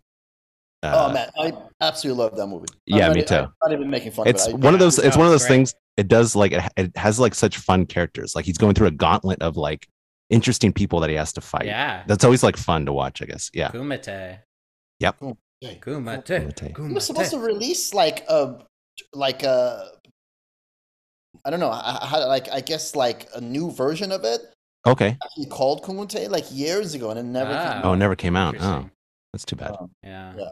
Speaker 2: Uh,
Speaker 3: oh man, I absolutely love that movie.
Speaker 2: yeah,
Speaker 3: not
Speaker 2: me
Speaker 3: e-
Speaker 2: too.
Speaker 3: I'm not even making fun
Speaker 2: It's
Speaker 3: of it. I-
Speaker 2: one of those.
Speaker 1: yeah,
Speaker 2: It's one of
Speaker 1: no,
Speaker 2: those
Speaker 1: it's
Speaker 2: things. It does like it, it has like such fun characters. Like he's going through a gauntlet of like interesting people that he has to fight.
Speaker 1: yeah.
Speaker 2: That's always like fun to watch. I guess. Yeah.
Speaker 1: Kumite.
Speaker 3: Hey,
Speaker 1: Kumite.
Speaker 2: Kumite.
Speaker 3: He was supposed to release like a like a I don't know I- I- how like I guess like a new version of it.
Speaker 2: Okay.
Speaker 3: He called Kumute like years ago and it never.
Speaker 1: Ah.
Speaker 3: came
Speaker 2: Oh,
Speaker 1: Oh,
Speaker 2: it never came out. Oh,
Speaker 1: Interesting.
Speaker 2: that's too bad.
Speaker 3: Um,
Speaker 1: Yeah.
Speaker 3: Yeah.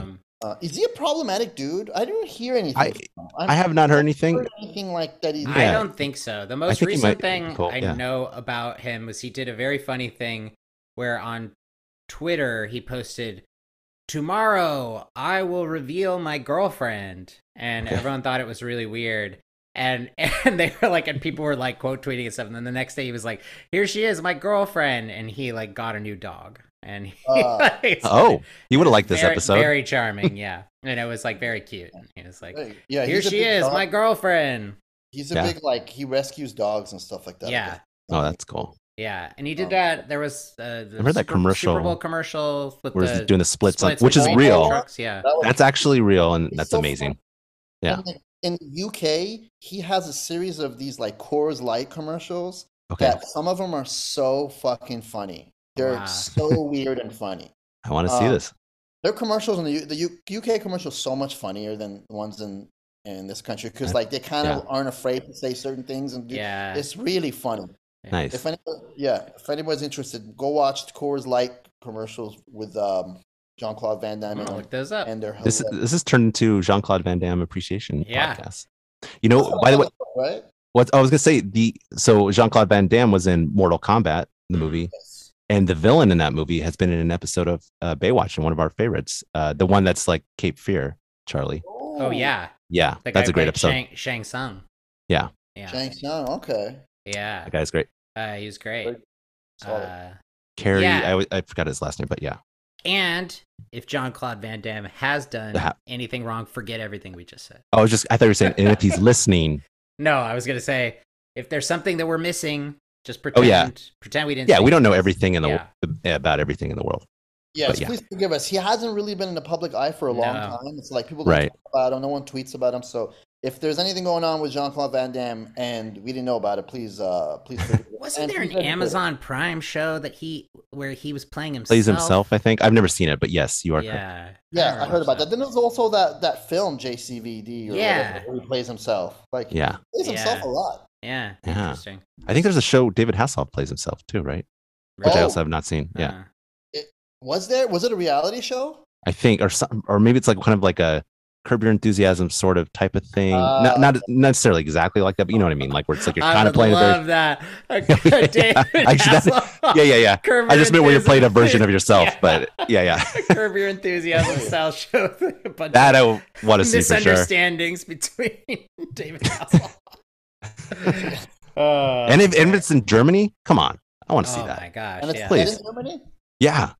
Speaker 1: Um,
Speaker 3: uh, is he a problematic dude? I didn't hear anything.
Speaker 2: I-
Speaker 3: from him.
Speaker 2: I have not heard anything.
Speaker 3: heard anything like that. Either.
Speaker 1: I
Speaker 2: Yeah.
Speaker 1: don't think so. The most
Speaker 2: think he might
Speaker 1: recent
Speaker 2: be
Speaker 1: thing
Speaker 2: cool,
Speaker 1: I
Speaker 2: yeah.
Speaker 1: know about him was he did a very funny thing where on Twitter he posted, Tomorrow I will reveal my girlfriend. And everyone thought it was really weird. And <laughs> and they were like, and people were like quote tweeting and stuff. And then the next day he was like, Here she is, my girlfriend. And he like got a new dog. And he, <laughs>
Speaker 3: Uh,
Speaker 1: like,
Speaker 2: Oh, you would have liked this
Speaker 1: very-
Speaker 2: episode.
Speaker 1: Very
Speaker 2: <laughs>
Speaker 1: charming, yeah. And it was like very cute. And he was like,
Speaker 3: Hey, yeah,
Speaker 1: Here
Speaker 3: he's a
Speaker 1: she
Speaker 3: big
Speaker 1: is,
Speaker 3: dog-
Speaker 1: my girlfriend.
Speaker 3: He's a
Speaker 2: Yeah.
Speaker 3: big like he rescues dogs and stuff like that. I
Speaker 1: Yeah.
Speaker 3: guess.
Speaker 2: oh, that's cool.
Speaker 1: Yeah, and he did
Speaker 3: Um,
Speaker 1: that. There was uh, the
Speaker 2: I've heard that commercial
Speaker 1: Super Bowl commercial with
Speaker 2: Where
Speaker 1: the
Speaker 2: he's doing the splits, on,
Speaker 1: splits
Speaker 2: which
Speaker 1: with
Speaker 2: is
Speaker 1: the
Speaker 2: real.
Speaker 1: trucks, Yeah,
Speaker 3: That was-
Speaker 2: That's actually real, and
Speaker 3: Oh, It's
Speaker 2: that's
Speaker 3: so
Speaker 2: amazing. Yeah.
Speaker 3: And, like, In the UK, he has a series of these like Coors Light commercials
Speaker 2: Okay,
Speaker 3: that some of them are so fucking funny. They're
Speaker 2: <laughs>
Speaker 1: Wow.
Speaker 3: so weird and funny.
Speaker 2: I want to see
Speaker 3: um,
Speaker 2: this.
Speaker 3: Their commercials in the, U- the U- UK commercials so much funnier than the ones in in this country because like they kind of aren't afraid to say certain things and do.
Speaker 1: yeah.
Speaker 3: It's really funny.
Speaker 2: Nice.
Speaker 3: If any, yeah, if anybody's interested, go watch the Coors Light commercials with um, Jean Claude Van
Speaker 1: I'm
Speaker 3: Damme,
Speaker 1: gonna
Speaker 3: and,
Speaker 1: look those up.
Speaker 3: and they're
Speaker 2: Oh, This
Speaker 3: hilarious.
Speaker 2: this has turned into Jean Claude Van Damme appreciation
Speaker 1: Yeah. Oh.
Speaker 2: podcast. You know, by the way,
Speaker 3: right?
Speaker 2: What I was gonna say, the so Jean Claude Van Damme was in Mortal Kombat,
Speaker 1: Mm-hmm.
Speaker 2: the movie,
Speaker 3: Yes.
Speaker 2: and the villain in that movie has been in an episode of uh, Baywatch, and one of our favorites, uh, the one that's like Cape Fear, Charlie.
Speaker 3: um,
Speaker 1: Oh yeah,
Speaker 2: Yeah,
Speaker 1: the guy
Speaker 2: that's a great
Speaker 1: played
Speaker 2: episode.
Speaker 1: Shang, Shang Tsung.
Speaker 2: Yeah.
Speaker 1: yeah,
Speaker 3: Shang Tsung. Okay.
Speaker 1: yeah.
Speaker 2: That guy's great.
Speaker 1: Uh, he was great.
Speaker 3: Great. Solid.
Speaker 1: Uh,
Speaker 2: Carrie,
Speaker 1: Yeah.
Speaker 2: I, always- I forgot his last name, but yeah,
Speaker 1: and if John Claude Van Damme has done
Speaker 2: Ha-
Speaker 1: anything wrong, forget everything we just said.
Speaker 2: Oh, I was just I thought you were saying, and
Speaker 1: <laughs>
Speaker 2: if he's listening,
Speaker 1: No, I was gonna say if there's something that we're missing, just
Speaker 2: Oh,
Speaker 1: pretend.
Speaker 2: yeah.
Speaker 1: pretend we didn't.
Speaker 2: yeah,
Speaker 1: say
Speaker 2: we don't know
Speaker 1: it.
Speaker 2: everything in the
Speaker 1: Yeah.
Speaker 2: about everything in the world.
Speaker 3: Yes,
Speaker 2: yeah.
Speaker 3: please forgive us. He hasn't really been in the public eye for a long
Speaker 1: No.
Speaker 3: time. It's like people don't
Speaker 2: Right.
Speaker 3: talk about him. No one tweets about him. So if there's anything going on with Jean Claude Van Damme and we didn't know about it, please, uh, please. forgive us.
Speaker 1: <laughs> Wasn't
Speaker 3: And
Speaker 1: there
Speaker 3: please
Speaker 1: an
Speaker 3: let us know.
Speaker 1: Amazon Prime show that he where he was playing himself?
Speaker 2: Plays himself, I think. I've never seen it, but yes, you are correct.
Speaker 1: Yeah.
Speaker 3: Yeah, I heard about that.
Speaker 1: remember
Speaker 3: Then there's also that that film JCVD. Or
Speaker 1: Yeah.
Speaker 3: whatever, where he plays himself. Like he
Speaker 2: Yeah,
Speaker 3: plays himself
Speaker 1: Yeah.
Speaker 3: a lot.
Speaker 1: Yeah.
Speaker 2: Yeah.
Speaker 1: Interesting.
Speaker 2: I think there's a show David Hasselhoff plays himself too, right? Which I
Speaker 3: Oh.
Speaker 2: also have not seen. Yeah.
Speaker 1: Uh,
Speaker 3: Was there? Was it a reality show?
Speaker 2: I think, or some, or maybe it's like kind of like a curb your enthusiasm sort of type of thing. not,
Speaker 3: Uh,
Speaker 2: not necessarily exactly like that, but you know what I mean. Like where it's like you're
Speaker 1: <laughs> I
Speaker 2: kind of
Speaker 1: would
Speaker 2: playing a very,
Speaker 1: love that. A
Speaker 2: Yeah,
Speaker 1: good
Speaker 2: yeah.
Speaker 1: David
Speaker 2: I just-
Speaker 1: Hasselhoff
Speaker 2: <laughs> yeah, yeah, yeah.
Speaker 1: <laughs> Curb
Speaker 2: I
Speaker 1: Your
Speaker 2: just meant where you played a version of
Speaker 1: Enthusiasm-
Speaker 2: yourself,
Speaker 1: <laughs> Yeah.
Speaker 2: but yeah, yeah.
Speaker 1: Curb Your
Speaker 3: <laughs>
Speaker 1: Enthusiasm style show. with <laughs> a bunch
Speaker 2: That
Speaker 1: of
Speaker 2: I want to see for sure.
Speaker 1: misunderstandings between <laughs> David
Speaker 2: <laughs>
Speaker 1: Hasselhoff. Oh,
Speaker 2: And if, and if it's in Germany, come on, I want to see
Speaker 1: oh
Speaker 2: that.
Speaker 1: my gosh.
Speaker 3: And it's
Speaker 1: yeah.
Speaker 3: played
Speaker 2: Please.
Speaker 3: in Germany.
Speaker 2: Yeah,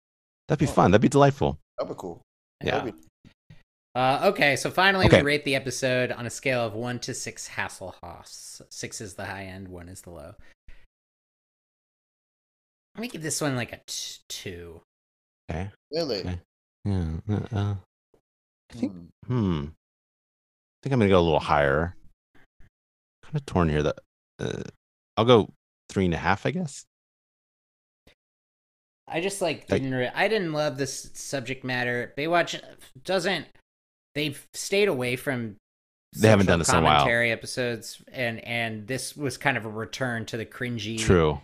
Speaker 2: that'd be
Speaker 3: Oh.
Speaker 2: fun. That'd be delightful.
Speaker 3: That'd be cool.
Speaker 2: Yeah.
Speaker 3: That'd be-
Speaker 1: Uh, okay, so finally
Speaker 2: Okay.
Speaker 1: we rate the episode on a scale of one to six Hasselhoffs. Six is the high end, one is the low. Let me give this one like a t- two.
Speaker 3: Really?
Speaker 2: Okay. Yeah. uh, uh, I think.
Speaker 3: Hmm.
Speaker 2: Hmm. I think I'm gonna go a little higher. Kind of torn here. That uh, I'll go three and a half, I guess.
Speaker 1: I just like
Speaker 2: I-
Speaker 1: didn't. Re- I didn't love this subject matter. Baywatch doesn't. They've stayed away from.
Speaker 2: They haven't
Speaker 1: social
Speaker 2: done this in a while.
Speaker 1: commentary episodes, and and this was kind of a return to the cringy,
Speaker 2: True.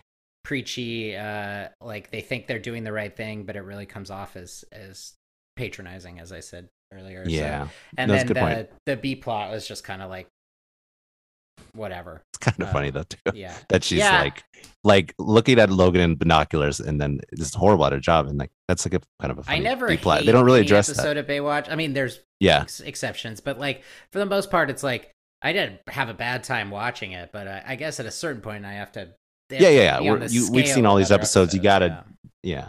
Speaker 1: preachy. Uh, like they think they're doing the right thing, but it really comes off as as patronizing, as I said earlier. So-
Speaker 2: Yeah.
Speaker 1: and
Speaker 2: that's
Speaker 1: then
Speaker 2: a good
Speaker 1: the
Speaker 2: point.
Speaker 1: the B plot was just kind of like,
Speaker 2: <laughs>
Speaker 1: whatever.
Speaker 2: It's kind of
Speaker 1: Uh,
Speaker 2: funny though too. <laughs>
Speaker 1: Yeah.
Speaker 2: That she's
Speaker 1: Yeah.
Speaker 2: like, like looking at Logan in binoculars, and then just horrible at her job, and like that's like a kind of a funny
Speaker 1: I never
Speaker 2: B plot.
Speaker 1: hate
Speaker 2: They don't really
Speaker 1: any
Speaker 2: address that.
Speaker 1: episode of Baywatch. I mean, there's
Speaker 2: Yeah,
Speaker 1: ex- exceptions, but like for the most part, it's like I did have a bad time watching it, but uh, I, I guess at a certain point, I have to. they have
Speaker 2: Yeah,
Speaker 1: to
Speaker 2: yeah, yeah.
Speaker 1: be on
Speaker 2: We're-
Speaker 1: the
Speaker 2: you- we've
Speaker 1: scale
Speaker 2: seen all
Speaker 1: with
Speaker 2: these
Speaker 1: other
Speaker 2: episodes, you gotta-
Speaker 1: yeah.
Speaker 2: yeah.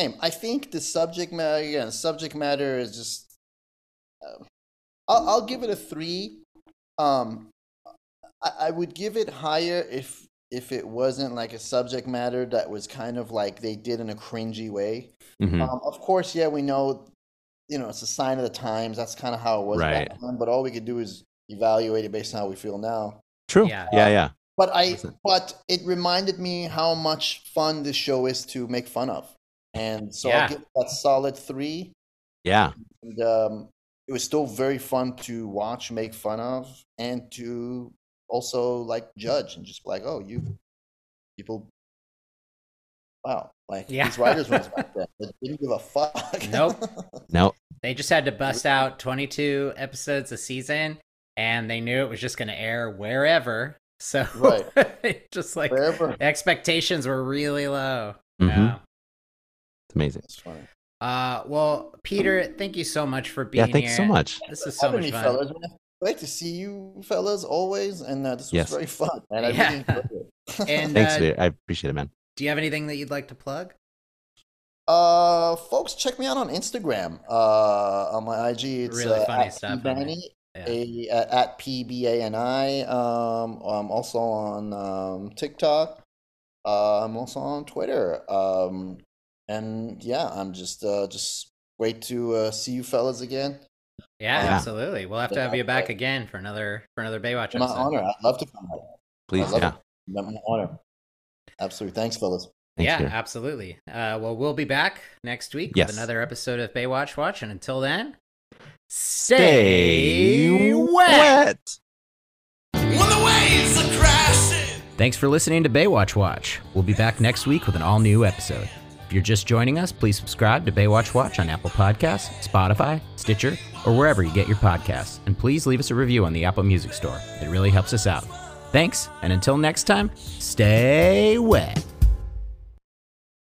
Speaker 3: Same. I think the subject matter, again, subject matter is just. Uh, I'll, I'll give it a three. Um, I, I would give it higher if if it wasn't like a subject matter that was kind of like they did in a cringy way.
Speaker 2: Mhm.
Speaker 3: Um, of course, yeah, we know, you know, it's a sign of the times. That's kind of how it was back
Speaker 2: Right.
Speaker 3: then. But all we could do is evaluate it based on how we feel now.
Speaker 2: True.
Speaker 1: Yeah.
Speaker 2: Yeah, yeah.
Speaker 3: But I,
Speaker 2: Listen.
Speaker 3: but it reminded me how much fun this show is to make fun of, and so
Speaker 1: Yeah.
Speaker 3: I'll give it that solid three.
Speaker 2: Yeah.
Speaker 3: And um, it was still very fun to watch, make fun of, and to also like judge and just be like, oh, you people, wow, like
Speaker 1: Yeah.
Speaker 3: these
Speaker 1: <laughs>
Speaker 3: writers rooms back then, they didn't give a fuck. <laughs>
Speaker 1: Nope.
Speaker 2: No,
Speaker 1: They just had to bust out 22 episodes a season, and they knew it was just going to air wherever. So <laughs> just like
Speaker 3: Wherever.
Speaker 1: expectations were really low.
Speaker 2: Mhm.
Speaker 1: Yeah.
Speaker 2: it's amazing.
Speaker 3: That's funny.
Speaker 1: Uh, well, Peter, thank you so much for being
Speaker 2: Yeah, thanks
Speaker 1: here.
Speaker 2: so much.
Speaker 1: This is so
Speaker 3: Having
Speaker 1: much
Speaker 3: you
Speaker 1: fun.
Speaker 3: fellas, man. Great to see you fellas always, and uh, this was
Speaker 2: Yes.
Speaker 3: very fun, and I
Speaker 1: Yeah.
Speaker 3: really enjoyed it.
Speaker 1: And
Speaker 2: Thanks,
Speaker 1: uh,
Speaker 2: dude. I appreciate it, man.
Speaker 1: do you have anything that you'd like to plug?
Speaker 3: Uh, folks, check me out on Instagram. Uh, on my IG, it's
Speaker 1: Really
Speaker 3: uh,
Speaker 1: funny
Speaker 3: at
Speaker 1: stuff on
Speaker 3: pbani,
Speaker 1: there.
Speaker 3: a, uh, at p b a n i. Um, I'm also on um, TikTok. Uh, I'm also on Twitter. Um, and yeah, I'm just uh, just wait to uh, see you fellas again.
Speaker 1: Yeah,
Speaker 2: Yeah.
Speaker 1: absolutely. We'll have to have you back again for another for another Baywatch
Speaker 3: It's my
Speaker 1: episode.
Speaker 3: honor. I'd love to come out.
Speaker 2: Please.
Speaker 3: I love
Speaker 2: Yeah.
Speaker 3: it. My honor. Absolutely. Thanks, fellas.
Speaker 2: Thanks,
Speaker 1: yeah,
Speaker 2: dude.
Speaker 1: absolutely. Uh, well, we'll be back next week
Speaker 2: Yes.
Speaker 1: with another episode of Baywatch Watch, and until then,
Speaker 2: Stay wet.
Speaker 4: When the waves are crashing.
Speaker 1: Thanks for listening to Baywatch Watch. We'll be back next week with an all new episode. If you're just joining us, please subscribe to Baywatch Watch on Apple Podcasts, Spotify, Stitcher, or wherever you get your podcasts. And please leave us a review on the Apple Music Store. It really helps us out. Thanks, and until next time, stay wet.